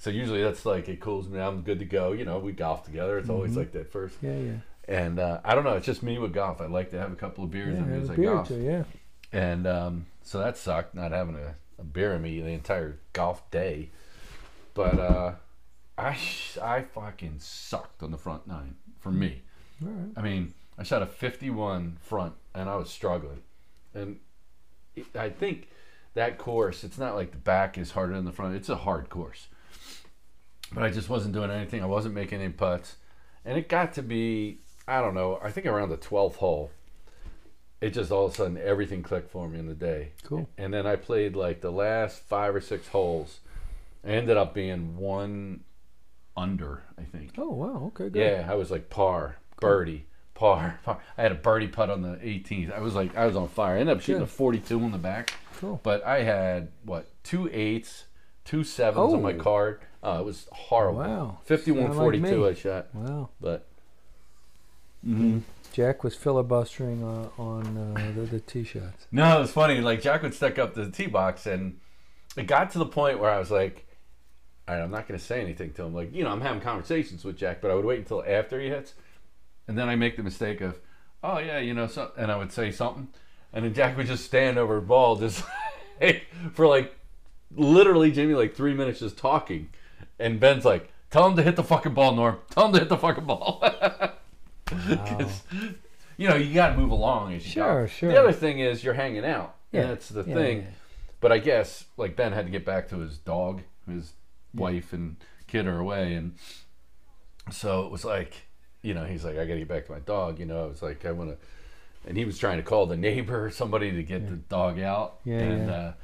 [SPEAKER 1] So usually that's like it cools me. I'm good to go. You know, we golf together. It's always like that first.
[SPEAKER 2] Mm-hmm. Yeah, yeah.
[SPEAKER 1] And uh, I don't know. It's just me with golf. I like to have a couple of beers
[SPEAKER 2] yeah
[SPEAKER 1] and as
[SPEAKER 2] have
[SPEAKER 1] I
[SPEAKER 2] a beer or
[SPEAKER 1] golf.
[SPEAKER 2] two, yeah.
[SPEAKER 1] And um, so that sucked, not having a, a beer in me the entire golf day. But uh, I, I fucking sucked on the front nine for me.
[SPEAKER 2] All right.
[SPEAKER 1] I mean, I shot a 51 front and I was struggling. And it- I think that course, it's not like the back is harder than the front, it's a hard course. But I just wasn't doing anything, I wasn't making any putts. And it got to be, I don't know, I think around the 12th hole, it just all of a sudden everything clicked for me in the day.
[SPEAKER 2] Cool.
[SPEAKER 1] And then I played like the last five or six holes. I ended up being one under, I think.
[SPEAKER 2] Oh, wow. Okay, good.
[SPEAKER 1] Yeah, I was like par, birdie, par, [laughs] par. I had a birdie putt on the 18th. I was like, I was on fire. I ended up shooting a
[SPEAKER 2] Good.
[SPEAKER 1] 42 on the back,
[SPEAKER 2] Cool.
[SPEAKER 1] but I had what two eights, two sevens on my
[SPEAKER 2] Oh.
[SPEAKER 1] card. Uh, it was horrible.
[SPEAKER 2] Wow.
[SPEAKER 1] 51
[SPEAKER 2] Sound
[SPEAKER 1] 42
[SPEAKER 2] like
[SPEAKER 1] I shot,
[SPEAKER 2] Wow.
[SPEAKER 1] but
[SPEAKER 2] Jack was filibustering uh, on uh, the, the tee shots.
[SPEAKER 1] no, it was funny. Like Jack would stick up the tee box, and it got to the point where I was like, all right, I'm not going to say anything to him. Like, you know, I'm having conversations with Jack, but I would wait until after he hits. And then I make the mistake of, oh, yeah, you know, so, and I would say something. And then Jack would just stand over the ball just [laughs] like, for like literally, Jimmy, like three minutes just talking. And Ben's like, tell him to hit the fucking ball, Norm. Tell him to hit the fucking ball. [laughs] 'Cause, you know, you got to move along as you go.
[SPEAKER 2] Sure, sure.
[SPEAKER 1] The other thing is you're hanging out. Yeah.
[SPEAKER 2] Yeah,
[SPEAKER 1] that's the
[SPEAKER 2] yeah,
[SPEAKER 1] thing.
[SPEAKER 2] yeah.
[SPEAKER 1] But I guess, like, Ben had to get back to his dog, his wife and kid are away. And so it was like, you know, he's like, I got to get back to my dog. You know, I was like, I want to. And he was trying to call the neighbor or somebody to get the dog out.
[SPEAKER 2] Yeah,
[SPEAKER 1] And,
[SPEAKER 2] yeah.
[SPEAKER 1] uh 'cause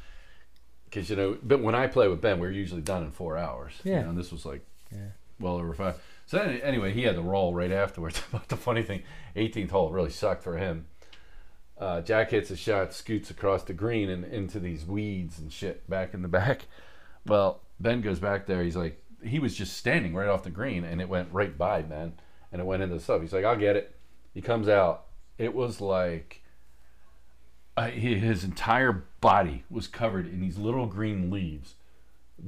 [SPEAKER 1] Because, you know, but when I play with Ben, we're usually done in four hours. you
[SPEAKER 2] Yeah.
[SPEAKER 1] know, and this was like
[SPEAKER 2] Yeah.
[SPEAKER 1] well over five. So any- anyway, he had to roll right afterwards. [laughs] But the funny thing, 18th hole really sucked for him. Uh, Jack hits a shot, scoots across the green and into these weeds and shit back in the back. Well, Ben goes back there. He's like, he was just standing right off the green, and it went right by Ben, and it went into the sub. He's like, I'll get it. He comes out. It was like uh, he- his entire body was covered in these little green leaves.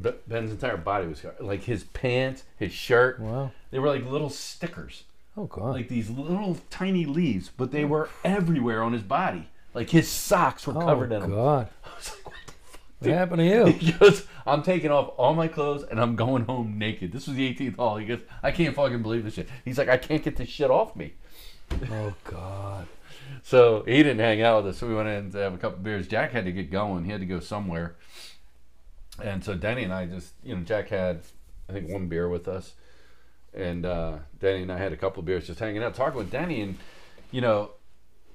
[SPEAKER 1] Be- Ben's entire body was covered, like his pants, his shirt.
[SPEAKER 2] Wow.
[SPEAKER 1] They were like little stickers,
[SPEAKER 2] Oh God.
[SPEAKER 1] like these little tiny leaves, but they were everywhere on his body. Like his socks were
[SPEAKER 2] oh
[SPEAKER 1] covered in [laughs] them.
[SPEAKER 2] God.
[SPEAKER 1] I was like, what the [laughs]
[SPEAKER 2] What happened to you?
[SPEAKER 1] he goes, I'm taking off all my clothes and I'm going home naked. This was the 18th hole. He goes, I can't fucking believe this shit. He's like, I can't get this shit off me.
[SPEAKER 2] Oh God.
[SPEAKER 1] So he didn't hang out with us. So we went in to have a couple beers. Jack had to get going. He had to go somewhere. And so Denny and I just, you know, Jack had, I think, one beer with us. And uh, Denny and I had a couple of beers just hanging out, talking with Denny. And, you know,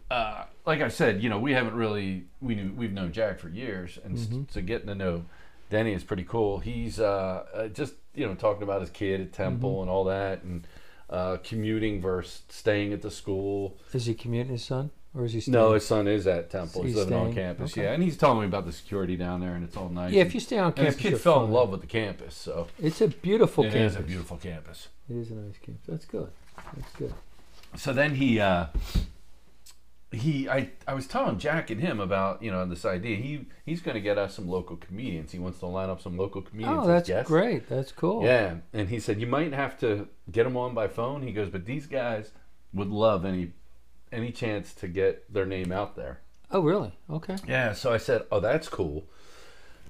[SPEAKER 1] uh, like I said, you know, we haven't really, we knew, we've known Jack for years. And s- so getting to know Denny is pretty cool. He's uh, uh, just, you know, talking about his kid at Temple and all that and uh, commuting versus staying at the school.
[SPEAKER 2] Is he commuting his son, or is he? Staying?
[SPEAKER 1] No, his son is at Temple. He's,
[SPEAKER 2] He's
[SPEAKER 1] living on
[SPEAKER 2] staying.
[SPEAKER 1] campus.
[SPEAKER 2] Okay.
[SPEAKER 1] Yeah, and he's telling me about the security down there, and it's all nice.
[SPEAKER 2] Yeah,
[SPEAKER 1] and,
[SPEAKER 2] if you stay on
[SPEAKER 1] and his
[SPEAKER 2] campus,
[SPEAKER 1] kid
[SPEAKER 2] you're
[SPEAKER 1] fell in
[SPEAKER 2] fine.
[SPEAKER 1] love with the campus, so
[SPEAKER 2] It's a beautiful
[SPEAKER 1] it is
[SPEAKER 2] campus.
[SPEAKER 1] a beautiful campus.
[SPEAKER 2] It is a nice campus. That's good. That's good.
[SPEAKER 1] So then he, uh, he, I, I was telling Jack and him about you know this idea. He he's going to get us some local comedians. He wants to line up some local comedians.
[SPEAKER 2] Oh,
[SPEAKER 1] as
[SPEAKER 2] that's
[SPEAKER 1] guests.
[SPEAKER 2] great. That's cool.
[SPEAKER 1] Yeah, and he said you might have to get them on by phone. He goes, but these guys would love any any chance to get their name out there.
[SPEAKER 2] Oh, really? Okay.
[SPEAKER 1] Yeah, so I said, "Oh, that's cool."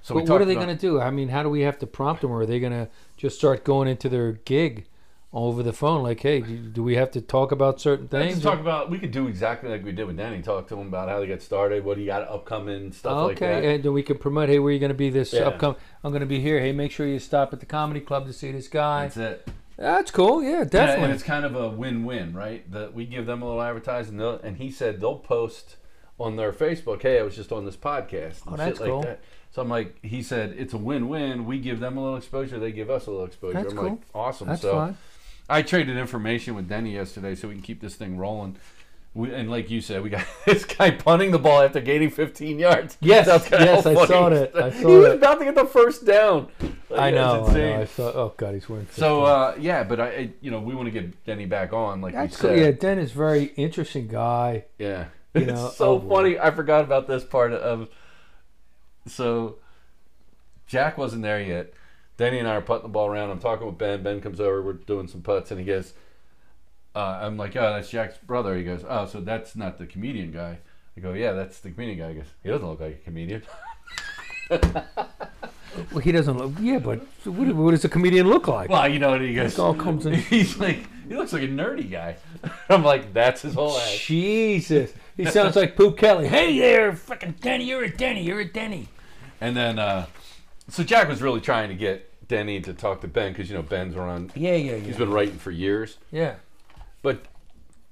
[SPEAKER 1] So
[SPEAKER 2] But what are they
[SPEAKER 1] about-
[SPEAKER 2] going to do? I mean, how do we have to prompt them, or are they going to just start going into their gig over the phone? Like, hey, do, do we have to talk about certain
[SPEAKER 1] Let's
[SPEAKER 2] things?
[SPEAKER 1] talk about. We could do exactly like we did with Danny. Talk to him about how they got started, what he got upcoming, stuff like
[SPEAKER 2] okay,
[SPEAKER 1] that.
[SPEAKER 2] and then we can promote. Hey, where are you going to be this
[SPEAKER 1] Yeah.
[SPEAKER 2] upcoming? I'm going to be here. Hey, make sure you stop at the comedy club to see this guy.
[SPEAKER 1] That's it.
[SPEAKER 2] That's cool. Yeah,
[SPEAKER 1] Yeah,
[SPEAKER 2] definitely.
[SPEAKER 1] and it's kind of a win-win, right? That we give them a little advertising, they'll- and he said they'll post on their Facebook, "Hey, I was just on this podcast." and
[SPEAKER 2] Oh,
[SPEAKER 1] shit
[SPEAKER 2] that's
[SPEAKER 1] like
[SPEAKER 2] cool.
[SPEAKER 1] that. So I'm like, he said it's a win-win. We give them a little exposure, they give us a little exposure.
[SPEAKER 2] That's
[SPEAKER 1] I'm like,
[SPEAKER 2] cool.
[SPEAKER 1] awesome.
[SPEAKER 2] That's
[SPEAKER 1] so
[SPEAKER 2] fine.
[SPEAKER 1] I traded information with Denny yesterday, so we can keep this thing rolling. We, and like you said, we got [laughs] this guy punting the ball after gaining 15 yards. [laughs]
[SPEAKER 2] Yes,
[SPEAKER 1] That's kinda
[SPEAKER 2] yes,
[SPEAKER 1] how
[SPEAKER 2] I
[SPEAKER 1] funny
[SPEAKER 2] saw
[SPEAKER 1] he
[SPEAKER 2] that. I
[SPEAKER 1] was.
[SPEAKER 2] saw
[SPEAKER 1] [laughs] he was
[SPEAKER 2] that.
[SPEAKER 1] about to get the first down. Like,
[SPEAKER 2] I
[SPEAKER 1] it was
[SPEAKER 2] know. I know.
[SPEAKER 1] insane.
[SPEAKER 2] I saw. Oh God, he's wearing.
[SPEAKER 1] So
[SPEAKER 2] 15.
[SPEAKER 1] uh, yeah, but I, I- you know, we want to get Denny back on, like
[SPEAKER 2] that's
[SPEAKER 1] we
[SPEAKER 2] cool.
[SPEAKER 1] said.
[SPEAKER 2] Yeah, Den is very interesting guy.
[SPEAKER 1] Yeah. [laughs]
[SPEAKER 2] You
[SPEAKER 1] It's
[SPEAKER 2] know,
[SPEAKER 1] so
[SPEAKER 2] oh, boy.
[SPEAKER 1] funny. I forgot about this part of. So, Jack wasn't there yet. Danny and I are putting the ball around. I'm talking with Ben. Ben comes over. We're doing some putts, and he goes, uh, "I'm like, oh, that's Jack's brother." He goes, "Oh, so that's not the comedian guy." I go, "Yeah, that's the comedian guy." He goes, "He doesn't look like a comedian." [laughs]
[SPEAKER 2] Well, he doesn't look. Yeah, but what, what does a comedian look like?
[SPEAKER 1] well, you know, and he goes,
[SPEAKER 2] It all comes
[SPEAKER 1] [laughs]
[SPEAKER 2] in-
[SPEAKER 1] He's like, he looks like a nerdy guy. [laughs] I'm like, that's his whole act.
[SPEAKER 2] Jesus. He sounds like Pooh Kelly. Hey there, fucking Denny, you're a Denny, you're a Denny.
[SPEAKER 1] And then, uh, so Jack was really trying to get Denny to talk to Ben because you know Ben's on
[SPEAKER 2] Yeah, yeah, yeah.
[SPEAKER 1] He's been writing for years,
[SPEAKER 2] yeah.
[SPEAKER 1] but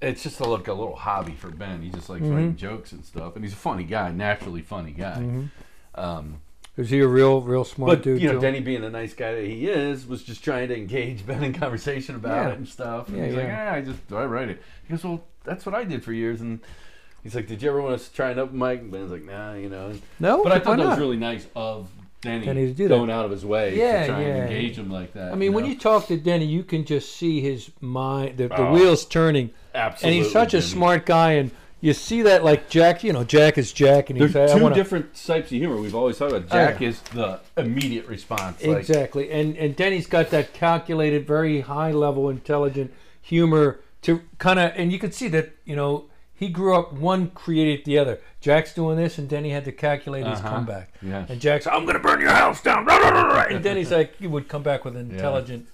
[SPEAKER 1] it's just a, like a little hobby for Ben. He just likes
[SPEAKER 2] Mm-hmm.
[SPEAKER 1] writing jokes and stuff, and he's a funny guy, naturally funny guy. Um,
[SPEAKER 2] Is he a real, real smart
[SPEAKER 1] but
[SPEAKER 2] dude?
[SPEAKER 1] you know,
[SPEAKER 2] too?
[SPEAKER 1] Denny being the nice guy that he is, was just trying to engage [laughs] Ben in conversation about
[SPEAKER 2] Yeah.
[SPEAKER 1] it and stuff. And
[SPEAKER 2] Yeah,
[SPEAKER 1] he's like,
[SPEAKER 2] yeah.
[SPEAKER 1] "Ah, I just I write it." He goes, "Well, that's what I did for years," and he's like, "Did you ever want us to try an open mic?" And Ben's like, "Nah, you know." And,
[SPEAKER 2] no,
[SPEAKER 1] but I
[SPEAKER 2] Oh, why
[SPEAKER 1] thought that was
[SPEAKER 2] not?
[SPEAKER 1] really nice of Denny,
[SPEAKER 2] Denny to do that.
[SPEAKER 1] going out of his way
[SPEAKER 2] Yeah,
[SPEAKER 1] to try
[SPEAKER 2] yeah.
[SPEAKER 1] and engage him like that.
[SPEAKER 2] I mean, when
[SPEAKER 1] know?
[SPEAKER 2] you talk to Denny, you can just see his mind, the, the
[SPEAKER 1] Oh.
[SPEAKER 2] wheels turning.
[SPEAKER 1] absolutely,
[SPEAKER 2] And he's such a
[SPEAKER 1] Jimmy.
[SPEAKER 2] smart guy, and you see that like Jack, you know, Jack is Jack, and he's
[SPEAKER 1] There's
[SPEAKER 2] I
[SPEAKER 1] two
[SPEAKER 2] wanna,
[SPEAKER 1] different types of humor we've always talked about.
[SPEAKER 2] I
[SPEAKER 1] Jack
[SPEAKER 2] know.
[SPEAKER 1] is the immediate response. Like,
[SPEAKER 2] exactly. and and Denny's got that calculated, very high level, intelligent humor to kind of, and you can see that you know he grew up. One created the other. Jack's doing this, and Denny had to calculate his
[SPEAKER 1] Uh-huh.
[SPEAKER 2] comeback.
[SPEAKER 1] Yeah.
[SPEAKER 2] And Jack's, I'm gonna burn your house down. Rah, rah, rah, rah. And Denny's like, he would come back with an intelligent,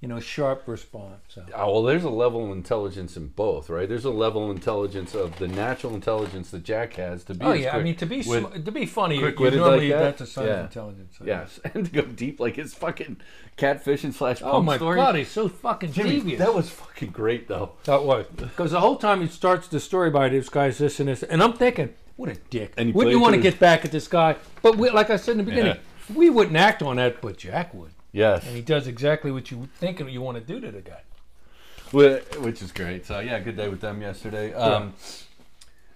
[SPEAKER 2] you know, sharp response. So.
[SPEAKER 1] Oh, well, there's a level of intelligence in both, right? There's a level of intelligence of the natural intelligence that Jack has to be.
[SPEAKER 2] Oh
[SPEAKER 1] as
[SPEAKER 2] yeah, I
[SPEAKER 1] quick
[SPEAKER 2] mean to be
[SPEAKER 1] with-
[SPEAKER 2] sm- to be funny, you
[SPEAKER 1] quick-witted
[SPEAKER 2] normally
[SPEAKER 1] like that?
[SPEAKER 2] that's a sign
[SPEAKER 1] Yeah.
[SPEAKER 2] of intelligence.
[SPEAKER 1] yes, [laughs] and to go deep like his fucking catfish and slash
[SPEAKER 2] Oh
[SPEAKER 1] pump
[SPEAKER 2] my
[SPEAKER 1] story.
[SPEAKER 2] god, he's so fucking
[SPEAKER 1] Jimmy,
[SPEAKER 2] devious.
[SPEAKER 1] that was fucking great though.
[SPEAKER 2] That was because the whole time he starts the story by this guy's this and this, and I'm thinking, what a dick.
[SPEAKER 1] And he
[SPEAKER 2] wouldn't you
[SPEAKER 1] played
[SPEAKER 2] want to
[SPEAKER 1] to
[SPEAKER 2] get back at this guy? But we, like I said in the beginning, we wouldn't act on that, but Jack would,
[SPEAKER 1] Yes,
[SPEAKER 2] and he does exactly what you think you want to do to the guy.
[SPEAKER 1] Wh- which is great. So yeah, good day with them yesterday. Um,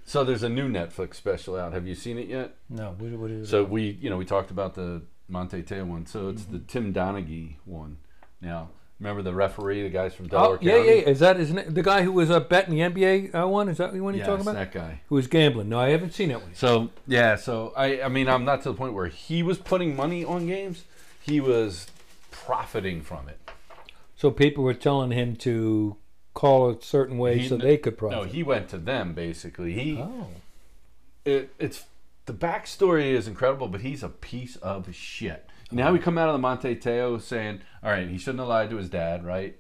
[SPEAKER 1] So there's a new Netflix special out. Have you seen it yet?
[SPEAKER 2] No, what, what is
[SPEAKER 1] So we, you know, we talked about the Monte Teo one. So it's
[SPEAKER 2] Mm-hmm.
[SPEAKER 1] the Tim Donaghy one. Now, remember the referee, the guys from
[SPEAKER 2] Oh,
[SPEAKER 1] Delaware
[SPEAKER 2] yeah,
[SPEAKER 1] County?
[SPEAKER 2] yeah, yeah. Is that isn't it the guy who was uh, betting the NBA uh, one? Is that the one you're
[SPEAKER 1] Yes,
[SPEAKER 2] talking about?
[SPEAKER 1] that guy.
[SPEAKER 2] Who was gambling? No, I haven't seen that one.
[SPEAKER 1] So yeah, so I, I mean, I'm not to the point where he was putting money on games. He was profiting from it.
[SPEAKER 2] So people were telling him to call a certain way
[SPEAKER 1] He-
[SPEAKER 2] so they could profit.
[SPEAKER 1] No, he went to them basically. He,
[SPEAKER 2] oh,
[SPEAKER 1] it, it's the backstory is incredible, but he's a piece of shit. Now we come out of the Monte Teo saying, "All right, he shouldn't have lied to his dad, right?"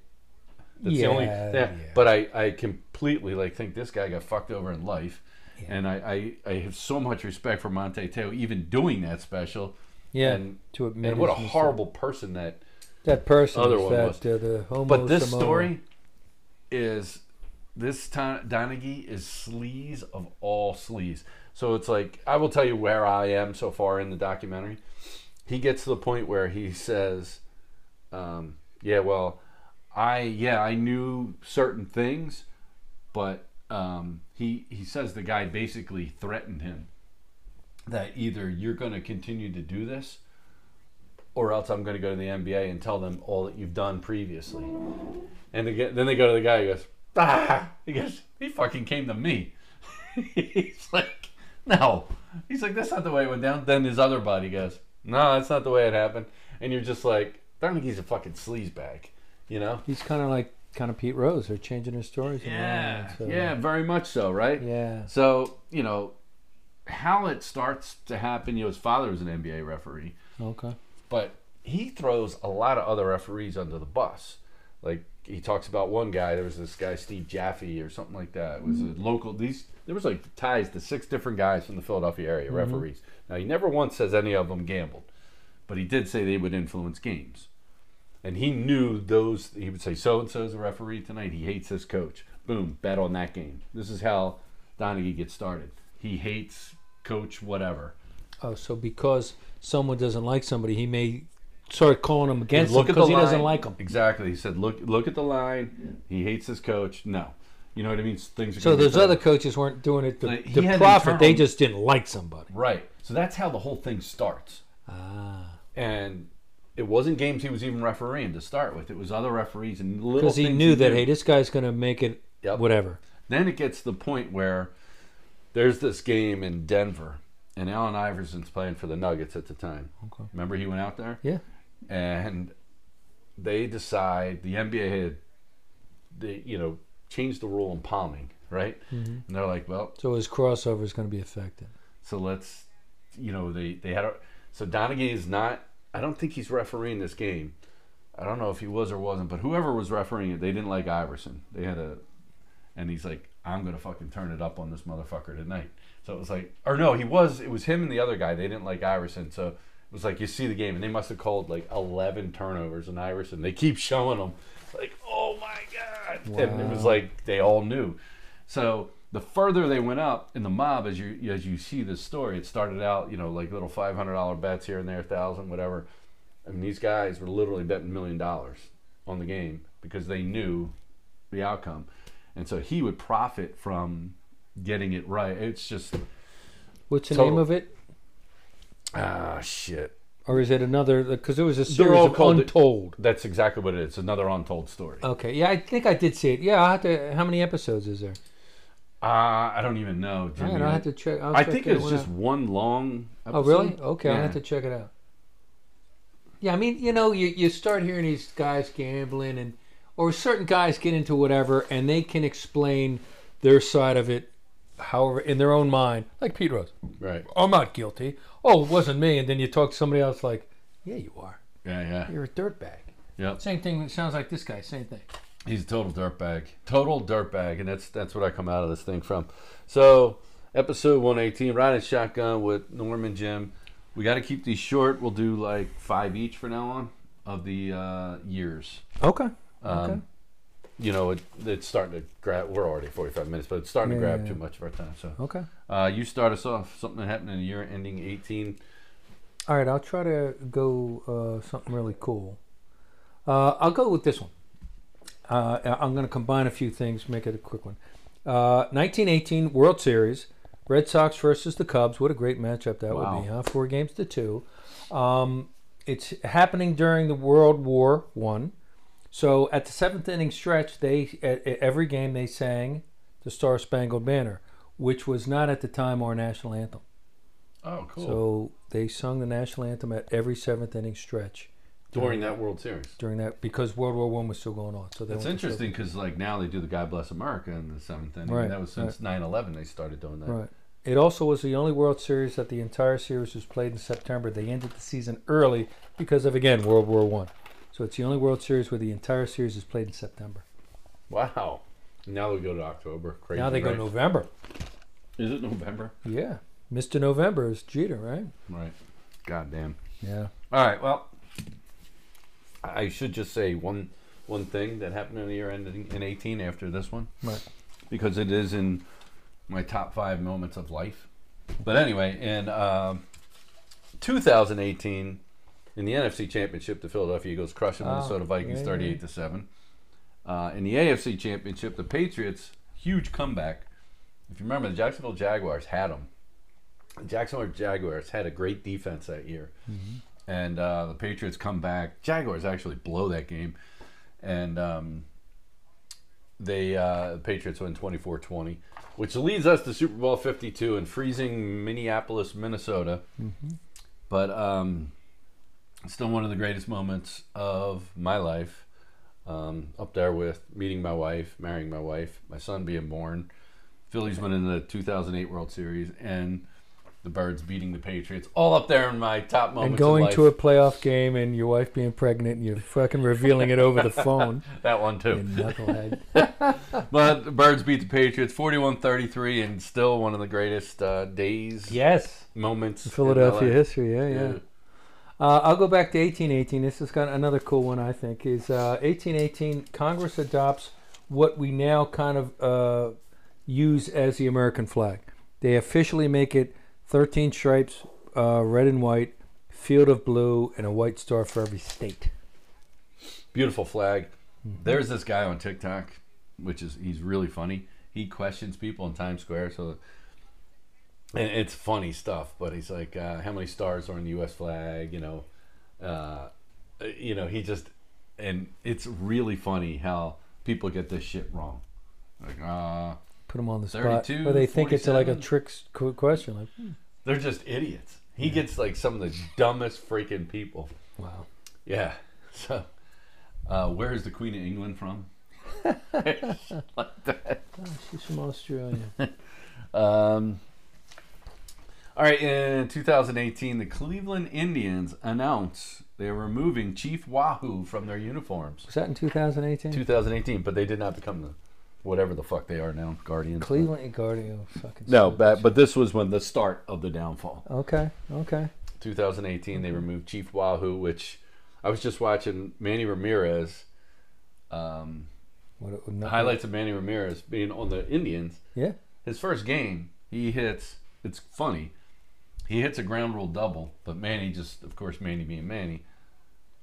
[SPEAKER 1] That's the only
[SPEAKER 2] Yeah,
[SPEAKER 1] thing.
[SPEAKER 2] yeah.
[SPEAKER 1] But I, I completely like think this guy got fucked over in life, and I, I, I have so much respect for Monte Teo even doing that special.
[SPEAKER 2] yeah.
[SPEAKER 1] and-
[SPEAKER 2] to admit
[SPEAKER 1] And what a
[SPEAKER 2] his mistake.
[SPEAKER 1] horrible person that
[SPEAKER 2] that person
[SPEAKER 1] other
[SPEAKER 2] is
[SPEAKER 1] one
[SPEAKER 2] that
[SPEAKER 1] was.
[SPEAKER 2] Uh, the homo
[SPEAKER 1] But this
[SPEAKER 2] Samoan.
[SPEAKER 1] story is this Don- Donaghy is sleaze of all sleaze. So it's like I will tell you where I am so far in the documentary. He gets to the point where he says, um, "Yeah, well, I yeah I knew certain things, but um, he he says the guy basically threatened him that either you're going to continue to do this." Or else I'm going to go to the NBA and tell them all that you've done previously. And again, then they go to the guy. He goes, ah. He goes, he fucking came to me. [laughs] He's like, no. He's like, that's not the way it went down. Then his other buddy goes, no, that's not the way it happened. And you're just like, Donaghy's a fucking sleazebag, you know?
[SPEAKER 2] He's kind of like kind of Pete Rose. They're changing their stories. around, so-
[SPEAKER 1] yeah, very much so, right?
[SPEAKER 2] yeah.
[SPEAKER 1] So you know how it starts to happen. You know, his father was an NBA referee.
[SPEAKER 2] Okay.
[SPEAKER 1] but he throws a lot of other referees under the bus. Like he talks about one guy, there was this guy Steve Jaffe or something like that. It was a local. These there was like ties to six different guys from the Philadelphia area referees. Now he never once says any of them gambled, but he did say they would influence games, and he knew those. He would say so and so's a referee tonight. He hates this coach. Boom, bet on that game. This is how Donaghy gets started. He hates coach whatever.
[SPEAKER 2] Oh, so because someone doesn't like somebody, he may start calling them against them
[SPEAKER 1] look at
[SPEAKER 2] because
[SPEAKER 1] the
[SPEAKER 2] he doesn't
[SPEAKER 1] line.
[SPEAKER 2] like them.
[SPEAKER 1] Exactly. He said, "Look, look at the line. He hates his coach. No, you know what I mean. Things are
[SPEAKER 2] So
[SPEAKER 1] gonna be
[SPEAKER 2] those
[SPEAKER 1] better.
[SPEAKER 2] other coaches weren't doing it to,
[SPEAKER 1] Like, he
[SPEAKER 2] to
[SPEAKER 1] had
[SPEAKER 2] profit. They
[SPEAKER 1] internal-
[SPEAKER 2] just didn't like somebody.
[SPEAKER 1] right. So that's how the whole thing starts.
[SPEAKER 2] Ah.
[SPEAKER 1] And it wasn't games he was even refereeing to start with. It was other referees and little
[SPEAKER 2] Because he
[SPEAKER 1] things
[SPEAKER 2] knew that,
[SPEAKER 1] did.
[SPEAKER 2] hey, this guy's going to make it
[SPEAKER 1] Yep.
[SPEAKER 2] whatever.
[SPEAKER 1] Then it gets to the point where there's this game in Denver, and Allen Iverson's playing for the Nuggets at the time.
[SPEAKER 2] Okay.
[SPEAKER 1] Remember he went out there.
[SPEAKER 2] Yeah.
[SPEAKER 1] and they decide the NBA had they you know changed the rule in palming, right?
[SPEAKER 2] Mm-hmm.
[SPEAKER 1] And they're like, well,
[SPEAKER 2] So his crossover is going to be affected.
[SPEAKER 1] so let's you know they they had a, so Donaghy is not. I don't think he's refereeing this game. I don't know if he was or wasn't, but whoever was refereeing it, they didn't like Iverson. They had a, and he's like, I'm gonna fucking turn it up on this motherfucker tonight. So it was like, or no, he was. It was him and the other guy. They didn't like Iverson, so it was like you see the game, and they must have called like 11 turnovers on Iverson. They keep showing them, like, oh my god, and it was
[SPEAKER 2] Wow.
[SPEAKER 1] like they all knew. So the further they went up in the mob, as you as you see this story, it started out, you know, like little five hundred dollar bets here and there, thousand, whatever. I mean, these guys were literally betting million dollars on the game because they knew the outcome, and so he would profit from getting it right. It's just
[SPEAKER 2] What's the
[SPEAKER 1] Total.
[SPEAKER 2] name of it?
[SPEAKER 1] ah shit.
[SPEAKER 2] Or is it another? Because there was a series
[SPEAKER 1] all
[SPEAKER 2] of
[SPEAKER 1] called it-
[SPEAKER 2] Untold.
[SPEAKER 1] That's exactly what it is. Another untold story. Uh,
[SPEAKER 2] Okay, yeah, I think I did see it. Yeah, I have to. How many episodes is there?
[SPEAKER 1] Uh, I don't even know.
[SPEAKER 2] All
[SPEAKER 1] Jimmy.
[SPEAKER 2] right, I'll have to check. I'll
[SPEAKER 1] I
[SPEAKER 2] check
[SPEAKER 1] think
[SPEAKER 2] that
[SPEAKER 1] it's
[SPEAKER 2] one
[SPEAKER 1] just
[SPEAKER 2] out.
[SPEAKER 1] one long.
[SPEAKER 2] Oh,
[SPEAKER 1] Episode.
[SPEAKER 2] really? Okay, I'll
[SPEAKER 1] Yeah.
[SPEAKER 2] have to check it out. Yeah, I mean, you know, you, you start hearing these guys gambling, and or certain guys get into whatever, and they can explain their side of it, however, in their own mind. Like Pete Rose,
[SPEAKER 1] Right.
[SPEAKER 2] I'm not guilty. Oh, it wasn't me. And then you talk to somebody else, like, yeah, you are.
[SPEAKER 1] Yeah, yeah.
[SPEAKER 2] You're a dirtbag.
[SPEAKER 1] Yep.
[SPEAKER 2] Same thing. It sounds like this guy. Same thing.
[SPEAKER 1] He's a total dirtbag. Total dirtbag, and that's that's what I come out of this thing from. So, episode 118, riding shotgun with Norm and Jim. We got to keep these short. We'll do like five each from now on of the uh, years.
[SPEAKER 2] Okay.
[SPEAKER 1] Um,
[SPEAKER 2] Okay.
[SPEAKER 1] You know, it, it's starting to grab. We're already 45 minutes, but it's starting to
[SPEAKER 2] Yeah,
[SPEAKER 1] grab
[SPEAKER 2] yeah,
[SPEAKER 1] too much of our time. So,
[SPEAKER 2] Okay.
[SPEAKER 1] uh, you start us off. Something that happened in the year ending 18.
[SPEAKER 2] All right, I'll try to go uh, something really cool. Uh, I'll go with this one. Uh, I- I'm going to combine a few things, make it a quick one. Uh, 1918 World Series, Red Sox versus the Cubs. What a great matchup that
[SPEAKER 1] Wow.
[SPEAKER 2] would be, huh? Four games to two. Um, it's happening during the World War One. So at the seventh inning stretch, they at, at every game they sang the Star Spangled Banner, which was not at the time our national anthem.
[SPEAKER 1] Oh, cool.
[SPEAKER 2] So they sung the national anthem at every seventh inning stretch
[SPEAKER 1] During that World Series.
[SPEAKER 2] during uh, that because World War One was still going on. So they
[SPEAKER 1] That's
[SPEAKER 2] went to-
[SPEAKER 1] interesting because like now they do the God Bless America in the seventh inning.
[SPEAKER 2] Right,
[SPEAKER 1] That was since 9/11 they started doing that.
[SPEAKER 2] Right. It also was the only World Series that the entire series was played in September. They ended the season early because of again World War One. So it's the only World Series where the entire series is played in September.
[SPEAKER 1] Wow. Now they go to October. Crazy.
[SPEAKER 2] now they go
[SPEAKER 1] right?
[SPEAKER 2] November.
[SPEAKER 1] Is it November?
[SPEAKER 2] Yeah, Mr. November is Jeter, right?
[SPEAKER 1] Right. Goddamn.
[SPEAKER 2] Yeah.
[SPEAKER 1] All right. Well, I should just say one one thing that happened in the year ending in 18 after this one
[SPEAKER 2] Right.
[SPEAKER 1] because it is in my top five moments of life. But anyway, in um 2018, in the NFC Championship, the Philadelphia Eagles crushing the
[SPEAKER 2] Oh,
[SPEAKER 1] Minnesota Vikings
[SPEAKER 2] yeah,
[SPEAKER 1] 38 to seven. Uh, In the AFC Championship, the Patriots huge comeback. If you remember, the Jacksonville Jaguars had them. The Jacksonville Jaguars had a great defense that year,
[SPEAKER 2] Mm-hmm.
[SPEAKER 1] and uh, the Patriots come back. Jaguars actually blow that game, and um, they uh, the Patriots win 24-20, which leads us to Super Bowl 52 in freezing Minneapolis, Minnesota.
[SPEAKER 2] Mm-hmm.
[SPEAKER 1] But um, still one of the greatest moments of my life. Um, up there with meeting my wife, marrying my wife, my son being born. Phillies winning the 2008 World Series and the Birds beating the Patriots. All up there in my top moments.
[SPEAKER 2] And going
[SPEAKER 1] of life.
[SPEAKER 2] to a playoff game and your wife being pregnant and you're fucking revealing
[SPEAKER 1] [laughs]
[SPEAKER 2] it over the phone.
[SPEAKER 1] that one too.
[SPEAKER 2] You knucklehead.
[SPEAKER 1] But the Birds beat the Patriots 41-33 and still one of the greatest uh, days,
[SPEAKER 2] Yes.
[SPEAKER 1] moments. in my
[SPEAKER 2] Philadelphia
[SPEAKER 1] life.
[SPEAKER 2] history, yeah, yeah. Uh, I'll go back to 1818. This is kind of another cool one, I think. Is uh, 1818 Congress adopts what we now kind of uh, use as the American flag. They officially make it 13 stripes, uh, red and white, field of blue, and a white star for every state.
[SPEAKER 1] Beautiful flag.
[SPEAKER 2] Mm-hmm.
[SPEAKER 1] There's this guy on TikTok, which is he's really funny. He questions people in Times Square, so and it's funny stuff. But he's like, uh, how many stars are in the U.S. flag? You know, uh, you know. He just and it's really funny how people get this shit wrong. Like, uh,
[SPEAKER 2] Put them on the spot.
[SPEAKER 1] 32,
[SPEAKER 2] Or they think it's uh, like a
[SPEAKER 1] 47.
[SPEAKER 2] trick s- qu- question. Like,
[SPEAKER 1] they're just idiots. He gets like some of the dumbest freaking people.
[SPEAKER 2] wow.
[SPEAKER 1] Yeah. [laughs] So, uh, where is the Queen of England from?
[SPEAKER 2] oh, She's from Australia.
[SPEAKER 1] Um, all right, in 2018, the Cleveland Indians announced they were removing Chief Wahoo from their uniforms.
[SPEAKER 2] Was that in [laughs] 2018?
[SPEAKER 1] 2018, but they did not become the whatever the fuck they are now, Guardians.
[SPEAKER 2] Cleveland Guardian. oh, Fucking
[SPEAKER 1] No,
[SPEAKER 2] stupid.
[SPEAKER 1] but, but this was when the start of the downfall.
[SPEAKER 2] Okay, okay.
[SPEAKER 1] 2018,
[SPEAKER 2] Mm-hmm.
[SPEAKER 1] they removed Chief Wahoo, which I was just watching Manny Ramirez, um,
[SPEAKER 2] What, it- no-
[SPEAKER 1] highlights of Manny Ramirez being on the Indians.
[SPEAKER 2] Yeah.
[SPEAKER 1] his first game, he hits. It's funny. He hits a ground rule double, but Manny just, of course, Manny being Manny,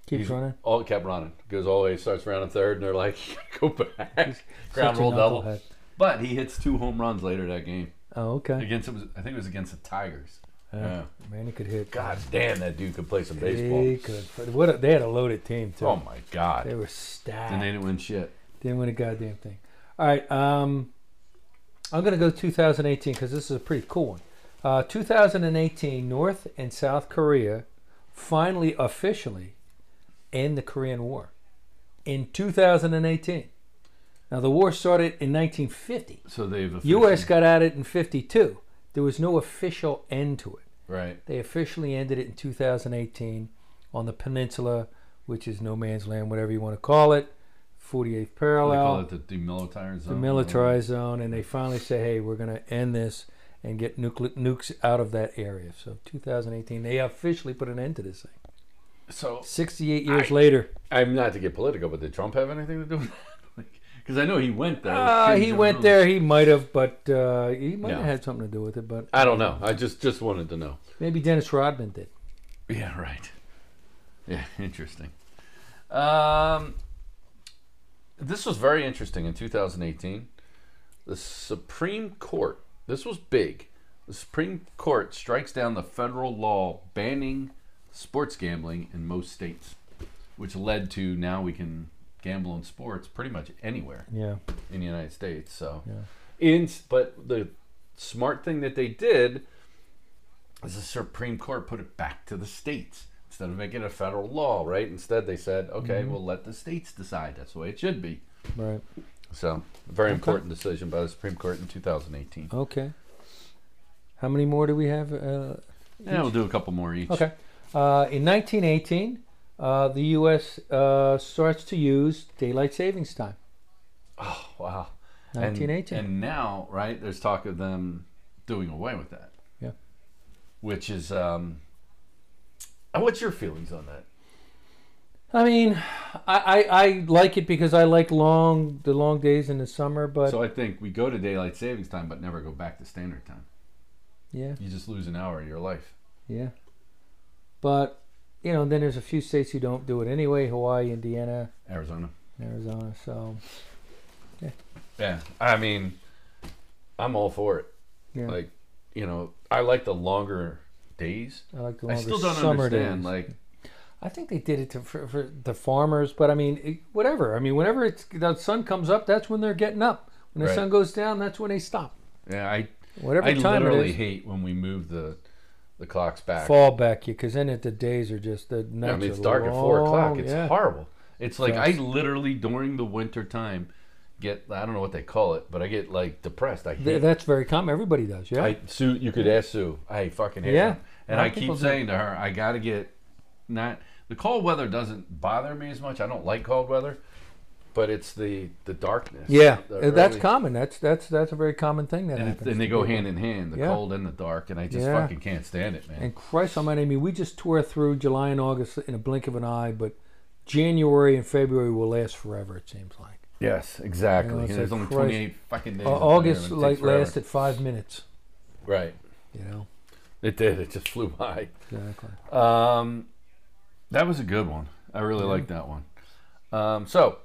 [SPEAKER 2] Keeps
[SPEAKER 1] he's-
[SPEAKER 2] running.
[SPEAKER 1] all kept running. Goes all the way, starts rounding third, and they're like, [laughs] "Go back, [laughs] ground
[SPEAKER 2] Such a
[SPEAKER 1] rule double."
[SPEAKER 2] knucklehead.
[SPEAKER 1] But he hits two home runs later that game
[SPEAKER 2] Oh, okay.
[SPEAKER 1] against. It was, I think it was against the Tigers.
[SPEAKER 2] Yeah.
[SPEAKER 1] Yeah.
[SPEAKER 2] Man, he could hit.
[SPEAKER 1] God damn, that dude could play some baseball.
[SPEAKER 2] He could. But what a, they had a loaded team too.
[SPEAKER 1] Oh my
[SPEAKER 2] They
[SPEAKER 1] god.
[SPEAKER 2] were
[SPEAKER 1] And
[SPEAKER 2] stacked.
[SPEAKER 1] they didn't win shit.
[SPEAKER 2] Didn't win a goddamn thing. All right. Um, I'm going to go 2018 because this is a pretty cool one. Uh, 2018, North and South Korea finally officially end the Korean War in 2018. Now, the war started in 1950.
[SPEAKER 1] So they've officially-
[SPEAKER 2] U.S. got at it in 52. There was no official end to it.
[SPEAKER 1] right.
[SPEAKER 2] They officially ended it in 2018 on the peninsula, which is no man's land, whatever you want to call it, 48th
[SPEAKER 1] They
[SPEAKER 2] parallel
[SPEAKER 1] call it the demilitarized
[SPEAKER 2] the
[SPEAKER 1] zone.
[SPEAKER 2] militarized zone, and they finally say, "Hey, we're going to end this and get nucle- nukes out of that area." So, 2018, they officially put an end to this thing.
[SPEAKER 1] So
[SPEAKER 2] 68 years
[SPEAKER 1] I-
[SPEAKER 2] later,
[SPEAKER 1] I'm not to get political, but did Trump have anything to do with that? [laughs] Because I know he went there. with
[SPEAKER 2] uh,
[SPEAKER 1] Kim
[SPEAKER 2] he
[SPEAKER 1] Jong
[SPEAKER 2] went
[SPEAKER 1] Un.
[SPEAKER 2] there. He might have, but uh, he might
[SPEAKER 1] No.
[SPEAKER 2] have had something to do with it. But
[SPEAKER 1] I don't know. I just just wanted to know.
[SPEAKER 2] maybe Dennis Rodman did.
[SPEAKER 1] Yeah, right. Yeah, [laughs] interesting. Um, this was very interesting in 2018. The Supreme Court, this was big. The Supreme Court strikes down the federal law banning sports gambling in most states, which led to now we can gamble on sports pretty much anywhere
[SPEAKER 2] Yeah,
[SPEAKER 1] in the United States. So,
[SPEAKER 2] Yeah.
[SPEAKER 1] in but the smart thing that they did is the Supreme Court put it back to the states instead of making it a federal law, right? Instead, they said, okay,
[SPEAKER 2] Mm-hmm.
[SPEAKER 1] we'll let the states decide. That's the way it should be.
[SPEAKER 2] right.
[SPEAKER 1] So, a very important decision by the Supreme Court in 2018.
[SPEAKER 2] Okay. How many more do we have? Uh,
[SPEAKER 1] Yeah, we'll do a couple more each.
[SPEAKER 2] Okay. Uh, in 1918, uh, the U.S. Uh, starts to use daylight savings time.
[SPEAKER 1] Oh, wow. And-
[SPEAKER 2] 1918.
[SPEAKER 1] And, now, right, there's talk of them doing away with that.
[SPEAKER 2] Yeah.
[SPEAKER 1] Which is, um, uh, what's your feelings on that?
[SPEAKER 2] I mean, I, I, I like it because I like long the long days in the summer, but
[SPEAKER 1] So I think we go to daylight savings time, but never go back to standard time.
[SPEAKER 2] yeah,
[SPEAKER 1] You just lose an hour of your life.
[SPEAKER 2] yeah. But you know, then there's a few states who don't do it anyway: Hawaii, Indiana,
[SPEAKER 1] Arizona.
[SPEAKER 2] Arizona. So
[SPEAKER 1] Yeah, I mean, I'm all for it.
[SPEAKER 2] yeah,
[SPEAKER 1] Like, you know, I like the longer days.
[SPEAKER 2] I like the
[SPEAKER 1] I
[SPEAKER 2] longer
[SPEAKER 1] still don't
[SPEAKER 2] summer
[SPEAKER 1] understand.
[SPEAKER 2] days.
[SPEAKER 1] Like,
[SPEAKER 2] I think they did it to, for, for the farmers, but I mean, it, whatever. I mean, whenever it's the sun comes up, that's when they're getting up. When the
[SPEAKER 1] Right.
[SPEAKER 2] sun goes down, that's when they stop.
[SPEAKER 1] yeah, I
[SPEAKER 2] Whatever
[SPEAKER 1] I
[SPEAKER 2] time it
[SPEAKER 1] literally
[SPEAKER 2] is,
[SPEAKER 1] hate when we move the the clocks back.
[SPEAKER 2] fall back you because then it, the days are just the nights.
[SPEAKER 1] I mean, it's
[SPEAKER 2] are
[SPEAKER 1] dark at four o'clock.
[SPEAKER 2] long,
[SPEAKER 1] It's
[SPEAKER 2] yeah.
[SPEAKER 1] horrible. It's like I
[SPEAKER 2] Yes.
[SPEAKER 1] literally during the winter time get I don't know what they call it, but I get like depressed. I hate
[SPEAKER 2] Th- that's very common. Everybody does. Yeah.
[SPEAKER 1] I Sue, you could ask Sue. I fucking hate
[SPEAKER 2] Yeah.
[SPEAKER 1] her. And
[SPEAKER 2] Lot
[SPEAKER 1] I
[SPEAKER 2] of people
[SPEAKER 1] keep
[SPEAKER 2] do.
[SPEAKER 1] saying to her, I gotta get not the cold weather doesn't bother me as much. I don't like cold weather, but it's the the darkness.
[SPEAKER 2] Yeah,
[SPEAKER 1] the
[SPEAKER 2] uh, that's
[SPEAKER 1] early-
[SPEAKER 2] common. That's that's that's a very common thing that
[SPEAKER 1] and, it,
[SPEAKER 2] happens.
[SPEAKER 1] and they
[SPEAKER 2] to
[SPEAKER 1] go
[SPEAKER 2] people.
[SPEAKER 1] hand in hand, the
[SPEAKER 2] Yeah.
[SPEAKER 1] cold and the dark, and I just
[SPEAKER 2] Yeah.
[SPEAKER 1] fucking can't stand it, man.
[SPEAKER 2] And Christ Almighty, I mean, we just tore through July and August in a blink of an eye, but January and February will last forever. It seems like
[SPEAKER 1] yes, exactly.
[SPEAKER 2] You know, it's
[SPEAKER 1] There's
[SPEAKER 2] like
[SPEAKER 1] only
[SPEAKER 2] Christ.
[SPEAKER 1] 28 fucking days.
[SPEAKER 2] Au-
[SPEAKER 1] up there,
[SPEAKER 2] August
[SPEAKER 1] and it
[SPEAKER 2] like
[SPEAKER 1] takes forever.
[SPEAKER 2] lasted five minutes.
[SPEAKER 1] Right,
[SPEAKER 2] You know,
[SPEAKER 1] it did. It just flew by.
[SPEAKER 2] exactly.
[SPEAKER 1] Um, that was a good one. I really like that one. Um, so,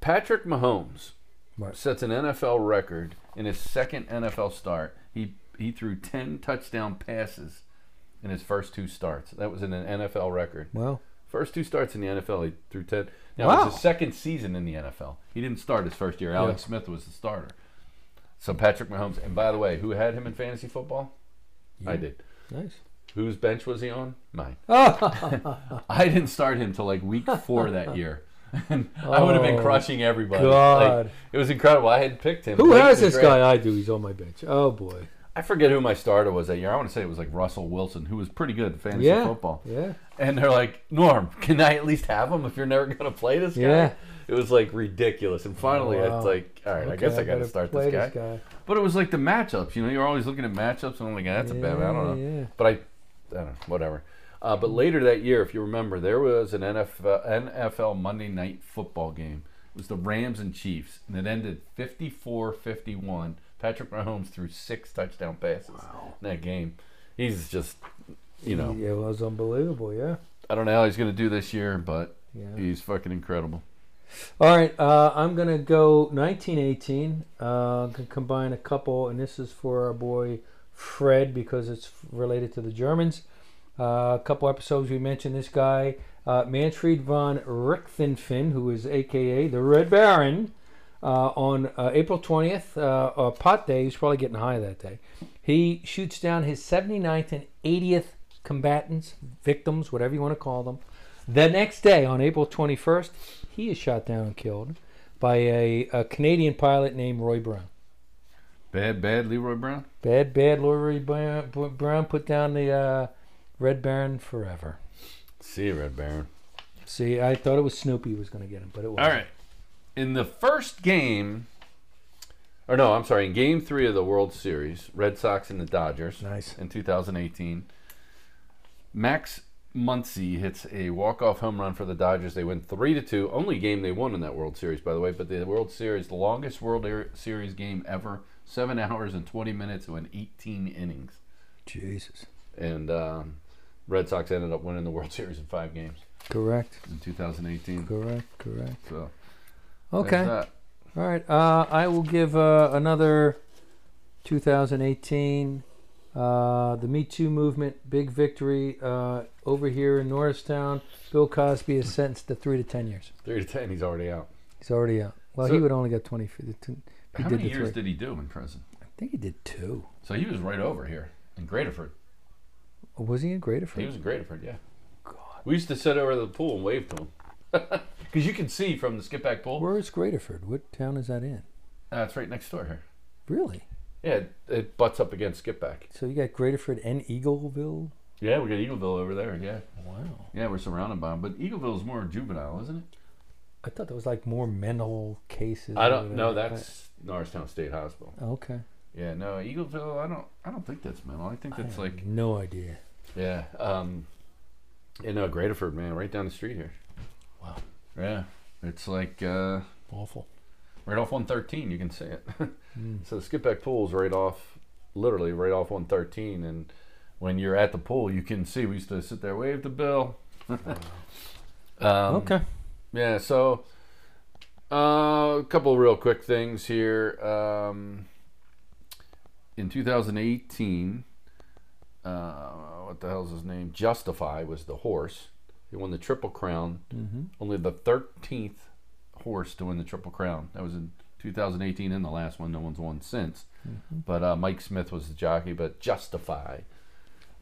[SPEAKER 1] Patrick Mahomes
[SPEAKER 2] Right.
[SPEAKER 1] sets an NFL record in his second NFL start. He he threw ten touchdown passes in his first two starts. That was in an NFL record.
[SPEAKER 2] Well,
[SPEAKER 1] First two starts in the NFL, he threw ten. Now it
[SPEAKER 2] Wow.
[SPEAKER 1] was his second season in the NFL. He didn't start his first year. Alex
[SPEAKER 2] Yeah.
[SPEAKER 1] Smith was the starter. So Patrick Mahomes, and by the way, who had him in fantasy football? I
[SPEAKER 2] you.
[SPEAKER 1] did.
[SPEAKER 2] Nice.
[SPEAKER 1] Whose bench was he on? Mine.
[SPEAKER 2] Oh,
[SPEAKER 1] I didn't start him till like week four that year. [laughs] And I would have been
[SPEAKER 2] Oh,
[SPEAKER 1] crushing everybody.
[SPEAKER 2] God.
[SPEAKER 1] Like, it was incredible. I had picked him.
[SPEAKER 2] who
[SPEAKER 1] late
[SPEAKER 2] has
[SPEAKER 1] in the
[SPEAKER 2] this
[SPEAKER 1] draft.
[SPEAKER 2] guy? I do. He's on my bench. Oh boy.
[SPEAKER 1] I forget who my starter was that year. I want to say it was like Russell Wilson, who was pretty good in fantasy
[SPEAKER 2] Yeah.
[SPEAKER 1] football.
[SPEAKER 2] Yeah.
[SPEAKER 1] And they're like, Norm, can I at least have him if you're never going to play this guy?
[SPEAKER 2] Yeah.
[SPEAKER 1] It was like ridiculous. And finally,
[SPEAKER 2] Wow.
[SPEAKER 1] it's like, all right, I
[SPEAKER 2] Okay,
[SPEAKER 1] guess I got to
[SPEAKER 2] better
[SPEAKER 1] start
[SPEAKER 2] play
[SPEAKER 1] this guy. But it was like the matchups. You know, you're always looking at matchups, and I'm like, that's a bad. I don't know.
[SPEAKER 2] Yeah, yeah.
[SPEAKER 1] But I, I don't know. Whatever. Uh, but later that year, if you remember, there was an NFL, NFL Monday Night Football game. It was the Rams and Chiefs, and it ended 54-51. Patrick Mahomes threw six touchdown passes in that game. He's just, you know,
[SPEAKER 2] Yeah, it was unbelievable. Yeah.
[SPEAKER 1] I don't know how he's going to do this year, but
[SPEAKER 2] Yeah.
[SPEAKER 1] he's fucking incredible.
[SPEAKER 2] All right, uh, I'm gonna go 1918. Uh, I'm gonna combine a couple, and this is for our boy Fred because it's related to the Germans. Uh, a couple episodes we mentioned this guy, uh, Manfred von Richtenfen, who is AKA the Red Baron, uh, on uh, April 20th, uh, uh, pot day. He's probably getting high that day. He shoots down his 79th and 80th combatants, victims, whatever you want to call them. The next day, on April 21st, he is shot down and killed by a, a Canadian pilot named Roy Brown.
[SPEAKER 1] Bad, bad Leroy Brown.
[SPEAKER 2] Bad, bad Roy Brown, Brown put down the uh, Red Baron forever.
[SPEAKER 1] See you, Red Baron.
[SPEAKER 2] See, I thought it was Snoopy was going to get him, but it wasn't.
[SPEAKER 1] All right. In the first game, or no, I'm sorry, in game three of the World Series, Red Sox and the Dodgers
[SPEAKER 2] Nice.
[SPEAKER 1] in 2018, Max Muncy hits a walk-off home run for the Dodgers. They win three to two. Only game they won in that World Series, by the way. But the World Series, the longest World Air- Series game ever, seven hours and 20 minutes, it went 18 innings,
[SPEAKER 2] Jesus.
[SPEAKER 1] and um, Red Sox ended up winning the World Series in five games
[SPEAKER 2] Correct.
[SPEAKER 1] in 2018.
[SPEAKER 2] Correct. Correct.
[SPEAKER 1] So there's
[SPEAKER 2] Okay.
[SPEAKER 1] that.
[SPEAKER 2] All right. Uh, I will give uh, another 2018. Uh, the Me Too movement, big victory uh, over here in Norristown. Bill Cosby is sentenced to three to ten years.
[SPEAKER 1] Three to ten, he's already out.
[SPEAKER 2] He's already out. Well,
[SPEAKER 1] So-
[SPEAKER 2] he would only get twenty. for the two- He
[SPEAKER 1] How
[SPEAKER 2] did
[SPEAKER 1] many
[SPEAKER 2] the
[SPEAKER 1] years
[SPEAKER 2] three.
[SPEAKER 1] did he do in prison?
[SPEAKER 2] I think he did two.
[SPEAKER 1] So he was right over here in Graterford.
[SPEAKER 2] Or was he in Greater?
[SPEAKER 1] He was in Graterford, yeah.
[SPEAKER 2] God.
[SPEAKER 1] We used to sit over to the pool and wave to him. [laughs] Because you can see from the skip back pool.
[SPEAKER 2] Where is Graterford? What town is that in?
[SPEAKER 1] Uh, it's right next door here.
[SPEAKER 2] Really?
[SPEAKER 1] Yeah, it, it butts up against skip back.
[SPEAKER 2] So you got Graterford and Eagleville.
[SPEAKER 1] Yeah, we got Eagleville over there, yeah.
[SPEAKER 2] Wow.
[SPEAKER 1] Yeah, we're surrounded by them. But Eagleville is more juvenile, isn't it?
[SPEAKER 2] I thought that was like more mental cases.
[SPEAKER 1] I
[SPEAKER 2] or
[SPEAKER 1] don't know.
[SPEAKER 2] whatever.
[SPEAKER 1] That's Norristown State Hospital.
[SPEAKER 2] okay.
[SPEAKER 1] Yeah, no, Eagleville, I don't I don't think that's mental. I think
[SPEAKER 2] I
[SPEAKER 1] that's
[SPEAKER 2] have
[SPEAKER 1] like,
[SPEAKER 2] no idea.
[SPEAKER 1] yeah. Um, you know, Graterford, man, right down the street here.
[SPEAKER 2] Wow.
[SPEAKER 1] Yeah. It's like, uh,
[SPEAKER 2] Awful.
[SPEAKER 1] Right off 113, you can see it. [laughs]
[SPEAKER 2] Mm.
[SPEAKER 1] so the skip back pool is right off, literally right off 113. And when you're at the pool, you can see. We used to sit there, wave the bill. [laughs] um,
[SPEAKER 2] okay.
[SPEAKER 1] Yeah, so uh, a couple real quick things here. Um, in 2018, uh, what the hell's his name? Justify was the horse. He won the Triple Crown
[SPEAKER 2] Mm-hmm.
[SPEAKER 1] only the 13th horse to win the Triple Crown. That was in 2018 and the last one. No one's won since.
[SPEAKER 2] Mm-hmm.
[SPEAKER 1] But uh, Mike Smith was the jockey, but Justify.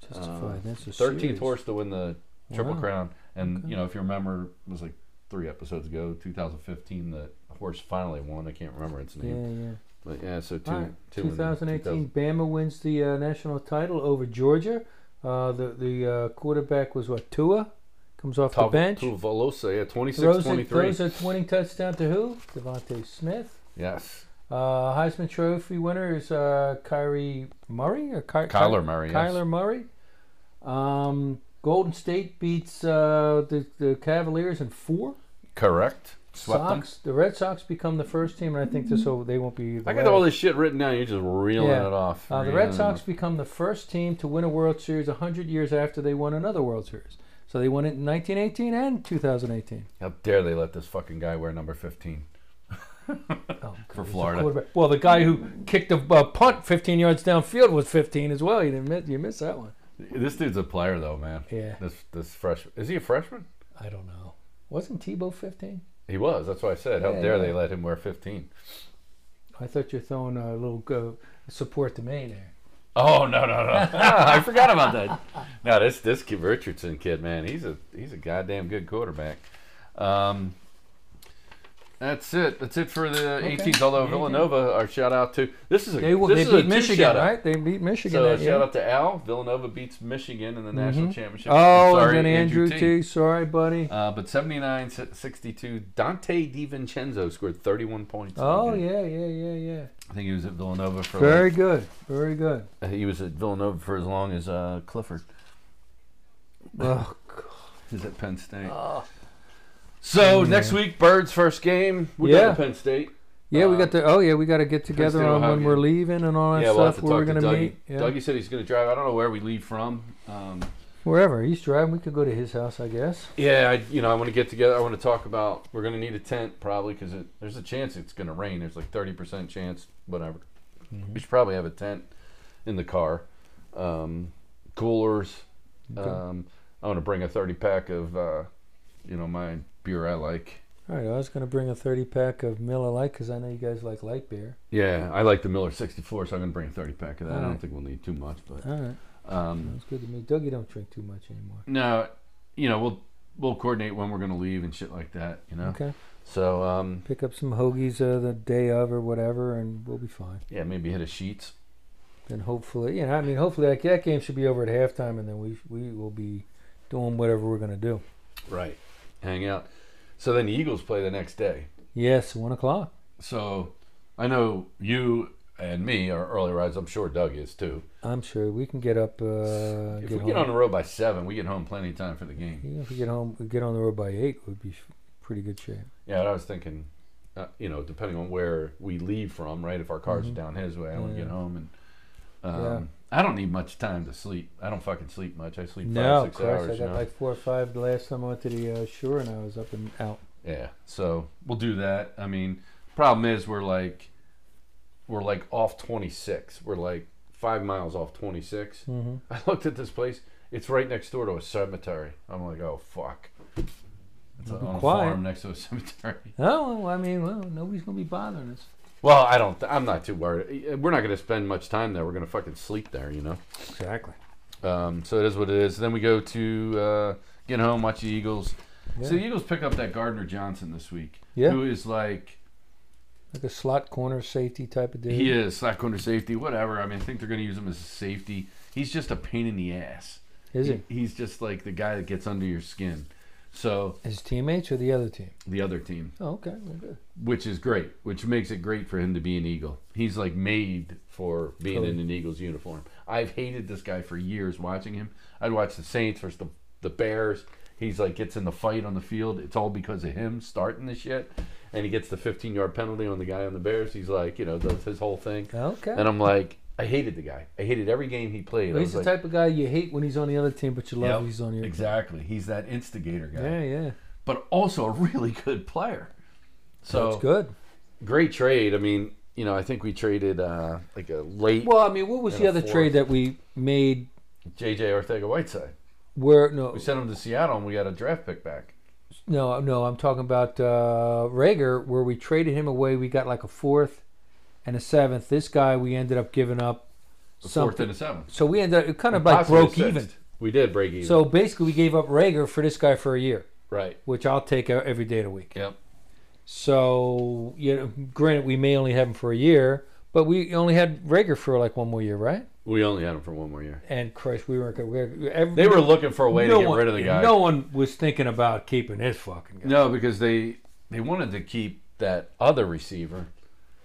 [SPEAKER 2] Justify. That's a
[SPEAKER 1] 13th
[SPEAKER 2] series.
[SPEAKER 1] uh, horse to win the Triple
[SPEAKER 2] Wow.
[SPEAKER 1] Crown. And,
[SPEAKER 2] Okay.
[SPEAKER 1] you know, if you remember, it was like three episodes ago, 2015, the horse finally won. I can't remember its
[SPEAKER 2] Yeah,
[SPEAKER 1] name.
[SPEAKER 2] yeah.
[SPEAKER 1] But yeah, so two,
[SPEAKER 2] All right.
[SPEAKER 1] two in
[SPEAKER 2] 2018,
[SPEAKER 1] 2000
[SPEAKER 2] Bama wins the uh, national title over Georgia. Uh, the the uh, quarterback was what Tua, comes off
[SPEAKER 1] Top
[SPEAKER 2] the bench.
[SPEAKER 1] to Velosa, yeah, 26
[SPEAKER 2] Throws a,
[SPEAKER 1] 23.
[SPEAKER 2] throws a winning touchdown to who? Devontae Smith.
[SPEAKER 1] Yes.
[SPEAKER 2] Uh, Heisman Trophy winner is uh, Kyrie Murray or Ky-
[SPEAKER 1] Kyler Murray. yes.
[SPEAKER 2] Kyler Murray. Um, Golden State beats uh, the the Cavaliers in four.
[SPEAKER 1] Correct. Swept them.
[SPEAKER 2] Sox. The Red Sox become the first team, and I think this will, they won't be. The
[SPEAKER 1] I got all
[SPEAKER 2] last.
[SPEAKER 1] this shit written down. You're just reeling
[SPEAKER 2] Yeah.
[SPEAKER 1] it off.
[SPEAKER 2] Uh, the
[SPEAKER 1] Reeling
[SPEAKER 2] Red
[SPEAKER 1] it
[SPEAKER 2] Sox
[SPEAKER 1] off.
[SPEAKER 2] become the first team to win a World Series 100 years after they won another World Series. So they won it in 1918
[SPEAKER 1] [laughs]
[SPEAKER 2] and 2018.
[SPEAKER 1] How dare they let this fucking guy wear number 15?
[SPEAKER 2] Oh, God,
[SPEAKER 1] For
[SPEAKER 2] he's a
[SPEAKER 1] Florida.
[SPEAKER 2] quarterback. Well, the guy who kicked a uh, punt 15 yards downfield was 15 as well. You didn't miss, you missed that one.
[SPEAKER 1] This dude's a player, though, man.
[SPEAKER 2] Yeah,
[SPEAKER 1] This this freshman is he a freshman?
[SPEAKER 2] I don't know. Wasn't Tebow 15?
[SPEAKER 1] He was. That's what I said. How
[SPEAKER 2] Yeah,
[SPEAKER 1] dare
[SPEAKER 2] yeah.
[SPEAKER 1] they let him wear 15?
[SPEAKER 2] I thought you were throwing a little uh, support to me there.
[SPEAKER 1] Oh no no
[SPEAKER 2] [laughs]
[SPEAKER 1] no! I forgot about [laughs] that. No, this this kid Richardson kid, man, he's a he's a goddamn good quarterback. Um, that's it. That's it for the
[SPEAKER 2] Okay.
[SPEAKER 1] 18th. Although Villanova, our shout out to this is a
[SPEAKER 2] They,
[SPEAKER 1] this
[SPEAKER 2] they
[SPEAKER 1] is a
[SPEAKER 2] beat
[SPEAKER 1] two
[SPEAKER 2] Michigan,
[SPEAKER 1] shout out.
[SPEAKER 2] right? They beat Michigan.
[SPEAKER 1] So
[SPEAKER 2] that year.
[SPEAKER 1] shout out to Al. Villanova beats Michigan in the national championship.
[SPEAKER 2] Oh,
[SPEAKER 1] Sorry,
[SPEAKER 2] and then Andrew,
[SPEAKER 1] T.
[SPEAKER 2] T. Sorry, buddy.
[SPEAKER 1] Uh, but 79 62, Dante DiVincenzo scored 31 points. in the
[SPEAKER 2] Oh
[SPEAKER 1] game.
[SPEAKER 2] yeah, yeah, yeah, yeah.
[SPEAKER 1] I think he was at Villanova for
[SPEAKER 2] Very good, very good.
[SPEAKER 1] like, uh, he was at Villanova for as long as uh, Clifford
[SPEAKER 2] Oh,
[SPEAKER 1] is at Penn State.
[SPEAKER 2] God.
[SPEAKER 1] So
[SPEAKER 2] Oh, Yeah.
[SPEAKER 1] next week, Birds first game. We
[SPEAKER 2] Yeah.
[SPEAKER 1] got to Penn State.
[SPEAKER 2] yeah, we
[SPEAKER 1] Uh,
[SPEAKER 2] got to. Oh yeah, we got to get together
[SPEAKER 1] State will
[SPEAKER 2] on
[SPEAKER 1] have
[SPEAKER 2] when
[SPEAKER 1] you.
[SPEAKER 2] we're leaving and all that
[SPEAKER 1] yeah, we'll have
[SPEAKER 2] stuff.
[SPEAKER 1] to
[SPEAKER 2] where
[SPEAKER 1] talk
[SPEAKER 2] we're
[SPEAKER 1] to
[SPEAKER 2] gonna
[SPEAKER 1] Dougie.
[SPEAKER 2] meet. Yeah.
[SPEAKER 1] Dougie said he's going to drive. I don't know where we leave from. Um,
[SPEAKER 2] Wherever he's driving, we could go to his house, I guess.
[SPEAKER 1] yeah, I, you know, I want to get together. I want to talk about. We're going to need a tent probably because there's a chance it's going to rain. There's like 30% chance, whatever. We should probably have a tent in the car, um, coolers.
[SPEAKER 2] Okay.
[SPEAKER 1] Um, I want to bring a 30 pack of, uh, you know, my beer I like.
[SPEAKER 2] All right, I was going to bring a 30 pack of Miller Lite because I know you guys like light beer.
[SPEAKER 1] Yeah, I like the Miller 64, so I'm going to bring a 30 pack of that. I don't
[SPEAKER 2] Alright.
[SPEAKER 1] think we'll need too much, but
[SPEAKER 2] All right,
[SPEAKER 1] um,
[SPEAKER 2] sounds good to me. Dougie don't drink too much anymore.
[SPEAKER 1] no, you know, we'll we'll coordinate when we're going to leave and shit like that, you know.
[SPEAKER 2] Okay,
[SPEAKER 1] So um,
[SPEAKER 2] pick up some hoagies uh, the day of or whatever, and we'll be fine.
[SPEAKER 1] yeah, maybe hit a sheets.
[SPEAKER 2] And hopefully, you know, I mean, hopefully that, that game should be over at halftime, and then we we will be doing whatever we're going to do.
[SPEAKER 1] Right. Hang out. So then the Eagles play the next day.
[SPEAKER 2] Yes, one o'clock.
[SPEAKER 1] So I know you and me are early rides. I'm sure Doug is too.
[SPEAKER 2] I'm sure we can get up. Uh,
[SPEAKER 1] If
[SPEAKER 2] get
[SPEAKER 1] we get
[SPEAKER 2] home.
[SPEAKER 1] on the road by seven, we get home plenty of time for the game.
[SPEAKER 2] Even if we get home, we get on the road by eight, we'd be pretty good shape.
[SPEAKER 1] Yeah, I was thinking, uh, you know, depending on where we leave from, right? If our cars
[SPEAKER 2] Mhm.
[SPEAKER 1] are down his way, I want to get
[SPEAKER 2] Yeah.
[SPEAKER 1] home and. Um, I don't need much time to sleep. I don't fucking sleep much. I sleep five,
[SPEAKER 2] No, of
[SPEAKER 1] six
[SPEAKER 2] course.
[SPEAKER 1] hours.
[SPEAKER 2] I
[SPEAKER 1] you
[SPEAKER 2] got
[SPEAKER 1] know?
[SPEAKER 2] like four or five the last time I went to the uh, shore, and I was up and out.
[SPEAKER 1] Yeah. So we'll do that. I mean, problem is we're like we're like off 26. We're like 5 miles off 26.
[SPEAKER 2] Mm-hmm.
[SPEAKER 1] [laughs] I looked at this place. It's right next door to a cemetery. I'm like, "Oh fuck." It's
[SPEAKER 2] Be
[SPEAKER 1] on a
[SPEAKER 2] quiet.
[SPEAKER 1] farm next to a [laughs] cemetery.
[SPEAKER 2] Oh, well, I mean, well, nobody's gonna be bothering us.
[SPEAKER 1] Well, I don't I'm not too worried. We're not going to spend much time there. We're going to fucking sleep there, you know.
[SPEAKER 2] Exactly.
[SPEAKER 1] Um, so it is what it is. Then we go to uh, get home, watch the Eagles.
[SPEAKER 2] Yeah.
[SPEAKER 1] So the Eagles pick up that Gardner Johnson this week,
[SPEAKER 2] Yeah.
[SPEAKER 1] who is like
[SPEAKER 2] like a slot corner safety type of dude.
[SPEAKER 1] He uh, is slack corner safety, whatever. I mean, I think they're going to use him as a safety. He's just a pain in the ass.
[SPEAKER 2] Is he?
[SPEAKER 1] He's just like the guy that gets under your skin. So
[SPEAKER 2] His teammates or the other team?
[SPEAKER 1] the other team,
[SPEAKER 2] Oh, okay, well, good.
[SPEAKER 1] which is great, which makes it great for him to be an Eagle. He's like made for being in
[SPEAKER 2] Totally.
[SPEAKER 1] an Eagles uniform. I've hated this guy for years watching him. I'd watch the Saints versus the, the Bears. He's like gets in the fight on the field. It's all because of him starting the shit. And he gets the 15 yard penalty on the guy on the Bears. He's like, you know, does his whole thing.
[SPEAKER 2] Okay.
[SPEAKER 1] And I'm like, I hated the guy. I hated every game he played. I
[SPEAKER 2] Well, he's
[SPEAKER 1] was
[SPEAKER 2] the
[SPEAKER 1] like,
[SPEAKER 2] type of guy you hate when he's on the other team, but you love
[SPEAKER 1] Yep,
[SPEAKER 2] when he's on your.
[SPEAKER 1] exactly. He's that instigator guy,
[SPEAKER 2] Yeah, yeah.
[SPEAKER 1] but also a really good player.
[SPEAKER 2] That's
[SPEAKER 1] So
[SPEAKER 2] good.
[SPEAKER 1] great trade. I mean, you know, I think we traded uh, like a late
[SPEAKER 2] Well, I mean, what was
[SPEAKER 1] And
[SPEAKER 2] the
[SPEAKER 1] a
[SPEAKER 2] other
[SPEAKER 1] fourth.
[SPEAKER 2] trade that we made?
[SPEAKER 1] JJ Ortega Whiteside.
[SPEAKER 2] Where no,
[SPEAKER 1] We sent him to Seattle and we got a draft pick back.
[SPEAKER 2] No, no, I'm talking about uh, Rager, where we traded him away. We got like a fourth and a seventh. This guy, we ended up giving up
[SPEAKER 1] A fourth
[SPEAKER 2] something.
[SPEAKER 1] and a seventh.
[SPEAKER 2] So we ended up, it kind of like broke
[SPEAKER 1] Possibly a
[SPEAKER 2] even.
[SPEAKER 1] sixth. We did break even.
[SPEAKER 2] So basically, we gave up Rager for this guy for a year,
[SPEAKER 1] right.
[SPEAKER 2] which I'll take uh, every day of the week.
[SPEAKER 1] Yep.
[SPEAKER 2] So, you know, granted, we may only have him for a year, but we only had Rager for like one more year, right?
[SPEAKER 1] We only had him for one more year.
[SPEAKER 2] And Christ, we weren't. gonna- we- every-
[SPEAKER 1] They were looking for a way
[SPEAKER 2] no
[SPEAKER 1] to get
[SPEAKER 2] one-
[SPEAKER 1] rid of the guy.
[SPEAKER 2] No one was thinking about keeping this fucking guy.
[SPEAKER 1] No, because they they wanted to keep that other receiver,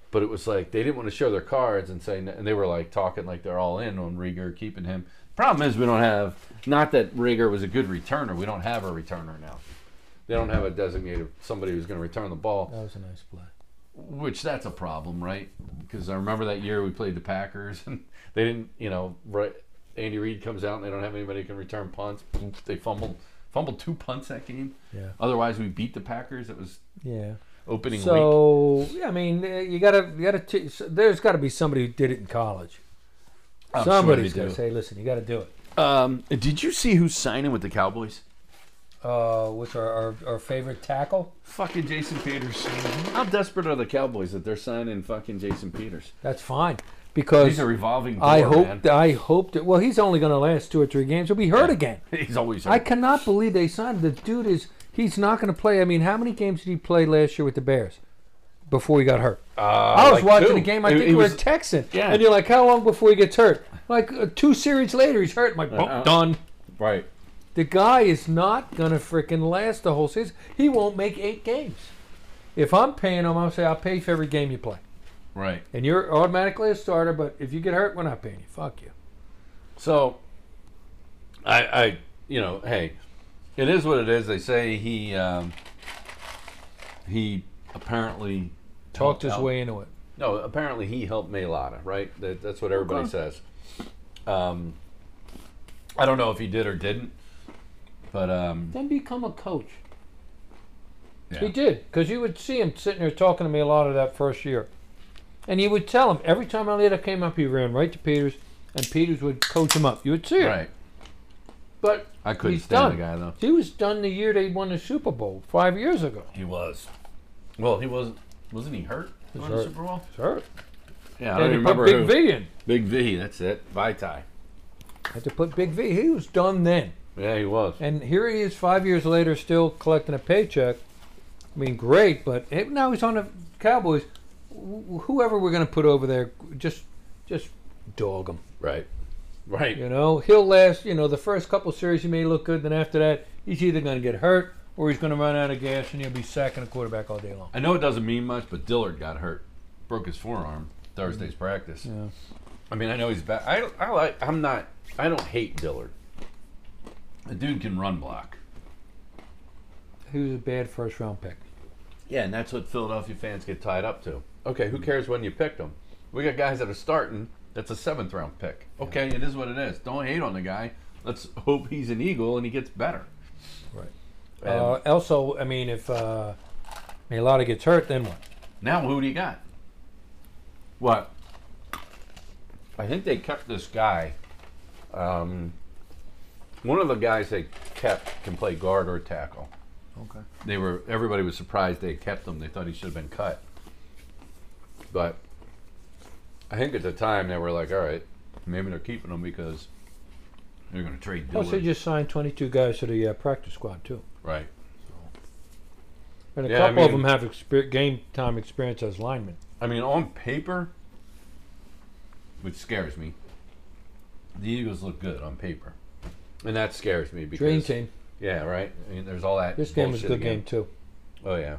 [SPEAKER 1] but it was like they didn't want to show their cards and say, and they were like talking like they're all in on Rieger keeping him. Problem is, we don't have not that Rieger was a good returner. We don't have a returner now. They don't have a designated somebody who's going to return the ball,
[SPEAKER 2] That was a nice play.
[SPEAKER 1] which that's a problem, right? Because I remember that year we played the Packers [laughs] and they didn't, you know, right. Andy Reid comes out and they don't have anybody who can return punts. They fumbled fumbled two punts that game.
[SPEAKER 2] Yeah.
[SPEAKER 1] Otherwise, we beat the Packers. It was
[SPEAKER 2] Yeah.
[SPEAKER 1] opening week.
[SPEAKER 2] So yeah, I mean, uh, you gotta, you gotta. T- so there's got to be somebody who did it in college.
[SPEAKER 1] I'm Oh, sure
[SPEAKER 2] Somebody's
[SPEAKER 1] they
[SPEAKER 2] gonna
[SPEAKER 1] do.
[SPEAKER 2] say, "Listen, you got to do it."
[SPEAKER 1] Um, did you see who's signing with the Cowboys?
[SPEAKER 2] Uh, what's our, our our favorite tackle?
[SPEAKER 1] Fucking Jason Peters. How desperate are the Cowboys that they're signing fucking Jason Peters?
[SPEAKER 2] That's fine
[SPEAKER 1] He's
[SPEAKER 2] because
[SPEAKER 1] a revolving door,
[SPEAKER 2] I hope
[SPEAKER 1] man.
[SPEAKER 2] I hope that. Well, he's only gonna last two or three games. He'll be hurt
[SPEAKER 1] Yeah.
[SPEAKER 2] again.
[SPEAKER 1] [laughs] He's always
[SPEAKER 2] I
[SPEAKER 1] hurt.
[SPEAKER 2] cannot believe they signed him. the dude. Is he's not gonna play? I mean, how many games did he play last year with the Bears before he got hurt?
[SPEAKER 1] Uh,
[SPEAKER 2] I was watching the game. I think we were
[SPEAKER 1] was,
[SPEAKER 2] Texan.
[SPEAKER 1] Yeah.
[SPEAKER 2] And you're like, how long before he gets hurt? Like uh, two series later, he's hurt. I'm like, "Boom,
[SPEAKER 1] Uh-uh.
[SPEAKER 2] done.
[SPEAKER 1] right.
[SPEAKER 2] The guy is not gonna frickin' last the whole season. He won't make eight games. If I'm paying him, I'll say I'll pay you for every game you play,
[SPEAKER 1] Right.
[SPEAKER 2] and you're automatically a starter. But if you get hurt, we're not paying you. Fuck you.
[SPEAKER 1] So, I, I, you know, hey, it is what it is. They say he, um, he apparently
[SPEAKER 2] Talked
[SPEAKER 1] helped
[SPEAKER 2] his
[SPEAKER 1] out-
[SPEAKER 2] way into it.
[SPEAKER 1] No, apparently he helped Melada, right? That, that's what everybody
[SPEAKER 2] Okay.
[SPEAKER 1] says. Um, I don't know if he did or didn't, but um,
[SPEAKER 2] Then become a coach.
[SPEAKER 1] yeah.
[SPEAKER 2] He did, because you would see him sitting there talking to me a lot of that first year, and he would tell him every time Elliott came up, he ran right to Peters, and Peters would coach him up. You would see it.
[SPEAKER 1] right.
[SPEAKER 2] But
[SPEAKER 1] I couldn't
[SPEAKER 2] he's
[SPEAKER 1] stand
[SPEAKER 2] done.
[SPEAKER 1] the guy though.
[SPEAKER 2] He was done the year they won the Super Bowl five years ago.
[SPEAKER 1] He was. Well, he wasn't. Wasn't he hurt during the
[SPEAKER 2] hurt.
[SPEAKER 1] Super Bowl?
[SPEAKER 2] Sure.
[SPEAKER 1] Yeah, I
[SPEAKER 2] They had
[SPEAKER 1] don't
[SPEAKER 2] to
[SPEAKER 1] remember
[SPEAKER 2] put Big
[SPEAKER 1] who.
[SPEAKER 2] V in.
[SPEAKER 1] Big V. That's it. Vitae.
[SPEAKER 2] Had to put Big V. He was done then.
[SPEAKER 1] Yeah, he was.
[SPEAKER 2] And here he is five years later still collecting a paycheck. I mean, great, but it, now he's on the Cowboys. Wh- Whoever we're going to put over there, just just dog him.
[SPEAKER 1] Right. Right.
[SPEAKER 2] You know, he'll last, you know, the first couple series he may look good. Then after that, he's either going to get hurt or he's going to run out of gas and he'll be sacking a quarterback all day long.
[SPEAKER 1] I know it doesn't mean much, but Dillard got hurt, broke his forearm Thursday's practice.
[SPEAKER 2] Yeah.
[SPEAKER 1] I mean, I know he's back. I, I like. I'm not. I don't hate Dillard. The dude can run block.
[SPEAKER 2] He was a bad first round pick.
[SPEAKER 1] Yeah, and that's what Philadelphia fans get tied up to. Okay, who cares when you picked them? We got guys that are starting. That's a seventh round pick. Okay, it is what it is. Don't hate on the guy. Let's hope he's an Eagle and he gets better.
[SPEAKER 2] Right.
[SPEAKER 1] And
[SPEAKER 2] Uh, also, I mean, if uh, Milata gets hurt, then what?
[SPEAKER 1] now who do you got? What? I think they kept this guy. Um, one of the guys they kept can play guard or tackle.
[SPEAKER 2] Okay.
[SPEAKER 1] They were everybody was surprised they kept him. They thought he should have been cut. But I think at the time they were like, all right, maybe they're keeping him because they're going to trade Dillard.
[SPEAKER 2] Also, just signed 22 guys to the uh, practice squad, too.
[SPEAKER 1] right.
[SPEAKER 2] And a
[SPEAKER 1] Yeah, I
[SPEAKER 2] couple of
[SPEAKER 1] mean-
[SPEAKER 2] them have exper- game time experience as linemen.
[SPEAKER 1] I mean, on paper, which scares me, the Eagles look good on paper, and that scares me because
[SPEAKER 2] Dream team.
[SPEAKER 1] Yeah, right. I mean, there's all that.
[SPEAKER 2] This game was a
[SPEAKER 1] bullshit
[SPEAKER 2] good
[SPEAKER 1] again.
[SPEAKER 2] game too.
[SPEAKER 1] Oh yeah.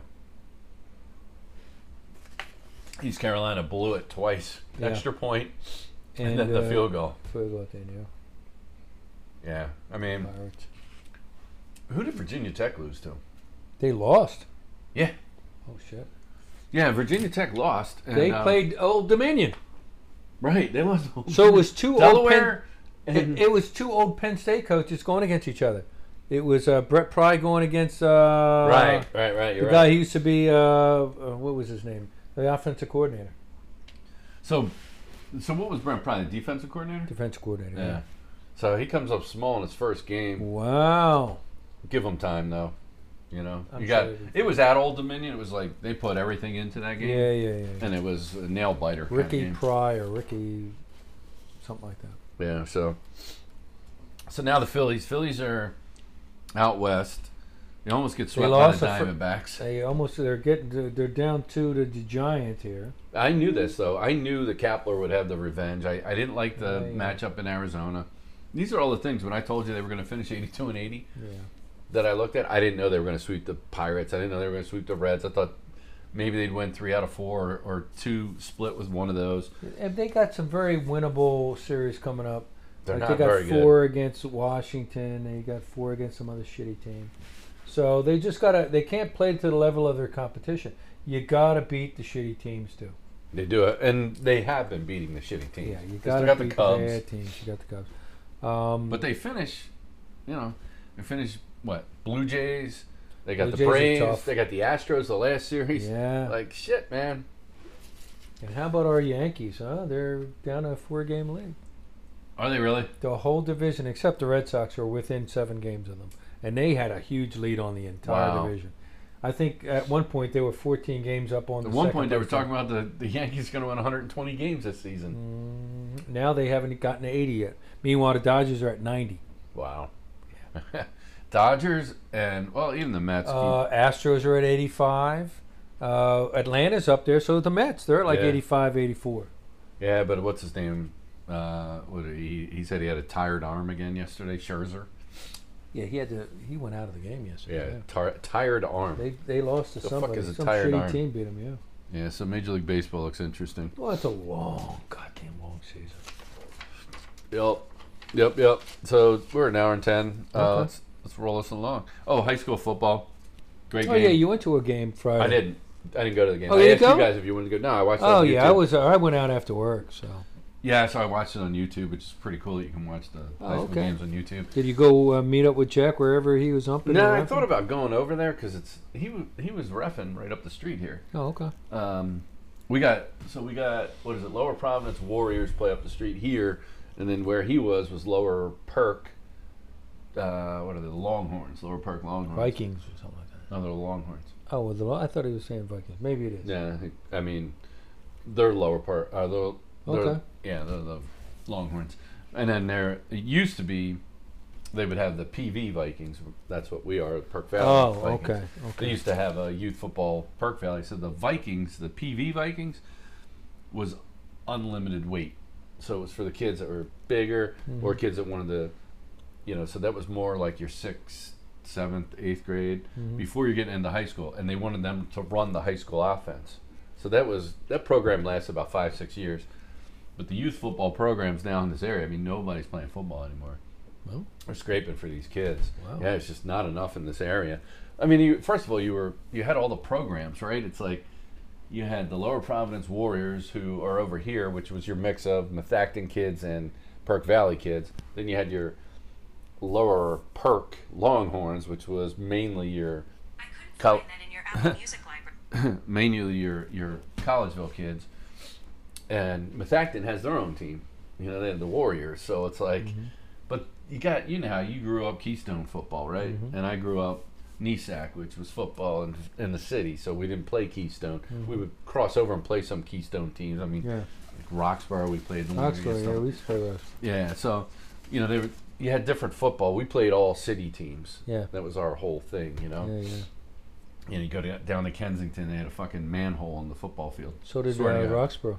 [SPEAKER 1] East Carolina blew it twice.
[SPEAKER 2] Yeah.
[SPEAKER 1] Extra point [laughs] and, then the
[SPEAKER 2] uh,
[SPEAKER 1] field goal.
[SPEAKER 2] field goal at the end,
[SPEAKER 1] Yeah. I
[SPEAKER 2] yeah.
[SPEAKER 1] mean,
[SPEAKER 2] Pirates.
[SPEAKER 1] who did Virginia Tech lose to?
[SPEAKER 2] They lost.
[SPEAKER 1] Yeah.
[SPEAKER 2] Oh shit.
[SPEAKER 1] Yeah, Virginia Tech lost. and,
[SPEAKER 2] They
[SPEAKER 1] uh,
[SPEAKER 2] played Old Dominion.
[SPEAKER 1] right. They lost.
[SPEAKER 2] So it was two
[SPEAKER 1] Delaware.
[SPEAKER 2] old Penn,
[SPEAKER 1] and-
[SPEAKER 2] it, it was two old Penn State coaches going against each other. It was uh, Brett Pry going against uh,
[SPEAKER 1] right, right, right.
[SPEAKER 2] the
[SPEAKER 1] You're
[SPEAKER 2] guy
[SPEAKER 1] right.
[SPEAKER 2] who used to be uh, uh, what was his name? The offensive coordinator,
[SPEAKER 1] So, so what was Brent Pry, the defensive coordinator?
[SPEAKER 2] defensive coordinator.
[SPEAKER 1] Yeah. So he comes up small in his first game.
[SPEAKER 2] Wow.
[SPEAKER 1] Give him time though. You know,
[SPEAKER 2] I'm
[SPEAKER 1] you got
[SPEAKER 2] sure he did.
[SPEAKER 1] it was at Old Dominion. It was like they put everything into that game.
[SPEAKER 2] Yeah, yeah, yeah.
[SPEAKER 1] and it was a nail biter. kind of
[SPEAKER 2] Ricky
[SPEAKER 1] game.
[SPEAKER 2] Pry or Ricky, something like that.
[SPEAKER 1] yeah. So, so now the Phillies. Phillies are out west. They almost get swept by
[SPEAKER 2] lost
[SPEAKER 1] the
[SPEAKER 2] the fir-
[SPEAKER 1] Diamondbacks.
[SPEAKER 2] They almost they're getting they're- they're down two to the Giants here.
[SPEAKER 1] I knew this though. I knew the Kapler would have the revenge. I, I didn't like the
[SPEAKER 2] Yeah, yeah.
[SPEAKER 1] matchup in Arizona. These are all the things when I told you they were going to finish 82 and 80
[SPEAKER 2] Yeah.
[SPEAKER 1] that I looked at. I didn't know they were going to sweep the Pirates. I didn't know they were going to sweep the Reds. I thought maybe they'd win three out of four or, or two split with one of those.
[SPEAKER 2] And they got some very winnable series coming up.
[SPEAKER 1] They're
[SPEAKER 2] like
[SPEAKER 1] not
[SPEAKER 2] they got
[SPEAKER 1] very good.
[SPEAKER 2] four against Washington. They got four against some other shitty team. So they just gotta. They can't play to the level of their competition. You gotta beat the shitty teams too.
[SPEAKER 1] They do it, and they have been beating the shitty teams.
[SPEAKER 2] Yeah, you
[SPEAKER 1] They still
[SPEAKER 2] gotta
[SPEAKER 1] got
[SPEAKER 2] beat
[SPEAKER 1] the Cubs.
[SPEAKER 2] bad teams. You got the Cubs. Um,
[SPEAKER 1] But they finish, you know, they finish what? Blue Jays. They got
[SPEAKER 2] Blue
[SPEAKER 1] the
[SPEAKER 2] Jays are
[SPEAKER 1] Braves.
[SPEAKER 2] tough.
[SPEAKER 1] They got the Astros. The last series.
[SPEAKER 2] yeah.
[SPEAKER 1] Like shit, man.
[SPEAKER 2] and how about our Yankees? Huh? They're down a four-game lead.
[SPEAKER 1] Are they really?
[SPEAKER 2] The whole division, except the Red Sox, are within seven games of them, and they had a huge lead on the entire
[SPEAKER 1] Wow.
[SPEAKER 2] division. I think at one point they were 14 games up on.
[SPEAKER 1] At
[SPEAKER 2] the
[SPEAKER 1] one
[SPEAKER 2] second
[SPEAKER 1] point, they were
[SPEAKER 2] place.
[SPEAKER 1] talking about the, the Yankees going to win 120 games this season.
[SPEAKER 2] Mm, now they haven't gotten to 80 yet. Meanwhile, the Dodgers are at 90.
[SPEAKER 1] Wow. [laughs] Dodgers and well, even the Mets. keep-
[SPEAKER 2] Uh, Astros are at 85. Uh, Atlanta's up there, so the Mets they're at like
[SPEAKER 1] Yeah.
[SPEAKER 2] 85, 84.
[SPEAKER 1] yeah, but what's his name? Uh, what he he said he had a tired arm again yesterday. Scherzer.
[SPEAKER 2] Yeah, he had to. He went out of the game yesterday.
[SPEAKER 1] Yeah, tar- tired arm.
[SPEAKER 2] They, they lost to
[SPEAKER 1] The fuck
[SPEAKER 2] somebody.
[SPEAKER 1] is a
[SPEAKER 2] Some
[SPEAKER 1] tired
[SPEAKER 2] shitty
[SPEAKER 1] arm?
[SPEAKER 2] team beat them. Yeah.
[SPEAKER 1] yeah, so Major League Baseball looks interesting.
[SPEAKER 2] Well, it's a long, goddamn long season.
[SPEAKER 1] Yep. Yep, yep. So we're an hour and ten. Uh,
[SPEAKER 2] Okay.
[SPEAKER 1] let's, let's roll this along. Oh, high school football. Great
[SPEAKER 2] Oh
[SPEAKER 1] game.
[SPEAKER 2] yeah, you went to a game Friday.
[SPEAKER 1] I didn't. I didn't go to the game.
[SPEAKER 2] Oh,
[SPEAKER 1] I
[SPEAKER 2] you
[SPEAKER 1] asked
[SPEAKER 2] didn't
[SPEAKER 1] you
[SPEAKER 2] go?
[SPEAKER 1] guys if you wanted to go. No, I watched. it
[SPEAKER 2] Oh
[SPEAKER 1] on
[SPEAKER 2] yeah,
[SPEAKER 1] YouTube.
[SPEAKER 2] I was. I went out after work. So
[SPEAKER 1] Yeah, so I watched it on YouTube, which is pretty cool that you can watch the high school
[SPEAKER 2] Oh, okay.
[SPEAKER 1] games on YouTube.
[SPEAKER 2] did you go uh, meet up with Jack wherever he was umping?
[SPEAKER 1] No,
[SPEAKER 2] or
[SPEAKER 1] I
[SPEAKER 2] umping?
[SPEAKER 1] thought about going over there because it's he wa- he was refing right up the street here.
[SPEAKER 2] Oh okay.
[SPEAKER 1] Um, we got so we got what is it? Lower Providence Warriors play up the street here, and then where he was was Lower Perk uh, what are they? The Longhorns, Lower Park Longhorns.
[SPEAKER 2] Vikings or something like that.
[SPEAKER 1] No, they're the Longhorns.
[SPEAKER 2] Oh, well, the, I thought he was saying Vikings. Maybe it is.
[SPEAKER 1] Yeah, I think- I mean, they're Lower Park. Uh, they're, they're,
[SPEAKER 2] Okay.
[SPEAKER 1] Yeah, they're the Longhorns. And then there it used to be, they would have the PV Vikings. That's what we are, Park Valley.
[SPEAKER 2] Oh,
[SPEAKER 1] Vikings.
[SPEAKER 2] okay.
[SPEAKER 1] They
[SPEAKER 2] Okay.
[SPEAKER 1] used to have a youth football Park Valley. So the Vikings, the PV Vikings, was unlimited weight. So it was for the kids that were bigger or kids that wanted to, you know. So that was more like your sixth, seventh, eighth grade before you're getting into high school, and they wanted them to run the high school offense. So that was that program lasted about five, six years. But the youth football programs now in this area, I mean, nobody's playing football anymore.
[SPEAKER 2] No?
[SPEAKER 1] We're scraping for these kids.
[SPEAKER 2] Wow.
[SPEAKER 1] Yeah, it's just not enough in this area. I mean, you, first of all, you were you had all the programs, right? It's like you had the Lower Providence Warriors, who are over here, which was your mix of Methacton kids and Perk Valley kids. Then you had your Lower Perk Longhorns, which was mainly your
[SPEAKER 3] I couldn't
[SPEAKER 1] Col-
[SPEAKER 3] find that in your Apple Music library.
[SPEAKER 1] mainly your your Collegeville kids, and Methacton has their own team. You know, they have the Warriors, so it's like,
[SPEAKER 2] Mm-hmm.
[SPEAKER 1] but you got you know how you grew up Keystone football, right?
[SPEAKER 2] Mm-hmm.
[SPEAKER 1] And I grew up NESAC, which was football in, in the city, so we didn't play Keystone. We would cross over and play some Keystone teams. I mean,
[SPEAKER 2] Mm-hmm. Yeah.
[SPEAKER 1] like Roxborough, we played them. when we were
[SPEAKER 2] Oxford,
[SPEAKER 1] against
[SPEAKER 2] yeah,
[SPEAKER 1] them.
[SPEAKER 2] we used to play those.
[SPEAKER 1] Yeah, so you know they were, you had different football. We played all city teams.
[SPEAKER 2] Yeah.
[SPEAKER 1] that was our whole thing. You know,
[SPEAKER 2] Yeah, yeah.
[SPEAKER 1] you know, you go to, down to Kensington, they had a fucking manhole on the football field.
[SPEAKER 2] So did
[SPEAKER 1] Swear to
[SPEAKER 2] uh,
[SPEAKER 1] God.
[SPEAKER 2] Roxborough.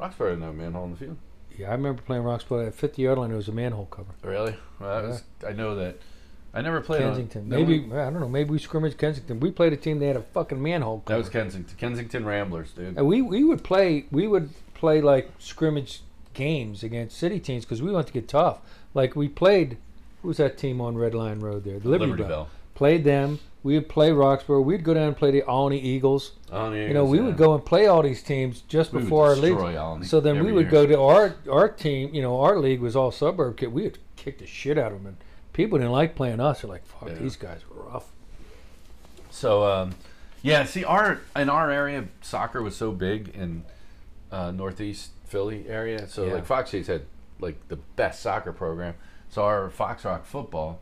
[SPEAKER 1] Roxbury had no manhole in the field.
[SPEAKER 2] Yeah, I remember playing Roxborough at 50 yard line. It was a manhole cover.
[SPEAKER 1] Really? Well, that
[SPEAKER 2] Yeah.
[SPEAKER 1] was, I know that. I never played on-
[SPEAKER 2] Kensington.
[SPEAKER 1] that
[SPEAKER 2] Maybe
[SPEAKER 1] was-
[SPEAKER 2] I don't know. Maybe we scrimmaged Kensington. We played a team that had a fucking manhole
[SPEAKER 1] that
[SPEAKER 2] cover.
[SPEAKER 1] was Kensington. Kensington Ramblers, dude.
[SPEAKER 2] and we we would play we would play like scrimmage games against city teams because we wanted to get tough. Like we played, who was that team on Red Line Road there? The Liberty, Bell. Played them. We would play Roxborough. We'd go down and play the Alney Eagles.
[SPEAKER 1] Oh, yeah,
[SPEAKER 2] You know, we
[SPEAKER 1] yeah.
[SPEAKER 2] would go and play all these teams just
[SPEAKER 1] We would
[SPEAKER 2] before our league.
[SPEAKER 1] destroy Alney
[SPEAKER 2] So then we
[SPEAKER 1] every
[SPEAKER 2] would
[SPEAKER 1] year.
[SPEAKER 2] go to our our team. You know, our league was all suburb kid. We would kick the shit out of them, and people didn't like playing us. They're like, "Fuck,
[SPEAKER 1] Yeah.
[SPEAKER 2] these guys are rough."
[SPEAKER 1] So, um, yeah, see, our in our area, soccer was so big in uh, Northeast Philly area. So,
[SPEAKER 2] Yeah.
[SPEAKER 1] like, Fox Chase had like the best soccer program. So our Fox Rock football,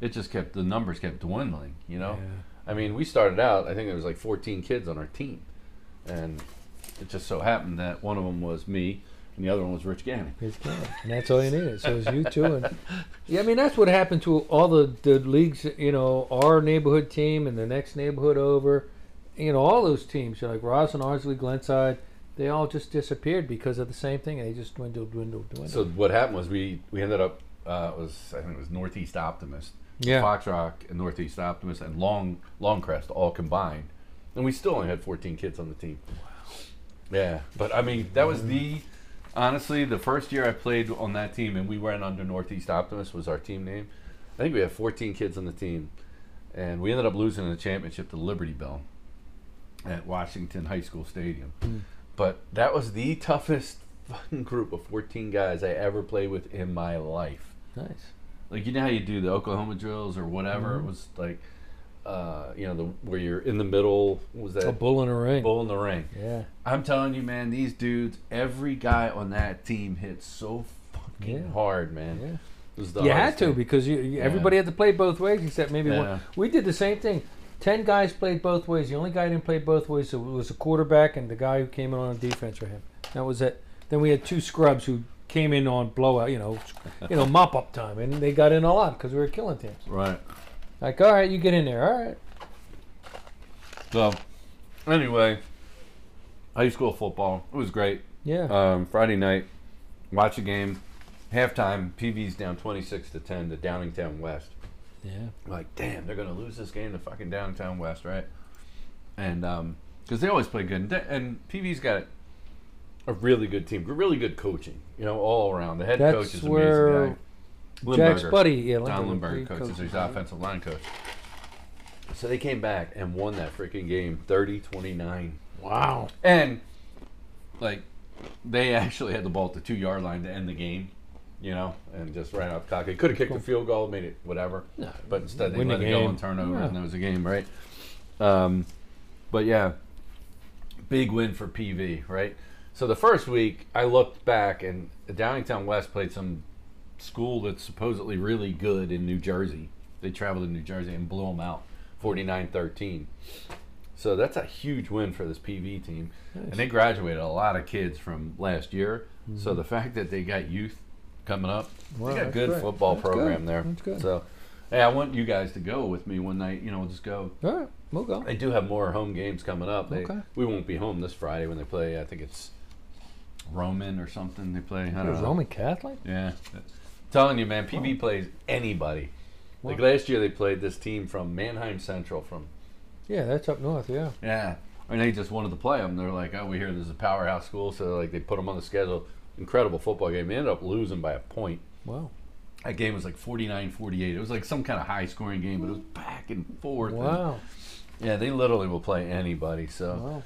[SPEAKER 1] it just kept the numbers kept dwindling. You know, I mean, we started out. I think there was like 14 kids on our team, and it just so happened that one of them was me, and the other one was Rich Gannon.
[SPEAKER 2] It's good. And that's all you needed. So it's you two. And [laughs] yeah, I mean that's what happened to all the, the leagues. You know, our neighborhood team and the next neighborhood over. You know, all those teams. You know, like Roslyn, Arsley, Glenside. They all just disappeared because of the same thing. They just dwindled, dwindled, dwindled.
[SPEAKER 1] So what happened was we we ended up uh, it was I think it was Northeast Optimist,
[SPEAKER 2] Yeah.
[SPEAKER 1] Fox Rock and Northeast Optimist and Long Longcrest all combined, and we still only had 14 kids on the team. Wow. Yeah, but I mean that was the honestly the first year I played on that team and we went under Northeast Optimist was our team name. I think we had 14 kids on the team, and we ended up losing in the championship to Liberty Bell at Washington High School Stadium. But that was the toughest [laughs] fucking group of 14 guys I ever played with in my life.
[SPEAKER 2] nice.
[SPEAKER 1] Like you know how you do the Oklahoma drills or whatever.
[SPEAKER 2] Mm-hmm.
[SPEAKER 1] It was like, uh, you know, the where you're in the middle. What was that
[SPEAKER 2] A bull in a ring.
[SPEAKER 1] bull in the ring?
[SPEAKER 2] Yeah.
[SPEAKER 1] I'm telling you, man, these dudes. Every guy on that team hit so fucking
[SPEAKER 2] Yeah.
[SPEAKER 1] hard, man.
[SPEAKER 2] Yeah.
[SPEAKER 1] It was the
[SPEAKER 2] you had
[SPEAKER 1] hardest
[SPEAKER 2] to
[SPEAKER 1] thing.
[SPEAKER 2] because you, you- everybody had to play both ways except maybe
[SPEAKER 1] Yeah.
[SPEAKER 2] one. We did the same thing. Ten guys played both ways. The only guy who didn't play both ways was the quarterback and the guy who came in on defense for him. That was it. Then we had two scrubs who came in on blowout,
[SPEAKER 1] [laughs]
[SPEAKER 2] you know, you know, mop up time, and they got in a lot because we were killing teams.
[SPEAKER 1] Right.
[SPEAKER 2] Like, all right, you get in there, all right.
[SPEAKER 1] So, anyway, high school football. It was great.
[SPEAKER 2] Yeah,
[SPEAKER 1] um, Friday night, watch a game, halftime. PV's down twenty six to ten to Downingtown West.
[SPEAKER 2] yeah,
[SPEAKER 1] I'm like, damn, they're gonna lose this game to fucking Downingtown West, right? And because they always play good, and, Da- and PV's got a really good team, really good coaching, you know, all around. The head coach
[SPEAKER 2] that's
[SPEAKER 1] is
[SPEAKER 2] where
[SPEAKER 1] amazing. Guy.
[SPEAKER 2] Jack's
[SPEAKER 1] Lindberger.
[SPEAKER 2] buddy, yeah,
[SPEAKER 1] Don
[SPEAKER 2] Lindbergh,
[SPEAKER 1] Lindbergh coaches his offensive line coach. So they came back and won that freaking game 30 29.
[SPEAKER 2] Wow.
[SPEAKER 1] And like they actually had the ball at the two yard line to end the game, you know, and just ran off cock. They could have kicked the field goal, made it whatever. But instead they
[SPEAKER 2] win the
[SPEAKER 1] let it go
[SPEAKER 2] game.
[SPEAKER 1] on turnover
[SPEAKER 2] Yeah.
[SPEAKER 1] and that was a game, right? Um, but yeah. Big win for PV, right? So the first week I looked back and Downingtown West played some school that's supposedly really good in New Jersey. They traveled to New Jersey and blew them out 49 13. So that's a huge win for this PV team. And they graduated a lot of kids from last year. So the fact that they got youth coming up,
[SPEAKER 2] Wow,
[SPEAKER 1] they got a
[SPEAKER 2] Mm-hmm. that's
[SPEAKER 1] good
[SPEAKER 2] great.
[SPEAKER 1] football
[SPEAKER 2] That's
[SPEAKER 1] program
[SPEAKER 2] good.
[SPEAKER 1] there.
[SPEAKER 2] That's good.
[SPEAKER 1] So, hey, I want you guys to go with me one night. You know, we'll just go.
[SPEAKER 2] All right, we'll go.
[SPEAKER 1] They do have more home games coming up. They,
[SPEAKER 2] Okay.
[SPEAKER 1] We won't be home this Friday when they play. I think it's Roman or something. They play. I
[SPEAKER 2] You're
[SPEAKER 1] don't know.
[SPEAKER 2] Roman Catholic?
[SPEAKER 1] Yeah. Telling you, man, PB plays anybody. Like
[SPEAKER 2] Wow.
[SPEAKER 1] last year, they played this team from Manheim Central. From
[SPEAKER 2] Yeah, that's up north. Yeah.
[SPEAKER 1] yeah, and they just wanted to play them. They're like, oh, we hear this is a powerhouse school, so like they put them on the schedule. Incredible football game. They ended up losing by a point.
[SPEAKER 2] Wow.
[SPEAKER 1] That game was like 49-48. It was like some kind of high-scoring game, but it was back and forth. and-
[SPEAKER 2] Wow.
[SPEAKER 1] yeah, they literally will play anybody. So.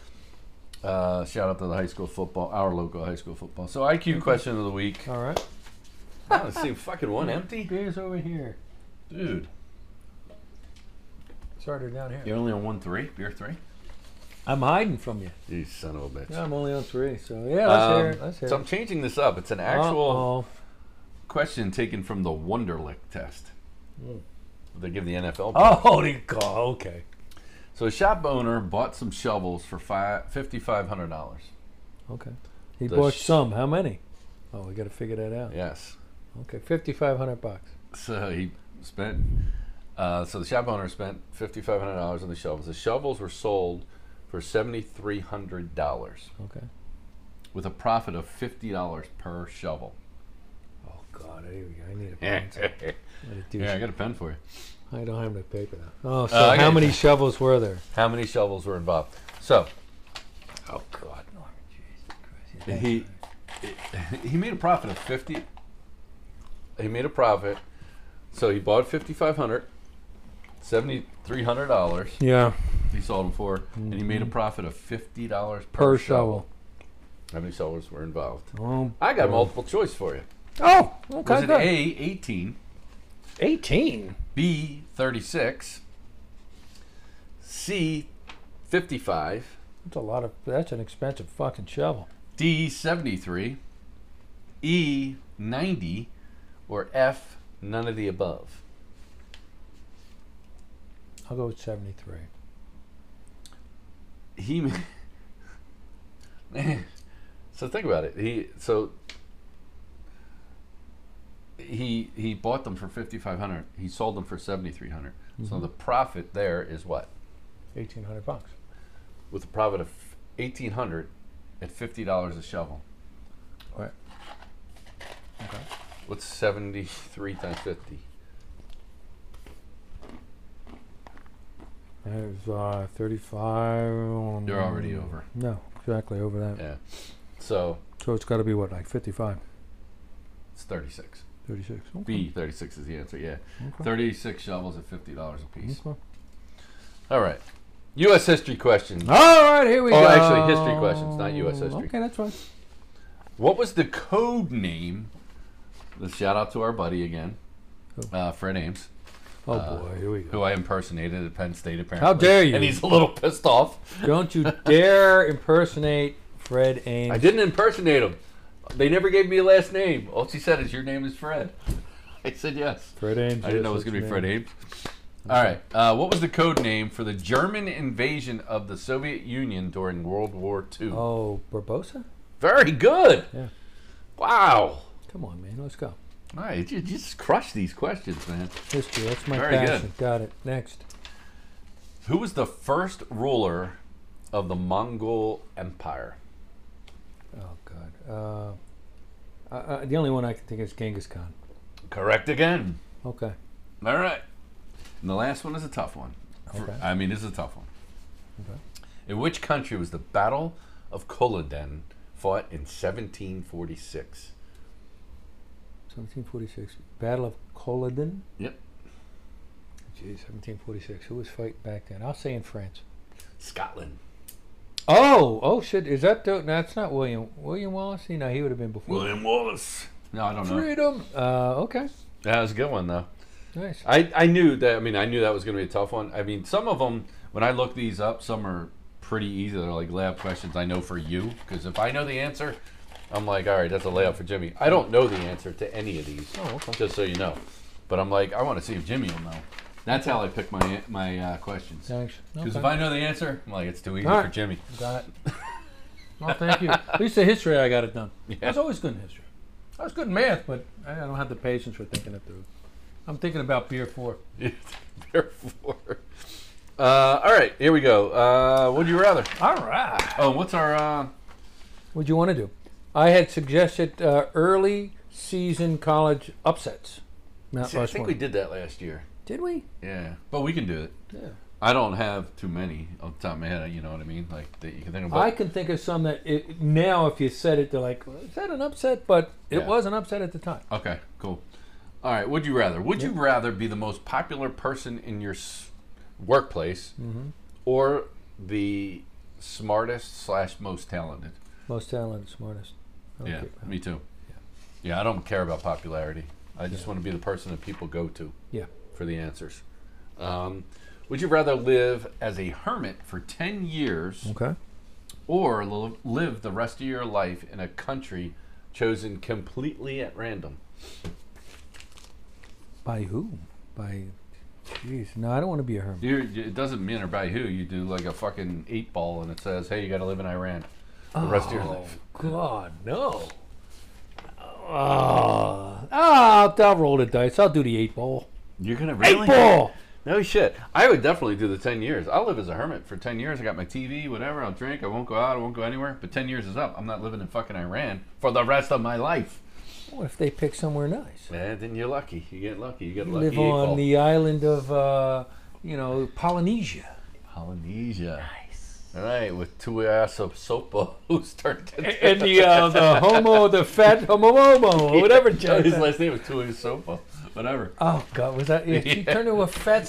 [SPEAKER 2] Wow.
[SPEAKER 1] Uh, shout out to the high school football, our local high school football. So IQ question of the week. [laughs]
[SPEAKER 2] All right.
[SPEAKER 1] I don't see fucking one empty,
[SPEAKER 2] Beer's over here.
[SPEAKER 1] dude.
[SPEAKER 2] Sorry, they're down here.
[SPEAKER 1] You're only on one three. Beer three.
[SPEAKER 2] I'm hiding from you.
[SPEAKER 1] You son of a bitch.
[SPEAKER 2] Yeah, I'm only on three, so yeah, let's
[SPEAKER 1] Um,
[SPEAKER 2] hear it. Let's hear
[SPEAKER 1] so
[SPEAKER 2] it.
[SPEAKER 1] I'm changing this up. It's an actual question taken from the Wonderlic test. They give the NFL.
[SPEAKER 2] Hmm. Uh-oh. Oh, they call. Okay.
[SPEAKER 1] So a shop owner bought some shovels for five fifty five hundred dollars.
[SPEAKER 2] Okay. He
[SPEAKER 1] The
[SPEAKER 2] bought
[SPEAKER 1] sh-
[SPEAKER 2] some. How many? Oh, we got to figure that out.
[SPEAKER 1] Yes.
[SPEAKER 2] Okay, fifty-five hundred bucks.
[SPEAKER 1] So he spent. Uh, so the shop owner spent fifty five hundred dollars on the shovels. The shovels were sold for seventy three hundred dollars
[SPEAKER 2] Okay.
[SPEAKER 1] with a profit of fifty dollars per [laughs] shovel.
[SPEAKER 2] Oh God, here we go. I need a
[SPEAKER 1] yeah,
[SPEAKER 2] pen. I, need to do
[SPEAKER 1] I got a pen for you.
[SPEAKER 2] I don't have any paper though. Oh, so
[SPEAKER 1] Uh, I
[SPEAKER 2] how
[SPEAKER 1] got
[SPEAKER 2] many
[SPEAKER 1] you.
[SPEAKER 2] shovels were there?
[SPEAKER 1] How many shovels were involved? So
[SPEAKER 2] Oh God, Norman,
[SPEAKER 1] And he [laughs] he made a profit of 50 he made a profit so he bought 5500 7300 dollars
[SPEAKER 2] Yeah,
[SPEAKER 1] he sold them for and he made a profit of $50 per,
[SPEAKER 2] Mm-hmm. per shovel.
[SPEAKER 1] how many shovels were involved
[SPEAKER 2] Oh,
[SPEAKER 1] i got multiple choice for you
[SPEAKER 2] oh, okay.
[SPEAKER 1] was it
[SPEAKER 2] good.
[SPEAKER 1] a 18
[SPEAKER 2] Eighteen.
[SPEAKER 1] b 36 c 55
[SPEAKER 2] That's a lot of. That's an expensive fucking shovel.
[SPEAKER 1] d 73 e 90 or f none of the above
[SPEAKER 2] I'll go with seventy-three.
[SPEAKER 1] he ma- [laughs] man so think about it he so he he bought them for 5500 he sold them for 7300 so the profit there is what
[SPEAKER 2] Eighteen hundred bucks.
[SPEAKER 1] with a profit of 1800 at $50 a shovel
[SPEAKER 2] Right. Okay.
[SPEAKER 1] what's 73 times 50
[SPEAKER 2] There's uh, 35. um,
[SPEAKER 1] you're already over
[SPEAKER 2] No, exactly over that.
[SPEAKER 1] yeah so
[SPEAKER 2] So it's got to be what, like 55,
[SPEAKER 1] it's 36
[SPEAKER 2] 36. Okay.
[SPEAKER 1] b 36 is the answer yeah
[SPEAKER 2] Okay.
[SPEAKER 1] 36 shovels at $50 a piece
[SPEAKER 2] Okay.
[SPEAKER 1] all right us history question
[SPEAKER 2] All right, here we
[SPEAKER 1] Oh,
[SPEAKER 2] go.
[SPEAKER 1] actually, history questions, not US history.
[SPEAKER 2] Okay, that's right.
[SPEAKER 1] What was the code name? The shout out to our buddy again,
[SPEAKER 2] Who?
[SPEAKER 1] uh, Fred Ames,
[SPEAKER 2] Oh
[SPEAKER 1] Uh,
[SPEAKER 2] boy, here we
[SPEAKER 1] [laughs]
[SPEAKER 2] go.
[SPEAKER 1] who I impersonated at Penn State apparently.
[SPEAKER 2] How dare you.
[SPEAKER 1] And he's a little pissed off.
[SPEAKER 2] Don't you dare impersonate Fred Ames.
[SPEAKER 1] I didn't impersonate him. They never gave me a last name. All she said is, "Your name is Fred." [laughs] I said yes.
[SPEAKER 2] Fred Ames.
[SPEAKER 1] I didn't know it was going to be Fred Ames. All right. Uh, what was the code name for the German invasion of the Soviet Union during World War II?
[SPEAKER 2] Oh, Barbosa?
[SPEAKER 1] Very good.
[SPEAKER 2] Yeah.
[SPEAKER 1] Wow.
[SPEAKER 2] Come on, man. Let's go.
[SPEAKER 1] All right. You you just crush these questions, man.
[SPEAKER 2] History. That's my
[SPEAKER 1] Very good.
[SPEAKER 2] passion. Got it. Next.
[SPEAKER 1] Who was the first ruler of the Mongol Empire?
[SPEAKER 2] Oh God. Uh, I, I, the only one I can think of is Genghis Khan.
[SPEAKER 1] Correct again.
[SPEAKER 2] Okay.
[SPEAKER 1] All right. And the last one is a tough one. For-
[SPEAKER 2] Okay.
[SPEAKER 1] I mean, this is a tough one.
[SPEAKER 2] Okay.
[SPEAKER 1] In which country was the Battle of Culloden fought in 1746?
[SPEAKER 2] 1746. Battle of Culloden.
[SPEAKER 1] Yep.
[SPEAKER 2] Geez, 1746. Who was fighting back then? I'll say in France.
[SPEAKER 1] Scotland.
[SPEAKER 2] Oh, oh shit! Is that the, no? That's not William William Wallace. You know, he would have been before.
[SPEAKER 1] William Wallace. No, I don't know.
[SPEAKER 2] Freedom. Uh, okay.
[SPEAKER 1] That was a good one, though.
[SPEAKER 2] Nice.
[SPEAKER 1] I, I knew that. I mean, I knew that was going to be a tough one. I mean, some of them, when I look these up, some are pretty easy. They're like lab questions I know for you. Because if I know the answer, I'm like, all right, that's a layup for Jimmy. I don't know the answer to any of these.
[SPEAKER 2] Oh, okay.
[SPEAKER 1] Just so you know, but I'm like, I want to see if Jimmy will know. That's how I pick my my uh, questions.
[SPEAKER 2] Thanks.
[SPEAKER 1] Because
[SPEAKER 2] Okay.
[SPEAKER 1] if I know the answer, I'm like, it's too easy
[SPEAKER 2] All
[SPEAKER 1] for
[SPEAKER 2] right.
[SPEAKER 1] Jimmy. [laughs]
[SPEAKER 2] Got [laughs] it. Well, thank you. At least the history, I got it done. I was always good in history. I was good in math, but I I don't have the patience for thinking it through. I'm thinking about beer four.
[SPEAKER 1] Therefore, uh, all right, here we go. Uh, would you rather?
[SPEAKER 2] All right.
[SPEAKER 1] Oh, what's our? Uh,
[SPEAKER 2] What'd you want to do? I had suggested uh, early season college upsets. Mount
[SPEAKER 1] see, I think
[SPEAKER 2] Rushmore.
[SPEAKER 1] we did that last year.
[SPEAKER 2] did we?
[SPEAKER 1] Yeah, but we can do it.
[SPEAKER 2] Yeah.
[SPEAKER 1] I don't have too many off the top of my head. You know what I mean? Like that you can think about.
[SPEAKER 2] I can think of some that it, now, if you said it, they're like, "Well, is that an upset? But it
[SPEAKER 1] Yeah.
[SPEAKER 2] was an upset at the time.
[SPEAKER 1] Okay, cool. All right, would you rather? Would you rather be the most popular person in your s- workplace or the smartest slash most talented?
[SPEAKER 2] Most talented, smartest. I don't
[SPEAKER 1] yeah,
[SPEAKER 2] care.
[SPEAKER 1] me too. Yeah. I don't care about popularity. I just want to be the person that people go to
[SPEAKER 2] Yeah.
[SPEAKER 1] for the answers. Um, would you rather live as a hermit for 10 years
[SPEAKER 2] Okay.
[SPEAKER 1] or li- live the rest of your life in a country chosen completely at random?
[SPEAKER 2] By who? By. Jeez. No, I don't want to be a hermit.
[SPEAKER 1] You, you- it doesn't matter by who. You do like a fucking eight ball, and it says, "Hey, you got to live in Iran the rest of your life."
[SPEAKER 2] God, no. Ah, ah, I'll roll the dice. I'll do the eight ball.
[SPEAKER 1] You're gonna
[SPEAKER 2] Eight ball.
[SPEAKER 1] No shit. I would definitely do the ten years. I'll live as a hermit for ten years. I got my TV, whatever. I'll drink. I won't go out. I won't go anywhere. But ten years is up. I'm not living in fucking Iran for the rest of my life.
[SPEAKER 2] What if they pick somewhere nice?
[SPEAKER 1] Man, Eh, then you're lucky. You get lucky. You get lucky.
[SPEAKER 2] Live
[SPEAKER 1] eight ball.
[SPEAKER 2] on the island of, uh, you know, Polynesia.
[SPEAKER 1] Polynesia. All right, with two ass of sopo [laughs] who's turned into
[SPEAKER 2] And the uh, the homo, the fat homo,
[SPEAKER 1] [laughs]
[SPEAKER 2] homo, whatever. Jack. [laughs]
[SPEAKER 1] His last name was Tui Sopo. Whatever.
[SPEAKER 2] Oh God, was that? It? She
[SPEAKER 1] Yeah.
[SPEAKER 2] turned into a [laughs] fat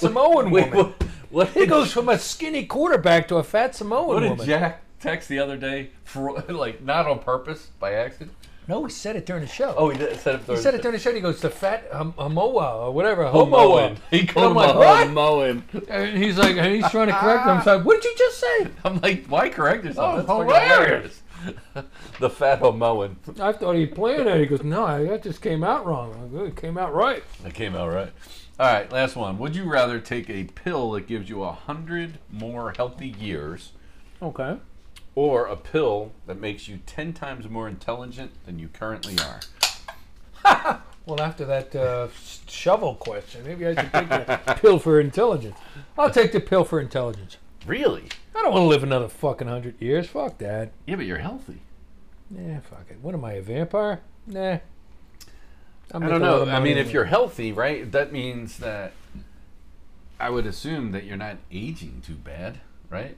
[SPEAKER 1] [laughs]
[SPEAKER 2] Samoan
[SPEAKER 1] Wait,
[SPEAKER 2] woman.
[SPEAKER 1] what? What
[SPEAKER 2] He goes from a skinny quarterback to a fat Samoan
[SPEAKER 1] What did
[SPEAKER 2] woman.
[SPEAKER 1] Jack text the other day? For, [laughs] like not on purpose, by accident.
[SPEAKER 2] no, he said it during the show.
[SPEAKER 1] Oh, he did, said it.
[SPEAKER 2] he said it during the show. He goes, "The fat hom- homoa or whatever."
[SPEAKER 1] Homoin.
[SPEAKER 2] [laughs] Homoa.
[SPEAKER 1] He called him
[SPEAKER 2] I'm
[SPEAKER 1] a
[SPEAKER 2] like,
[SPEAKER 1] homoin.
[SPEAKER 2] And he's like, and he's trying to correct him. So, what did you just say?
[SPEAKER 1] [laughs] I'm like, why correct yourself?
[SPEAKER 2] Oh,
[SPEAKER 1] That's fucking hilarious. [laughs] the fat homoin.
[SPEAKER 2] I thought he planned it. He goes, no, I- that just came out wrong. I'm like, "Oh, It came out right.
[SPEAKER 1] That came out right. All right, last one. Would you rather take a pill that gives you a hundred more healthy years,
[SPEAKER 2] Okay.
[SPEAKER 1] or a pill that makes you ten times more intelligent than you currently are?
[SPEAKER 2] Well, after that uh, s- shovel question, maybe I should take the pill for intelligence. I'll take the pill for intelligence.
[SPEAKER 1] Really?
[SPEAKER 2] I don't want to live another fucking hundred years. Fuck that.
[SPEAKER 1] Yeah, but you're healthy.
[SPEAKER 2] Nah, fuck it. What am I, a vampire? Nah. I'm
[SPEAKER 1] I don't know. I mean, if you're healthy, right, that means that I would assume that you're not aging too bad, right?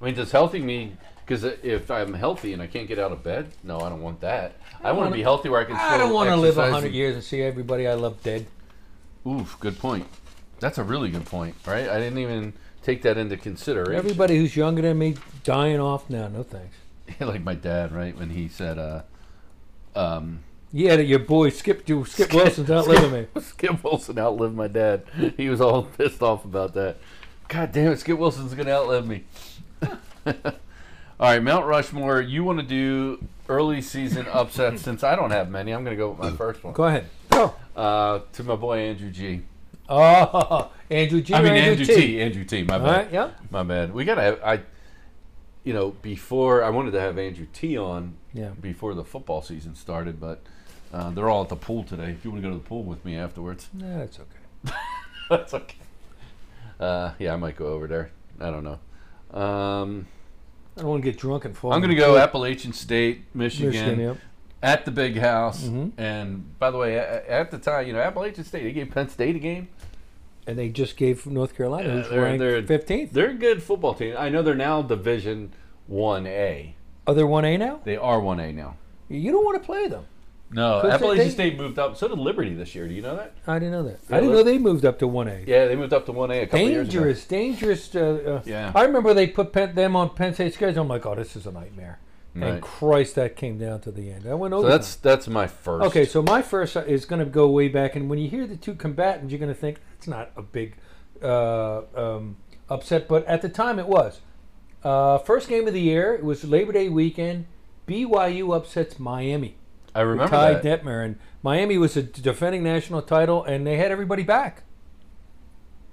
[SPEAKER 1] I mean, does healthy mean because if I'm healthy and I can't get out of bed, no, I don't want that. I, want to
[SPEAKER 2] wanna-
[SPEAKER 1] be healthy where I can.
[SPEAKER 2] I don't want to live
[SPEAKER 1] a
[SPEAKER 2] hundred years and see everybody I love dead.
[SPEAKER 1] Oof, good point. That's a really good point, right? I didn't even take that into consideration.
[SPEAKER 2] Everybody who's younger than me dying off now. No thanks.
[SPEAKER 1] [laughs] like my dad, right, when he said, uh, um,
[SPEAKER 2] Yeah, that your boy Skip do Skip Wilson's not living me.
[SPEAKER 1] [laughs] Skip Wilson outlived my dad. He was all pissed off about that. God damn it, Skip Wilson's gonna outlive me. [laughs] all right, Mount Rushmore. You want to do early
[SPEAKER 2] [laughs]
[SPEAKER 1] season upsets? Since I don't have many, I'm gonna go with my first one.
[SPEAKER 2] Go ahead. Go.
[SPEAKER 1] Uh, to my boy Andrew G.
[SPEAKER 2] Oh, [laughs] Andrew G.
[SPEAKER 1] I
[SPEAKER 2] or
[SPEAKER 1] mean
[SPEAKER 2] Andrew,
[SPEAKER 1] Andrew,
[SPEAKER 2] T.
[SPEAKER 1] T. Andrew T. My
[SPEAKER 2] All
[SPEAKER 1] bad.
[SPEAKER 2] right. Yeah.
[SPEAKER 1] My bad. We gotta have I. You know, before I wanted to have Andrew T. on
[SPEAKER 2] Yeah.
[SPEAKER 1] before the football season started, but uh, they're all at the pool today. If you want to go to the pool with me afterwards.
[SPEAKER 2] Nah, that's okay.
[SPEAKER 1] [laughs] That's okay. Uh, yeah, I might go over there. I don't know. Um,
[SPEAKER 2] I don't want to get drunk and fall.
[SPEAKER 1] I'm
[SPEAKER 2] in
[SPEAKER 1] going to
[SPEAKER 2] the
[SPEAKER 1] go
[SPEAKER 2] pool.
[SPEAKER 1] Appalachian State, Michigan, Mm-hmm.
[SPEAKER 2] Michigan. Yep.
[SPEAKER 1] at the big house.
[SPEAKER 2] Mhm.
[SPEAKER 1] And by the way, a- at the time, you know, Appalachian State, they gave Penn State a game.
[SPEAKER 2] And they just gave North Carolina,
[SPEAKER 1] Yeah,
[SPEAKER 2] who's
[SPEAKER 1] they're- they're-
[SPEAKER 2] ranked fifteenth.
[SPEAKER 1] They're a good football team. I know they're now Division 1A.
[SPEAKER 2] Are they one A now?
[SPEAKER 1] They are 1A now.
[SPEAKER 2] You don't want to play them.
[SPEAKER 1] No,
[SPEAKER 2] Could they-
[SPEAKER 1] Appalachian
[SPEAKER 2] they-
[SPEAKER 1] State moved up. So did Liberty this year. Do you know that?
[SPEAKER 2] I didn't know that.
[SPEAKER 1] Yeah,
[SPEAKER 2] I didn't
[SPEAKER 1] look-
[SPEAKER 2] know they moved up to one A.
[SPEAKER 1] Yeah, they moved up to 1A a couple years ago.
[SPEAKER 2] dangerous, dangerous. Uh, uh,
[SPEAKER 1] Yeah.
[SPEAKER 2] I remember they put Penn, them on Penn State's schedule. I'm like, oh, this is a nightmare.
[SPEAKER 1] Right.
[SPEAKER 2] And Christ, that came down to the end. I went over.
[SPEAKER 1] So that's that's my first.
[SPEAKER 2] okay. So my first uh, is going to go way back, and when you hear the two combatants, you're going to think that's not a big uh, um, upset, but at the time it was. Uh, first game of the year. It was Labor Day weekend. BYU upsets Miami.
[SPEAKER 1] I remember
[SPEAKER 2] Ty
[SPEAKER 1] that.
[SPEAKER 2] Detmer and Miami was a defending national title, and they had everybody back,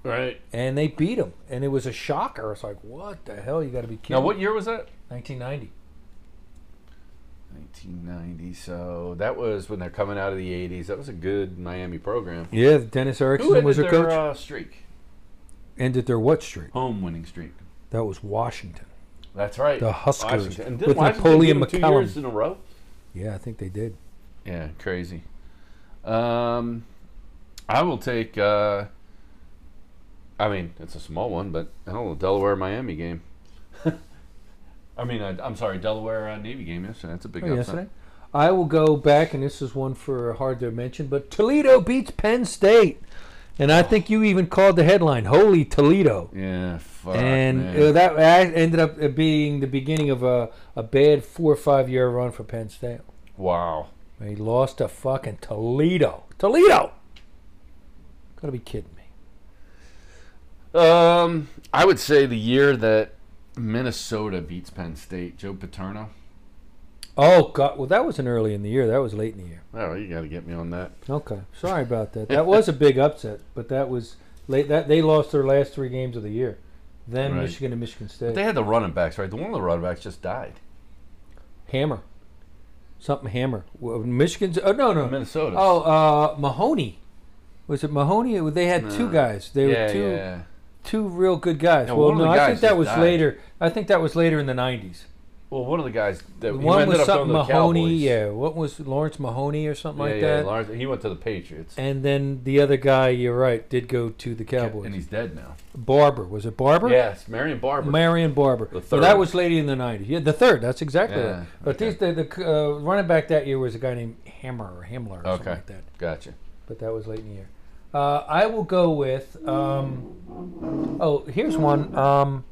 [SPEAKER 1] Right.
[SPEAKER 2] and they beat them, and it was a shocker. It's like, what the hell? You got to be kidding!
[SPEAKER 1] Now, what year was that?
[SPEAKER 2] 1990.
[SPEAKER 1] 1990. So that was when they're coming out of the 80s. That was a good Miami program.
[SPEAKER 2] Yeah, Dennis
[SPEAKER 1] Who
[SPEAKER 2] Erickson
[SPEAKER 1] ended
[SPEAKER 2] was their
[SPEAKER 1] their
[SPEAKER 2] coach.
[SPEAKER 1] Uh, streak?
[SPEAKER 2] Ended their what streak?
[SPEAKER 1] Home winning streak.
[SPEAKER 2] That was Washington.
[SPEAKER 1] That's right.
[SPEAKER 2] The Huskers
[SPEAKER 1] Washington. And didn't
[SPEAKER 2] with
[SPEAKER 1] Washington
[SPEAKER 2] Napoleon
[SPEAKER 1] beat 'em
[SPEAKER 2] McCallum.
[SPEAKER 1] Two years in a row.
[SPEAKER 2] Yeah, I think they did.
[SPEAKER 1] Yeah, crazy. Um, I will take. Uh, I mean, it's a small one, but hell, Delaware Miami game. [laughs] I mean, I, I'm sorry, Delaware uh, Navy game yesterday. That's a big
[SPEAKER 2] Oh,
[SPEAKER 1] upset.
[SPEAKER 2] yesterday. I will go back, and this is one for hard to mention, but Toledo beats Penn State, and I think you even called the headline "Holy Toledo."
[SPEAKER 1] Yeah, fuck.
[SPEAKER 2] and
[SPEAKER 1] man.
[SPEAKER 2] uh, that that ended up uh, being the beginning of a, a bad four or five year run for Penn State.
[SPEAKER 1] wow.
[SPEAKER 2] They lost to fucking Toledo. Toledo! Gotta be kidding me.
[SPEAKER 1] Um, I would say the year that Minnesota beats Penn State, Joe Paterno.
[SPEAKER 2] Oh, God. Well, that wasn't early in the year. That was late in the year.
[SPEAKER 1] Oh, you got to get me on that.
[SPEAKER 2] Okay. Sorry about that. That was a big upset, but that was late. That They lost their last three games of the year. Then
[SPEAKER 1] Right.
[SPEAKER 2] Michigan and Michigan State.
[SPEAKER 1] They had the running backs, right? The one of the running backs just died.
[SPEAKER 2] hammer. Something hammer. Well, Michigan's. Oh, no, no.
[SPEAKER 1] Minnesota.
[SPEAKER 2] Oh, uh, Mahoney. Was it Mahoney? They had two
[SPEAKER 1] Nah.
[SPEAKER 2] guys. They
[SPEAKER 1] yeah,
[SPEAKER 2] were two.
[SPEAKER 1] yeah.
[SPEAKER 2] two real good guys.
[SPEAKER 1] Yeah,
[SPEAKER 2] well,
[SPEAKER 1] one of
[SPEAKER 2] no,
[SPEAKER 1] the
[SPEAKER 2] I
[SPEAKER 1] guys
[SPEAKER 2] think that
[SPEAKER 1] just
[SPEAKER 2] was
[SPEAKER 1] died.
[SPEAKER 2] later. I think that was later in the '90s.
[SPEAKER 1] Well, one of the guys that he
[SPEAKER 2] One
[SPEAKER 1] ended
[SPEAKER 2] was
[SPEAKER 1] up going
[SPEAKER 2] something
[SPEAKER 1] to the
[SPEAKER 2] Mahoney.
[SPEAKER 1] Cowboys.
[SPEAKER 2] Yeah, what was Lawrence Mahoney or something
[SPEAKER 1] yeah,
[SPEAKER 2] like
[SPEAKER 1] yeah,
[SPEAKER 2] that?
[SPEAKER 1] Lawrence- he went to the Patriots,
[SPEAKER 2] and then the other guy, you're right, did go to the Cowboys.
[SPEAKER 1] and he's dead now.
[SPEAKER 2] Barber was it Barber?
[SPEAKER 1] Yes, Marion Barber.
[SPEAKER 2] Marion Barber.
[SPEAKER 1] The
[SPEAKER 2] So that
[SPEAKER 1] third.
[SPEAKER 2] was later in the '90s. Yeah, the third. That's exactly
[SPEAKER 1] Yeah,
[SPEAKER 2] right. But
[SPEAKER 1] okay.
[SPEAKER 2] these the, the uh, running back that year was a guy named Hammer or Himmler or something
[SPEAKER 1] Okay.
[SPEAKER 2] like that.
[SPEAKER 1] gotcha.
[SPEAKER 2] but that was late in the year. Uh, I will go with. Um, oh, here's one. Um,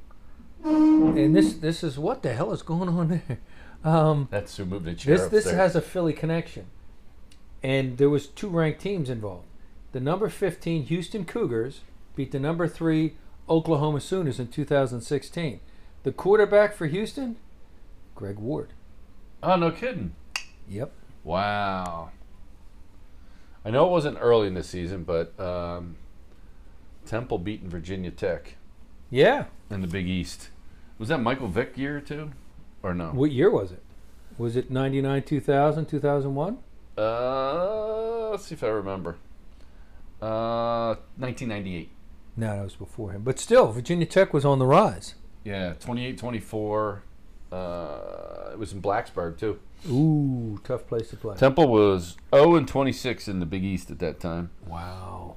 [SPEAKER 2] and this this is what the hell is going on there? [laughs] Um,
[SPEAKER 1] That's who moved the chair
[SPEAKER 2] this
[SPEAKER 1] up
[SPEAKER 2] this
[SPEAKER 1] there.
[SPEAKER 2] has a Philly connection, and there was two ranked teams involved. The number 15 Houston Cougars beat the number three Oklahoma Sooners in 2016. The quarterback for Houston, Greg Ward.
[SPEAKER 1] oh, no kidding.
[SPEAKER 2] Yep.
[SPEAKER 1] Wow. I know it wasn't early in the season, but um, Temple beating Virginia Tech
[SPEAKER 2] Yeah.
[SPEAKER 1] in the Big East. Was that Michael Vick year or two? Or no?
[SPEAKER 2] What year was it? Was it 99, 2000, 2001?
[SPEAKER 1] Uh, let's see if I remember. Uh, 1998.
[SPEAKER 2] No, that was before him. But still, Virginia Tech was on the rise.
[SPEAKER 1] Yeah, 28 24. Uh, it was in Blacksburg, too.
[SPEAKER 2] Ooh, tough place to play.
[SPEAKER 1] Temple was 0 and 26 in the Big East at that time.
[SPEAKER 2] Wow.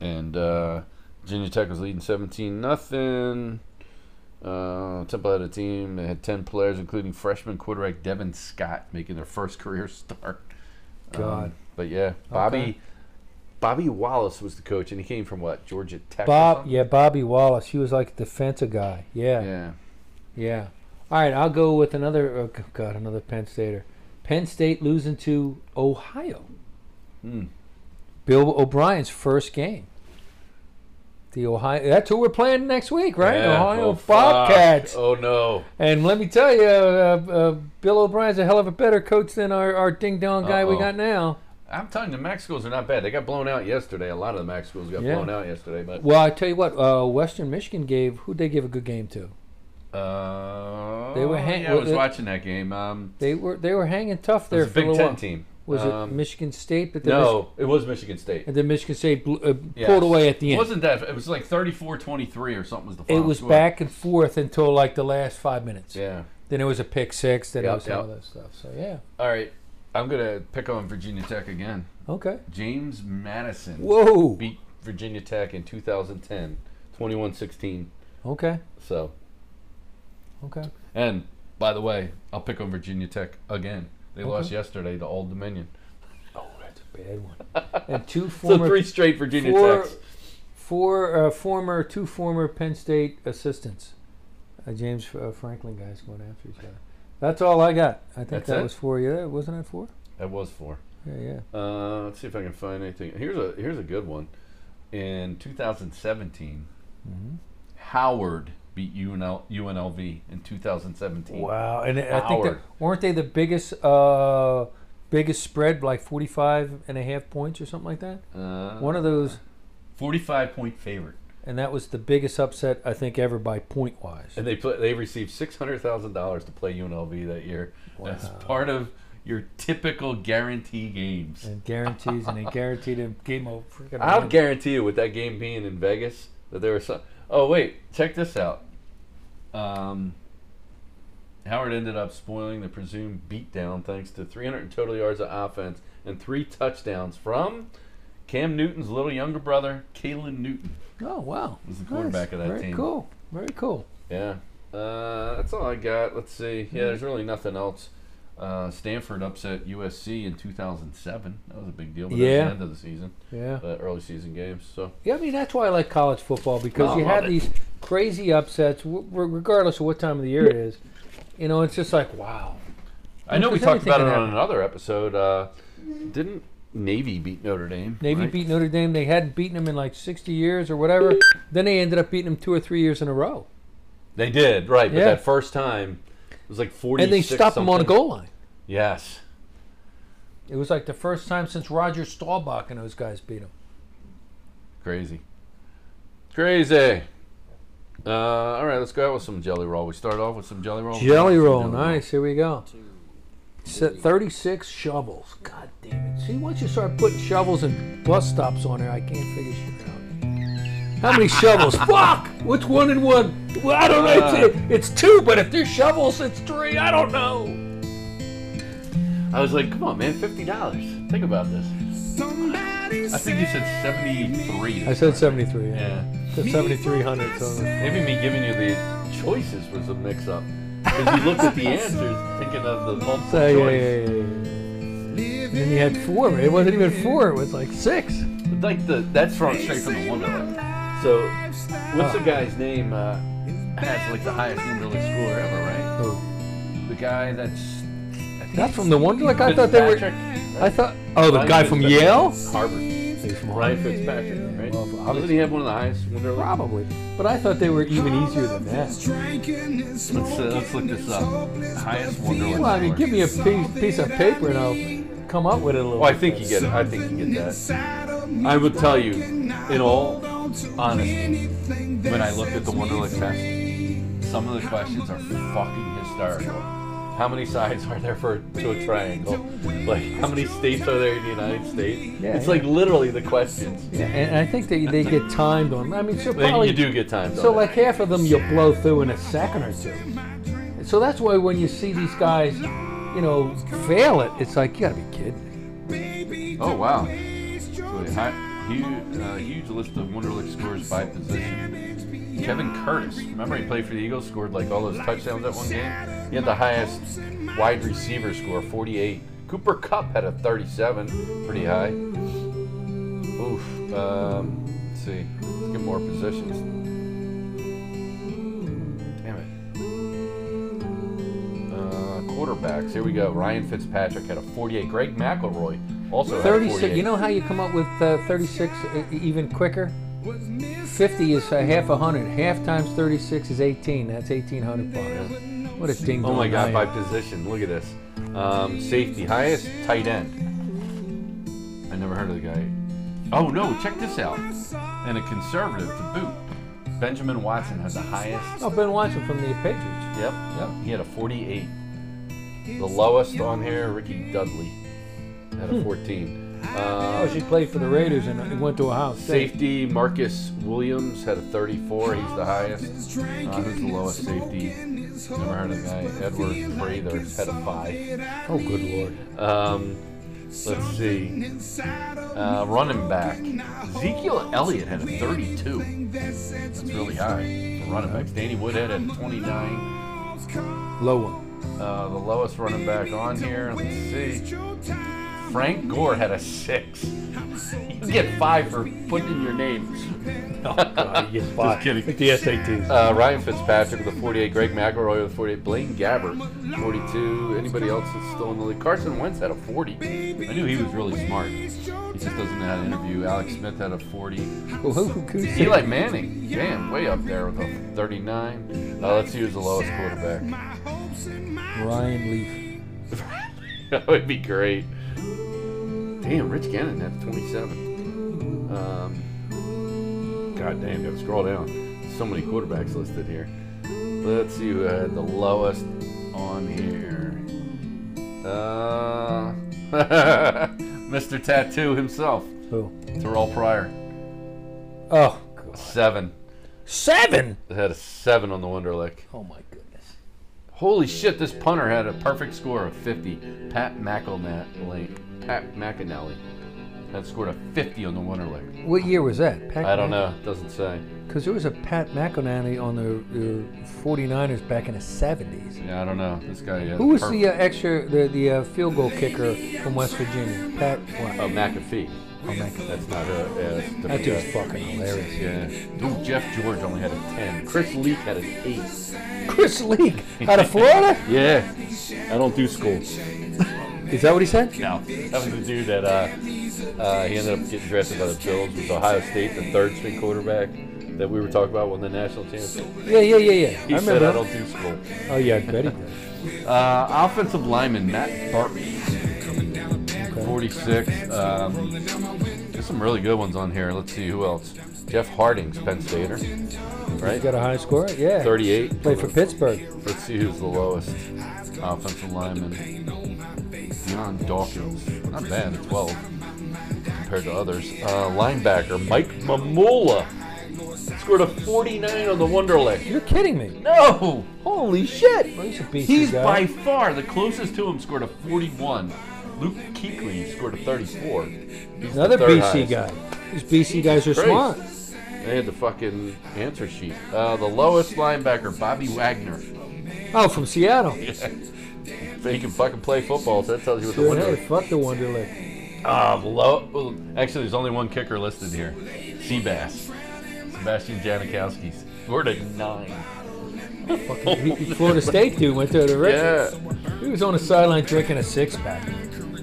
[SPEAKER 1] and uh, Virginia Tech was leading 17 nothing. Uh, Temple had a team that had 10 players, including freshman quarterback Devin Scott, making their first career [laughs] start. Um,
[SPEAKER 2] God.
[SPEAKER 1] but yeah, Bobby
[SPEAKER 2] Okay.
[SPEAKER 1] Bobby Wallace was the coach, and he came from what Georgia Tech. or
[SPEAKER 2] Bob,
[SPEAKER 1] something?
[SPEAKER 2] yeah, Bobby Wallace. He was like a defensive guy. Yeah, yeah.
[SPEAKER 1] yeah.
[SPEAKER 2] All right, I'll go with another. Oh, g- God, another Penn Stater. Penn State losing to Ohio.
[SPEAKER 1] Hmm.
[SPEAKER 2] Bill O'Brien's first game. The Ohio. That's who we're playing next week, right?
[SPEAKER 1] Yeah.
[SPEAKER 2] Ohio
[SPEAKER 1] Oh, fuck.
[SPEAKER 2] Bobcats.
[SPEAKER 1] Oh no,
[SPEAKER 2] And let me tell you, uh, uh, Bill O'Brien's a hell of a better coach than our, our ding dong guy we
[SPEAKER 1] Uh-oh.
[SPEAKER 2] got now.
[SPEAKER 1] I'm telling you, the Mac schools are not bad. They got blown out yesterday. A lot of the Mac schools got
[SPEAKER 2] Yeah.
[SPEAKER 1] blown out yesterday, but
[SPEAKER 2] Well, I tell you what, uh, Western Michigan gave who they give a good game to.
[SPEAKER 1] uh,
[SPEAKER 2] They were hang-
[SPEAKER 1] yeah, I was
[SPEAKER 2] they-
[SPEAKER 1] watching that game. Um,
[SPEAKER 2] They were they were hanging
[SPEAKER 1] it was
[SPEAKER 2] tough there
[SPEAKER 1] a
[SPEAKER 2] for a
[SPEAKER 1] Big
[SPEAKER 2] little
[SPEAKER 1] Ten
[SPEAKER 2] while.
[SPEAKER 1] team.
[SPEAKER 2] Was it
[SPEAKER 1] Um,
[SPEAKER 2] Michigan State? But then Mich-
[SPEAKER 1] No, it was Michigan State.
[SPEAKER 2] and then Michigan State blew, uh,
[SPEAKER 1] Yes.
[SPEAKER 2] pulled away at the
[SPEAKER 1] It
[SPEAKER 2] end.
[SPEAKER 1] wasn't that. It was like 34-23 or something was the
[SPEAKER 2] It
[SPEAKER 1] final
[SPEAKER 2] was
[SPEAKER 1] score.
[SPEAKER 2] back and forth until like the last five minutes.
[SPEAKER 1] Yeah.
[SPEAKER 2] Then it was a pick six. Then it
[SPEAKER 1] Yep,
[SPEAKER 2] was all
[SPEAKER 1] yep.
[SPEAKER 2] that stuff. So yeah,
[SPEAKER 1] All right. I'm gonna pick on Virginia Tech again.
[SPEAKER 2] okay.
[SPEAKER 1] James Madison
[SPEAKER 2] Whoa.
[SPEAKER 1] beat Virginia Tech in 2010, 21-16.
[SPEAKER 2] Okay.
[SPEAKER 1] So,
[SPEAKER 2] Okay.
[SPEAKER 1] and by the way, I'll pick on Virginia Tech again. They lost yesterday to Old Dominion.
[SPEAKER 2] Oh, that's a bad one. [laughs] And two
[SPEAKER 1] [laughs] So
[SPEAKER 2] former
[SPEAKER 1] three straight Virginia
[SPEAKER 2] four,
[SPEAKER 1] Techs.
[SPEAKER 2] four uh, former, two former Penn State assistants, uh, James uh, Franklin guys going after each other. That's all I got. I think
[SPEAKER 1] That's
[SPEAKER 2] that
[SPEAKER 1] it?
[SPEAKER 2] was four. Yeah, wasn't that four?
[SPEAKER 1] That was four.
[SPEAKER 2] Yeah, yeah.
[SPEAKER 1] Uh, let's see if I can find anything. Here's a
[SPEAKER 2] Mm-hmm.
[SPEAKER 1] here's a good one. In 2017, Howard beat UNL, UNLV in 2017.
[SPEAKER 2] Wow, and I think
[SPEAKER 1] Howard.
[SPEAKER 2] that, weren't they the biggest uh, biggest spread like 45 and a half points or something like that?
[SPEAKER 1] Uh,
[SPEAKER 2] One of those
[SPEAKER 1] 45 point favorite.
[SPEAKER 2] and that was the biggest upset I think ever by point wise.
[SPEAKER 1] And they play, they received six hundred thousand dollars to play UNLV that year. That's part of your typical guarantee games.
[SPEAKER 2] And guarantees and they guaranteed a game of freaking
[SPEAKER 1] I'll
[SPEAKER 2] win.
[SPEAKER 1] guarantee you, with that game being in Vegas, that there was some. Oh wait, check this out. Um, Howard ended up spoiling the presumed beatdown thanks to 300 total yards of offense and three touchdowns from Cam Newton's little younger brother, Kalen Newton.
[SPEAKER 2] Oh wow.
[SPEAKER 1] Was the quarterback of that
[SPEAKER 2] Very
[SPEAKER 1] team.
[SPEAKER 2] cool. Very cool.
[SPEAKER 1] Yeah. Uh, that's all I got. Let's see. Yeah, there's really nothing else. Uh, Stanford upset USC in 2007. That was a big deal, but that was
[SPEAKER 2] Yeah.
[SPEAKER 1] the end of the season,
[SPEAKER 2] Yeah.
[SPEAKER 1] uh, early season games. So
[SPEAKER 2] Yeah, I mean that's why I like college football because
[SPEAKER 1] Oh,
[SPEAKER 2] you
[SPEAKER 1] I love
[SPEAKER 2] have
[SPEAKER 1] it.
[SPEAKER 2] these crazy upsets, w- r- regardless of what time of the year it is. You know, it's just like wow.
[SPEAKER 1] I know we
[SPEAKER 2] Because
[SPEAKER 1] talked about it
[SPEAKER 2] everything can
[SPEAKER 1] on
[SPEAKER 2] happen.
[SPEAKER 1] another episode. Uh, didn't Navy beat Notre Dame?
[SPEAKER 2] Navy
[SPEAKER 1] right?
[SPEAKER 2] beat Notre Dame. They hadn't beaten them in like 60 years or whatever. Then they ended up beating them two or three years in a row,
[SPEAKER 1] They did, right? But
[SPEAKER 2] Yeah.
[SPEAKER 1] that first time it was like 40.
[SPEAKER 2] and they stopped them on a goal line.
[SPEAKER 1] Yes.
[SPEAKER 2] It was like the first time since Roger Staubach and those guys beat them.
[SPEAKER 1] Crazy. Crazy. Uh, all right, let's go out with some jelly roll. We start off with some jelly roll.
[SPEAKER 2] Jelly
[SPEAKER 1] Some
[SPEAKER 2] roll,
[SPEAKER 1] Jelly
[SPEAKER 2] Oh, nice. Here we go. Se- 36 shovels. God damn it. See, once you start putting shovels and bus stops on there, I can't figure shit out. How many [laughs] shovels? Fuck! What's one and one? Well, I don't know. It's, it's two, but if there's shovels, it's three. I don't know.
[SPEAKER 1] I was like, come on, man, fifty dollars. Think about this. I think you said seventy-three.
[SPEAKER 2] I said 73. Yeah.
[SPEAKER 1] Yeah.
[SPEAKER 2] Said 7,300. So.
[SPEAKER 1] Maybe me giving you the choices was a mix-up because you looked at the answers, thinking of the multiple
[SPEAKER 2] So, Oh, yeah,
[SPEAKER 1] choice.
[SPEAKER 2] yeah, yeah, yeah. Then you had four. It wasn't even four. It was like six.
[SPEAKER 1] But Like the that's from straight from the Wonderland. So, what's the guy's name? Uh, has like the highest Wonderland score ever, right? The guy that's I think
[SPEAKER 2] That's from the Wonderlic. I thought they were.
[SPEAKER 1] Fitzpatrick?
[SPEAKER 2] I thought. Oh, the
[SPEAKER 1] Ryan
[SPEAKER 2] guy from
[SPEAKER 1] Fitzpatrick.
[SPEAKER 2] Yale.
[SPEAKER 1] Harvard. Ryan Fitzpatrick, right?
[SPEAKER 2] Well,
[SPEAKER 1] Doesn't he have one of the highest Wonderland?
[SPEAKER 2] Probably. But I thought they were even easier than that.
[SPEAKER 3] Let's,
[SPEAKER 1] Let's, uh, [laughs] let's look this up. Highest Wonderland.
[SPEAKER 2] Well, I mean,
[SPEAKER 1] score.
[SPEAKER 2] give me a piece, piece of paper and I'll come up with it a little.
[SPEAKER 1] Oh, I
[SPEAKER 2] bit
[SPEAKER 1] think you
[SPEAKER 2] better.
[SPEAKER 1] get it. I think you get that. I would tell you, in all honesty, when I looked at the Wonderlic test, some of the questions are fucking hysterical. How many sides are there for to a triangle? Like, how many states are there in the United States?
[SPEAKER 2] Yeah,
[SPEAKER 1] it's
[SPEAKER 2] yeah.
[SPEAKER 1] like literally the questions.
[SPEAKER 2] Yeah, and and I think they, they get timed on. I mean, so
[SPEAKER 1] Then
[SPEAKER 2] probably
[SPEAKER 1] you do get times.
[SPEAKER 2] So
[SPEAKER 1] on it.
[SPEAKER 2] like half of them you blow through in a second or two. So that's why when you see these guys, you know, fail it, it's like you gotta be kidding.
[SPEAKER 1] oh wow, so a hi- huge, uh, huge list of Wonderlic scores by position. Kevin Curtis, remember he played for the Eagles, scored like all those touchdowns that one game. He had the highest wide receiver score, 48. Cooper Cup had a 37, pretty high. Oof. Um, let's see, let's get more positions. Damn it. Uh, quarterbacks. Here we go. Ryan Fitzpatrick had a 48. Greg McElroy also had a
[SPEAKER 2] 36.
[SPEAKER 1] 48.
[SPEAKER 2] You know how you come up with uh, 36 uh, even quicker? 50 is uh, half a hundred. Half times 36 is 18. That's 1800 bucks. What a ding
[SPEAKER 1] Oh my God! By position, look at this. Um, safety highest, tight end. I never heard of the guy. Oh no! Check this out. And a conservative to boot. Benjamin Watson had the highest.
[SPEAKER 2] I've been watching from the Patriots.
[SPEAKER 1] Yep, yep. He had a 48. The lowest on here, Ricky Dudley, had a 14.
[SPEAKER 2] Oh,
[SPEAKER 1] Uh,
[SPEAKER 2] she played for the Raiders and it went to Ohio State.
[SPEAKER 1] safety Marcus Williams had a 34. He's the highest. Uh, who's the lowest safety? Never heard of the guy. Edward Prather had a five.
[SPEAKER 2] Oh, good lord.
[SPEAKER 1] Um, let's see. Uh, running back. Ezekiel Elliott had a 32. That's really high for running backs. Danny Woodhead had a 29.
[SPEAKER 2] Low one. [laughs]
[SPEAKER 1] Uh, the lowest running back on here. Let's see. Frank Gore had a six. You get five for putting in your name. [laughs]
[SPEAKER 3] God, you get five.
[SPEAKER 1] kidding.
[SPEAKER 3] Like the SATs.
[SPEAKER 1] Uh, Ryan Fitzpatrick with a 48. Greg McElroy with a 48. Blaine Gabbert, 42. Anybody else that's still in the league? Carson Wentz had a 40. I knew he was really smart. He just doesn't know how to interview. Alex Smith had a 40. Eli Manning, damn, way up there with a 39. Uh, let's see who's the lowest quarterback.
[SPEAKER 2] Ryan Leaf.
[SPEAKER 1] [laughs] that would be great. Damn, Rich Gannon had 27. Um, God damn, Um, gotta scroll down. So many quarterbacks listed here. Let's see who had the lowest on here. Uh, [laughs] Mr. Tattoo himself,
[SPEAKER 2] Who?
[SPEAKER 1] Terrell Pryor,
[SPEAKER 2] Oh, God.
[SPEAKER 1] seven.
[SPEAKER 3] Seven.
[SPEAKER 1] They had a seven on the Wonderlick.
[SPEAKER 2] Oh, my goodness.
[SPEAKER 1] Holy shit, this punter had a perfect score of 50. Pat McElnally. Pat McAnally had scored a 50 on the winner leg.
[SPEAKER 2] What year was that? Pat
[SPEAKER 1] I don't know. Doesn't say.
[SPEAKER 2] Because there was a Pat McEnany on the, the 49ers back in the 70s.
[SPEAKER 1] Yeah, I don't know. This guy. had
[SPEAKER 2] Who was
[SPEAKER 1] perfect-
[SPEAKER 2] the uh, extra, the, the uh, field goal kicker from West Virginia? Pat what?
[SPEAKER 1] Oh, McAfee.
[SPEAKER 2] Oh, my-
[SPEAKER 1] That's not her. Yeah, that's the-
[SPEAKER 2] That dude's
[SPEAKER 1] yeah.
[SPEAKER 2] fucking hilarious.
[SPEAKER 1] Yeah. Dude, Jeff George only had a 10. Chris Leak had an 8.
[SPEAKER 2] Chris Leak out of Florida?
[SPEAKER 1] Yeah.
[SPEAKER 3] I don't do school.
[SPEAKER 2] Is that what he said?
[SPEAKER 1] No. That was the dude that uh, uh, he ended up getting drafted by the Bills with Ohio State, the third string quarterback that we were talking about won the national championship.
[SPEAKER 2] Yeah, yeah, yeah, yeah.
[SPEAKER 1] He
[SPEAKER 2] I
[SPEAKER 1] said, I
[SPEAKER 2] remember.
[SPEAKER 1] don't do school.
[SPEAKER 2] him. Oh, yeah, I
[SPEAKER 1] [laughs]
[SPEAKER 2] bet he did.
[SPEAKER 1] Uh, offensive lineman Matt Bartley, 46. Um, there's some really good ones on here. Let's see who else. Jeff Harding's Penn Stater,
[SPEAKER 2] He
[SPEAKER 1] right?
[SPEAKER 2] got a high score? Yeah.
[SPEAKER 1] 38.
[SPEAKER 2] Played for Pittsburgh.
[SPEAKER 1] Let's see who's the lowest offensive lineman. Deion Dawkins, not bad at 12 compared to others. Uh, linebacker Mike Mamula scored a 49 on the Wonderlick.
[SPEAKER 2] You're kidding me.
[SPEAKER 1] No,
[SPEAKER 2] Holy shit. Well, he's a beast,
[SPEAKER 1] He's
[SPEAKER 2] guy.
[SPEAKER 1] by far the closest to him. Scored a 41. Luke Kuechly scored a 34. He's the
[SPEAKER 2] Another
[SPEAKER 1] third
[SPEAKER 2] BC
[SPEAKER 1] highest.
[SPEAKER 2] guy. These BC guys are
[SPEAKER 1] Christ.
[SPEAKER 2] smart.
[SPEAKER 1] They had the fucking answer sheet. Uh, the lowest linebacker, Bobby Wagner. [laughs]
[SPEAKER 2] Oh, from Seattle.
[SPEAKER 1] But he can fucking play football. So that tells you what the
[SPEAKER 2] Dude,
[SPEAKER 1] window.
[SPEAKER 2] hey,
[SPEAKER 1] is.
[SPEAKER 2] fuck the Wonderlic.
[SPEAKER 1] Uh, the low. well, Actually, there's only one kicker listed here. Seabass, Sebastian Janikowski. Scored a nine.
[SPEAKER 2] Fucking he- he- Florida State dude went there to
[SPEAKER 1] Oh. Yeah.
[SPEAKER 2] Richards. He was on the sideline drinking a six pack.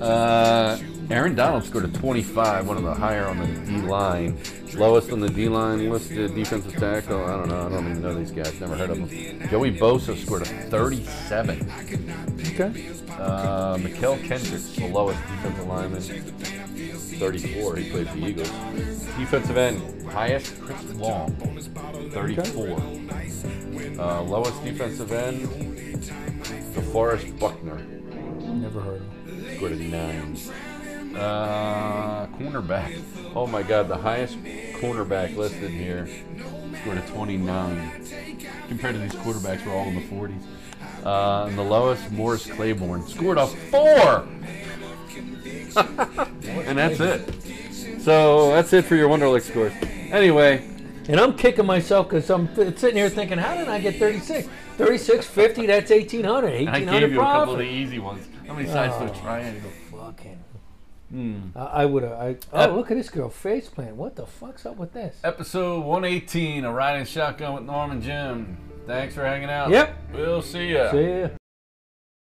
[SPEAKER 1] Uh, Aaron Donald scored a 25, one of the higher on the D line. Lowest on the D line listed defensive tackle. I don't know. I don't even know these guys. Never heard of them. Joey Bosa scored a 37.
[SPEAKER 2] Okay.
[SPEAKER 1] Uh, Mikel Kendricks, the lowest defensive lineman, 34. He played for the Eagles. Defensive end, highest Chris Long, 34. Uh, lowest defensive end, DeForest Buckner,
[SPEAKER 2] Never heard of him.
[SPEAKER 1] Scored a nine. Uh, cornerback. Oh my God, the highest cornerback listed here scored a 29. Compared to these quarterbacks, we're all in the 40s. Uh, and the lowest, Morris Claiborne, scored a four. [laughs] and that's it. So that's it for your Wonderlic scores. Anyway,
[SPEAKER 2] And I'm kicking myself because I'm th- sitting here thinking, how did I get 36? 36, 50, that's 1,800.
[SPEAKER 1] I
[SPEAKER 2] 1,800
[SPEAKER 1] gave you a couple of e- the
[SPEAKER 2] profit.
[SPEAKER 1] easy ones. How many sides to a triangle?
[SPEAKER 2] Fucking.
[SPEAKER 1] Hmm.
[SPEAKER 2] I, I would have. I,
[SPEAKER 1] Uh,
[SPEAKER 2] oh, look at this girl face plant. What the fuck's up with this?
[SPEAKER 1] Episode 118 of Riding Shotgun with Norman Jim. Thanks for hanging out.
[SPEAKER 2] Yep.
[SPEAKER 1] We'll see ya.
[SPEAKER 2] See ya.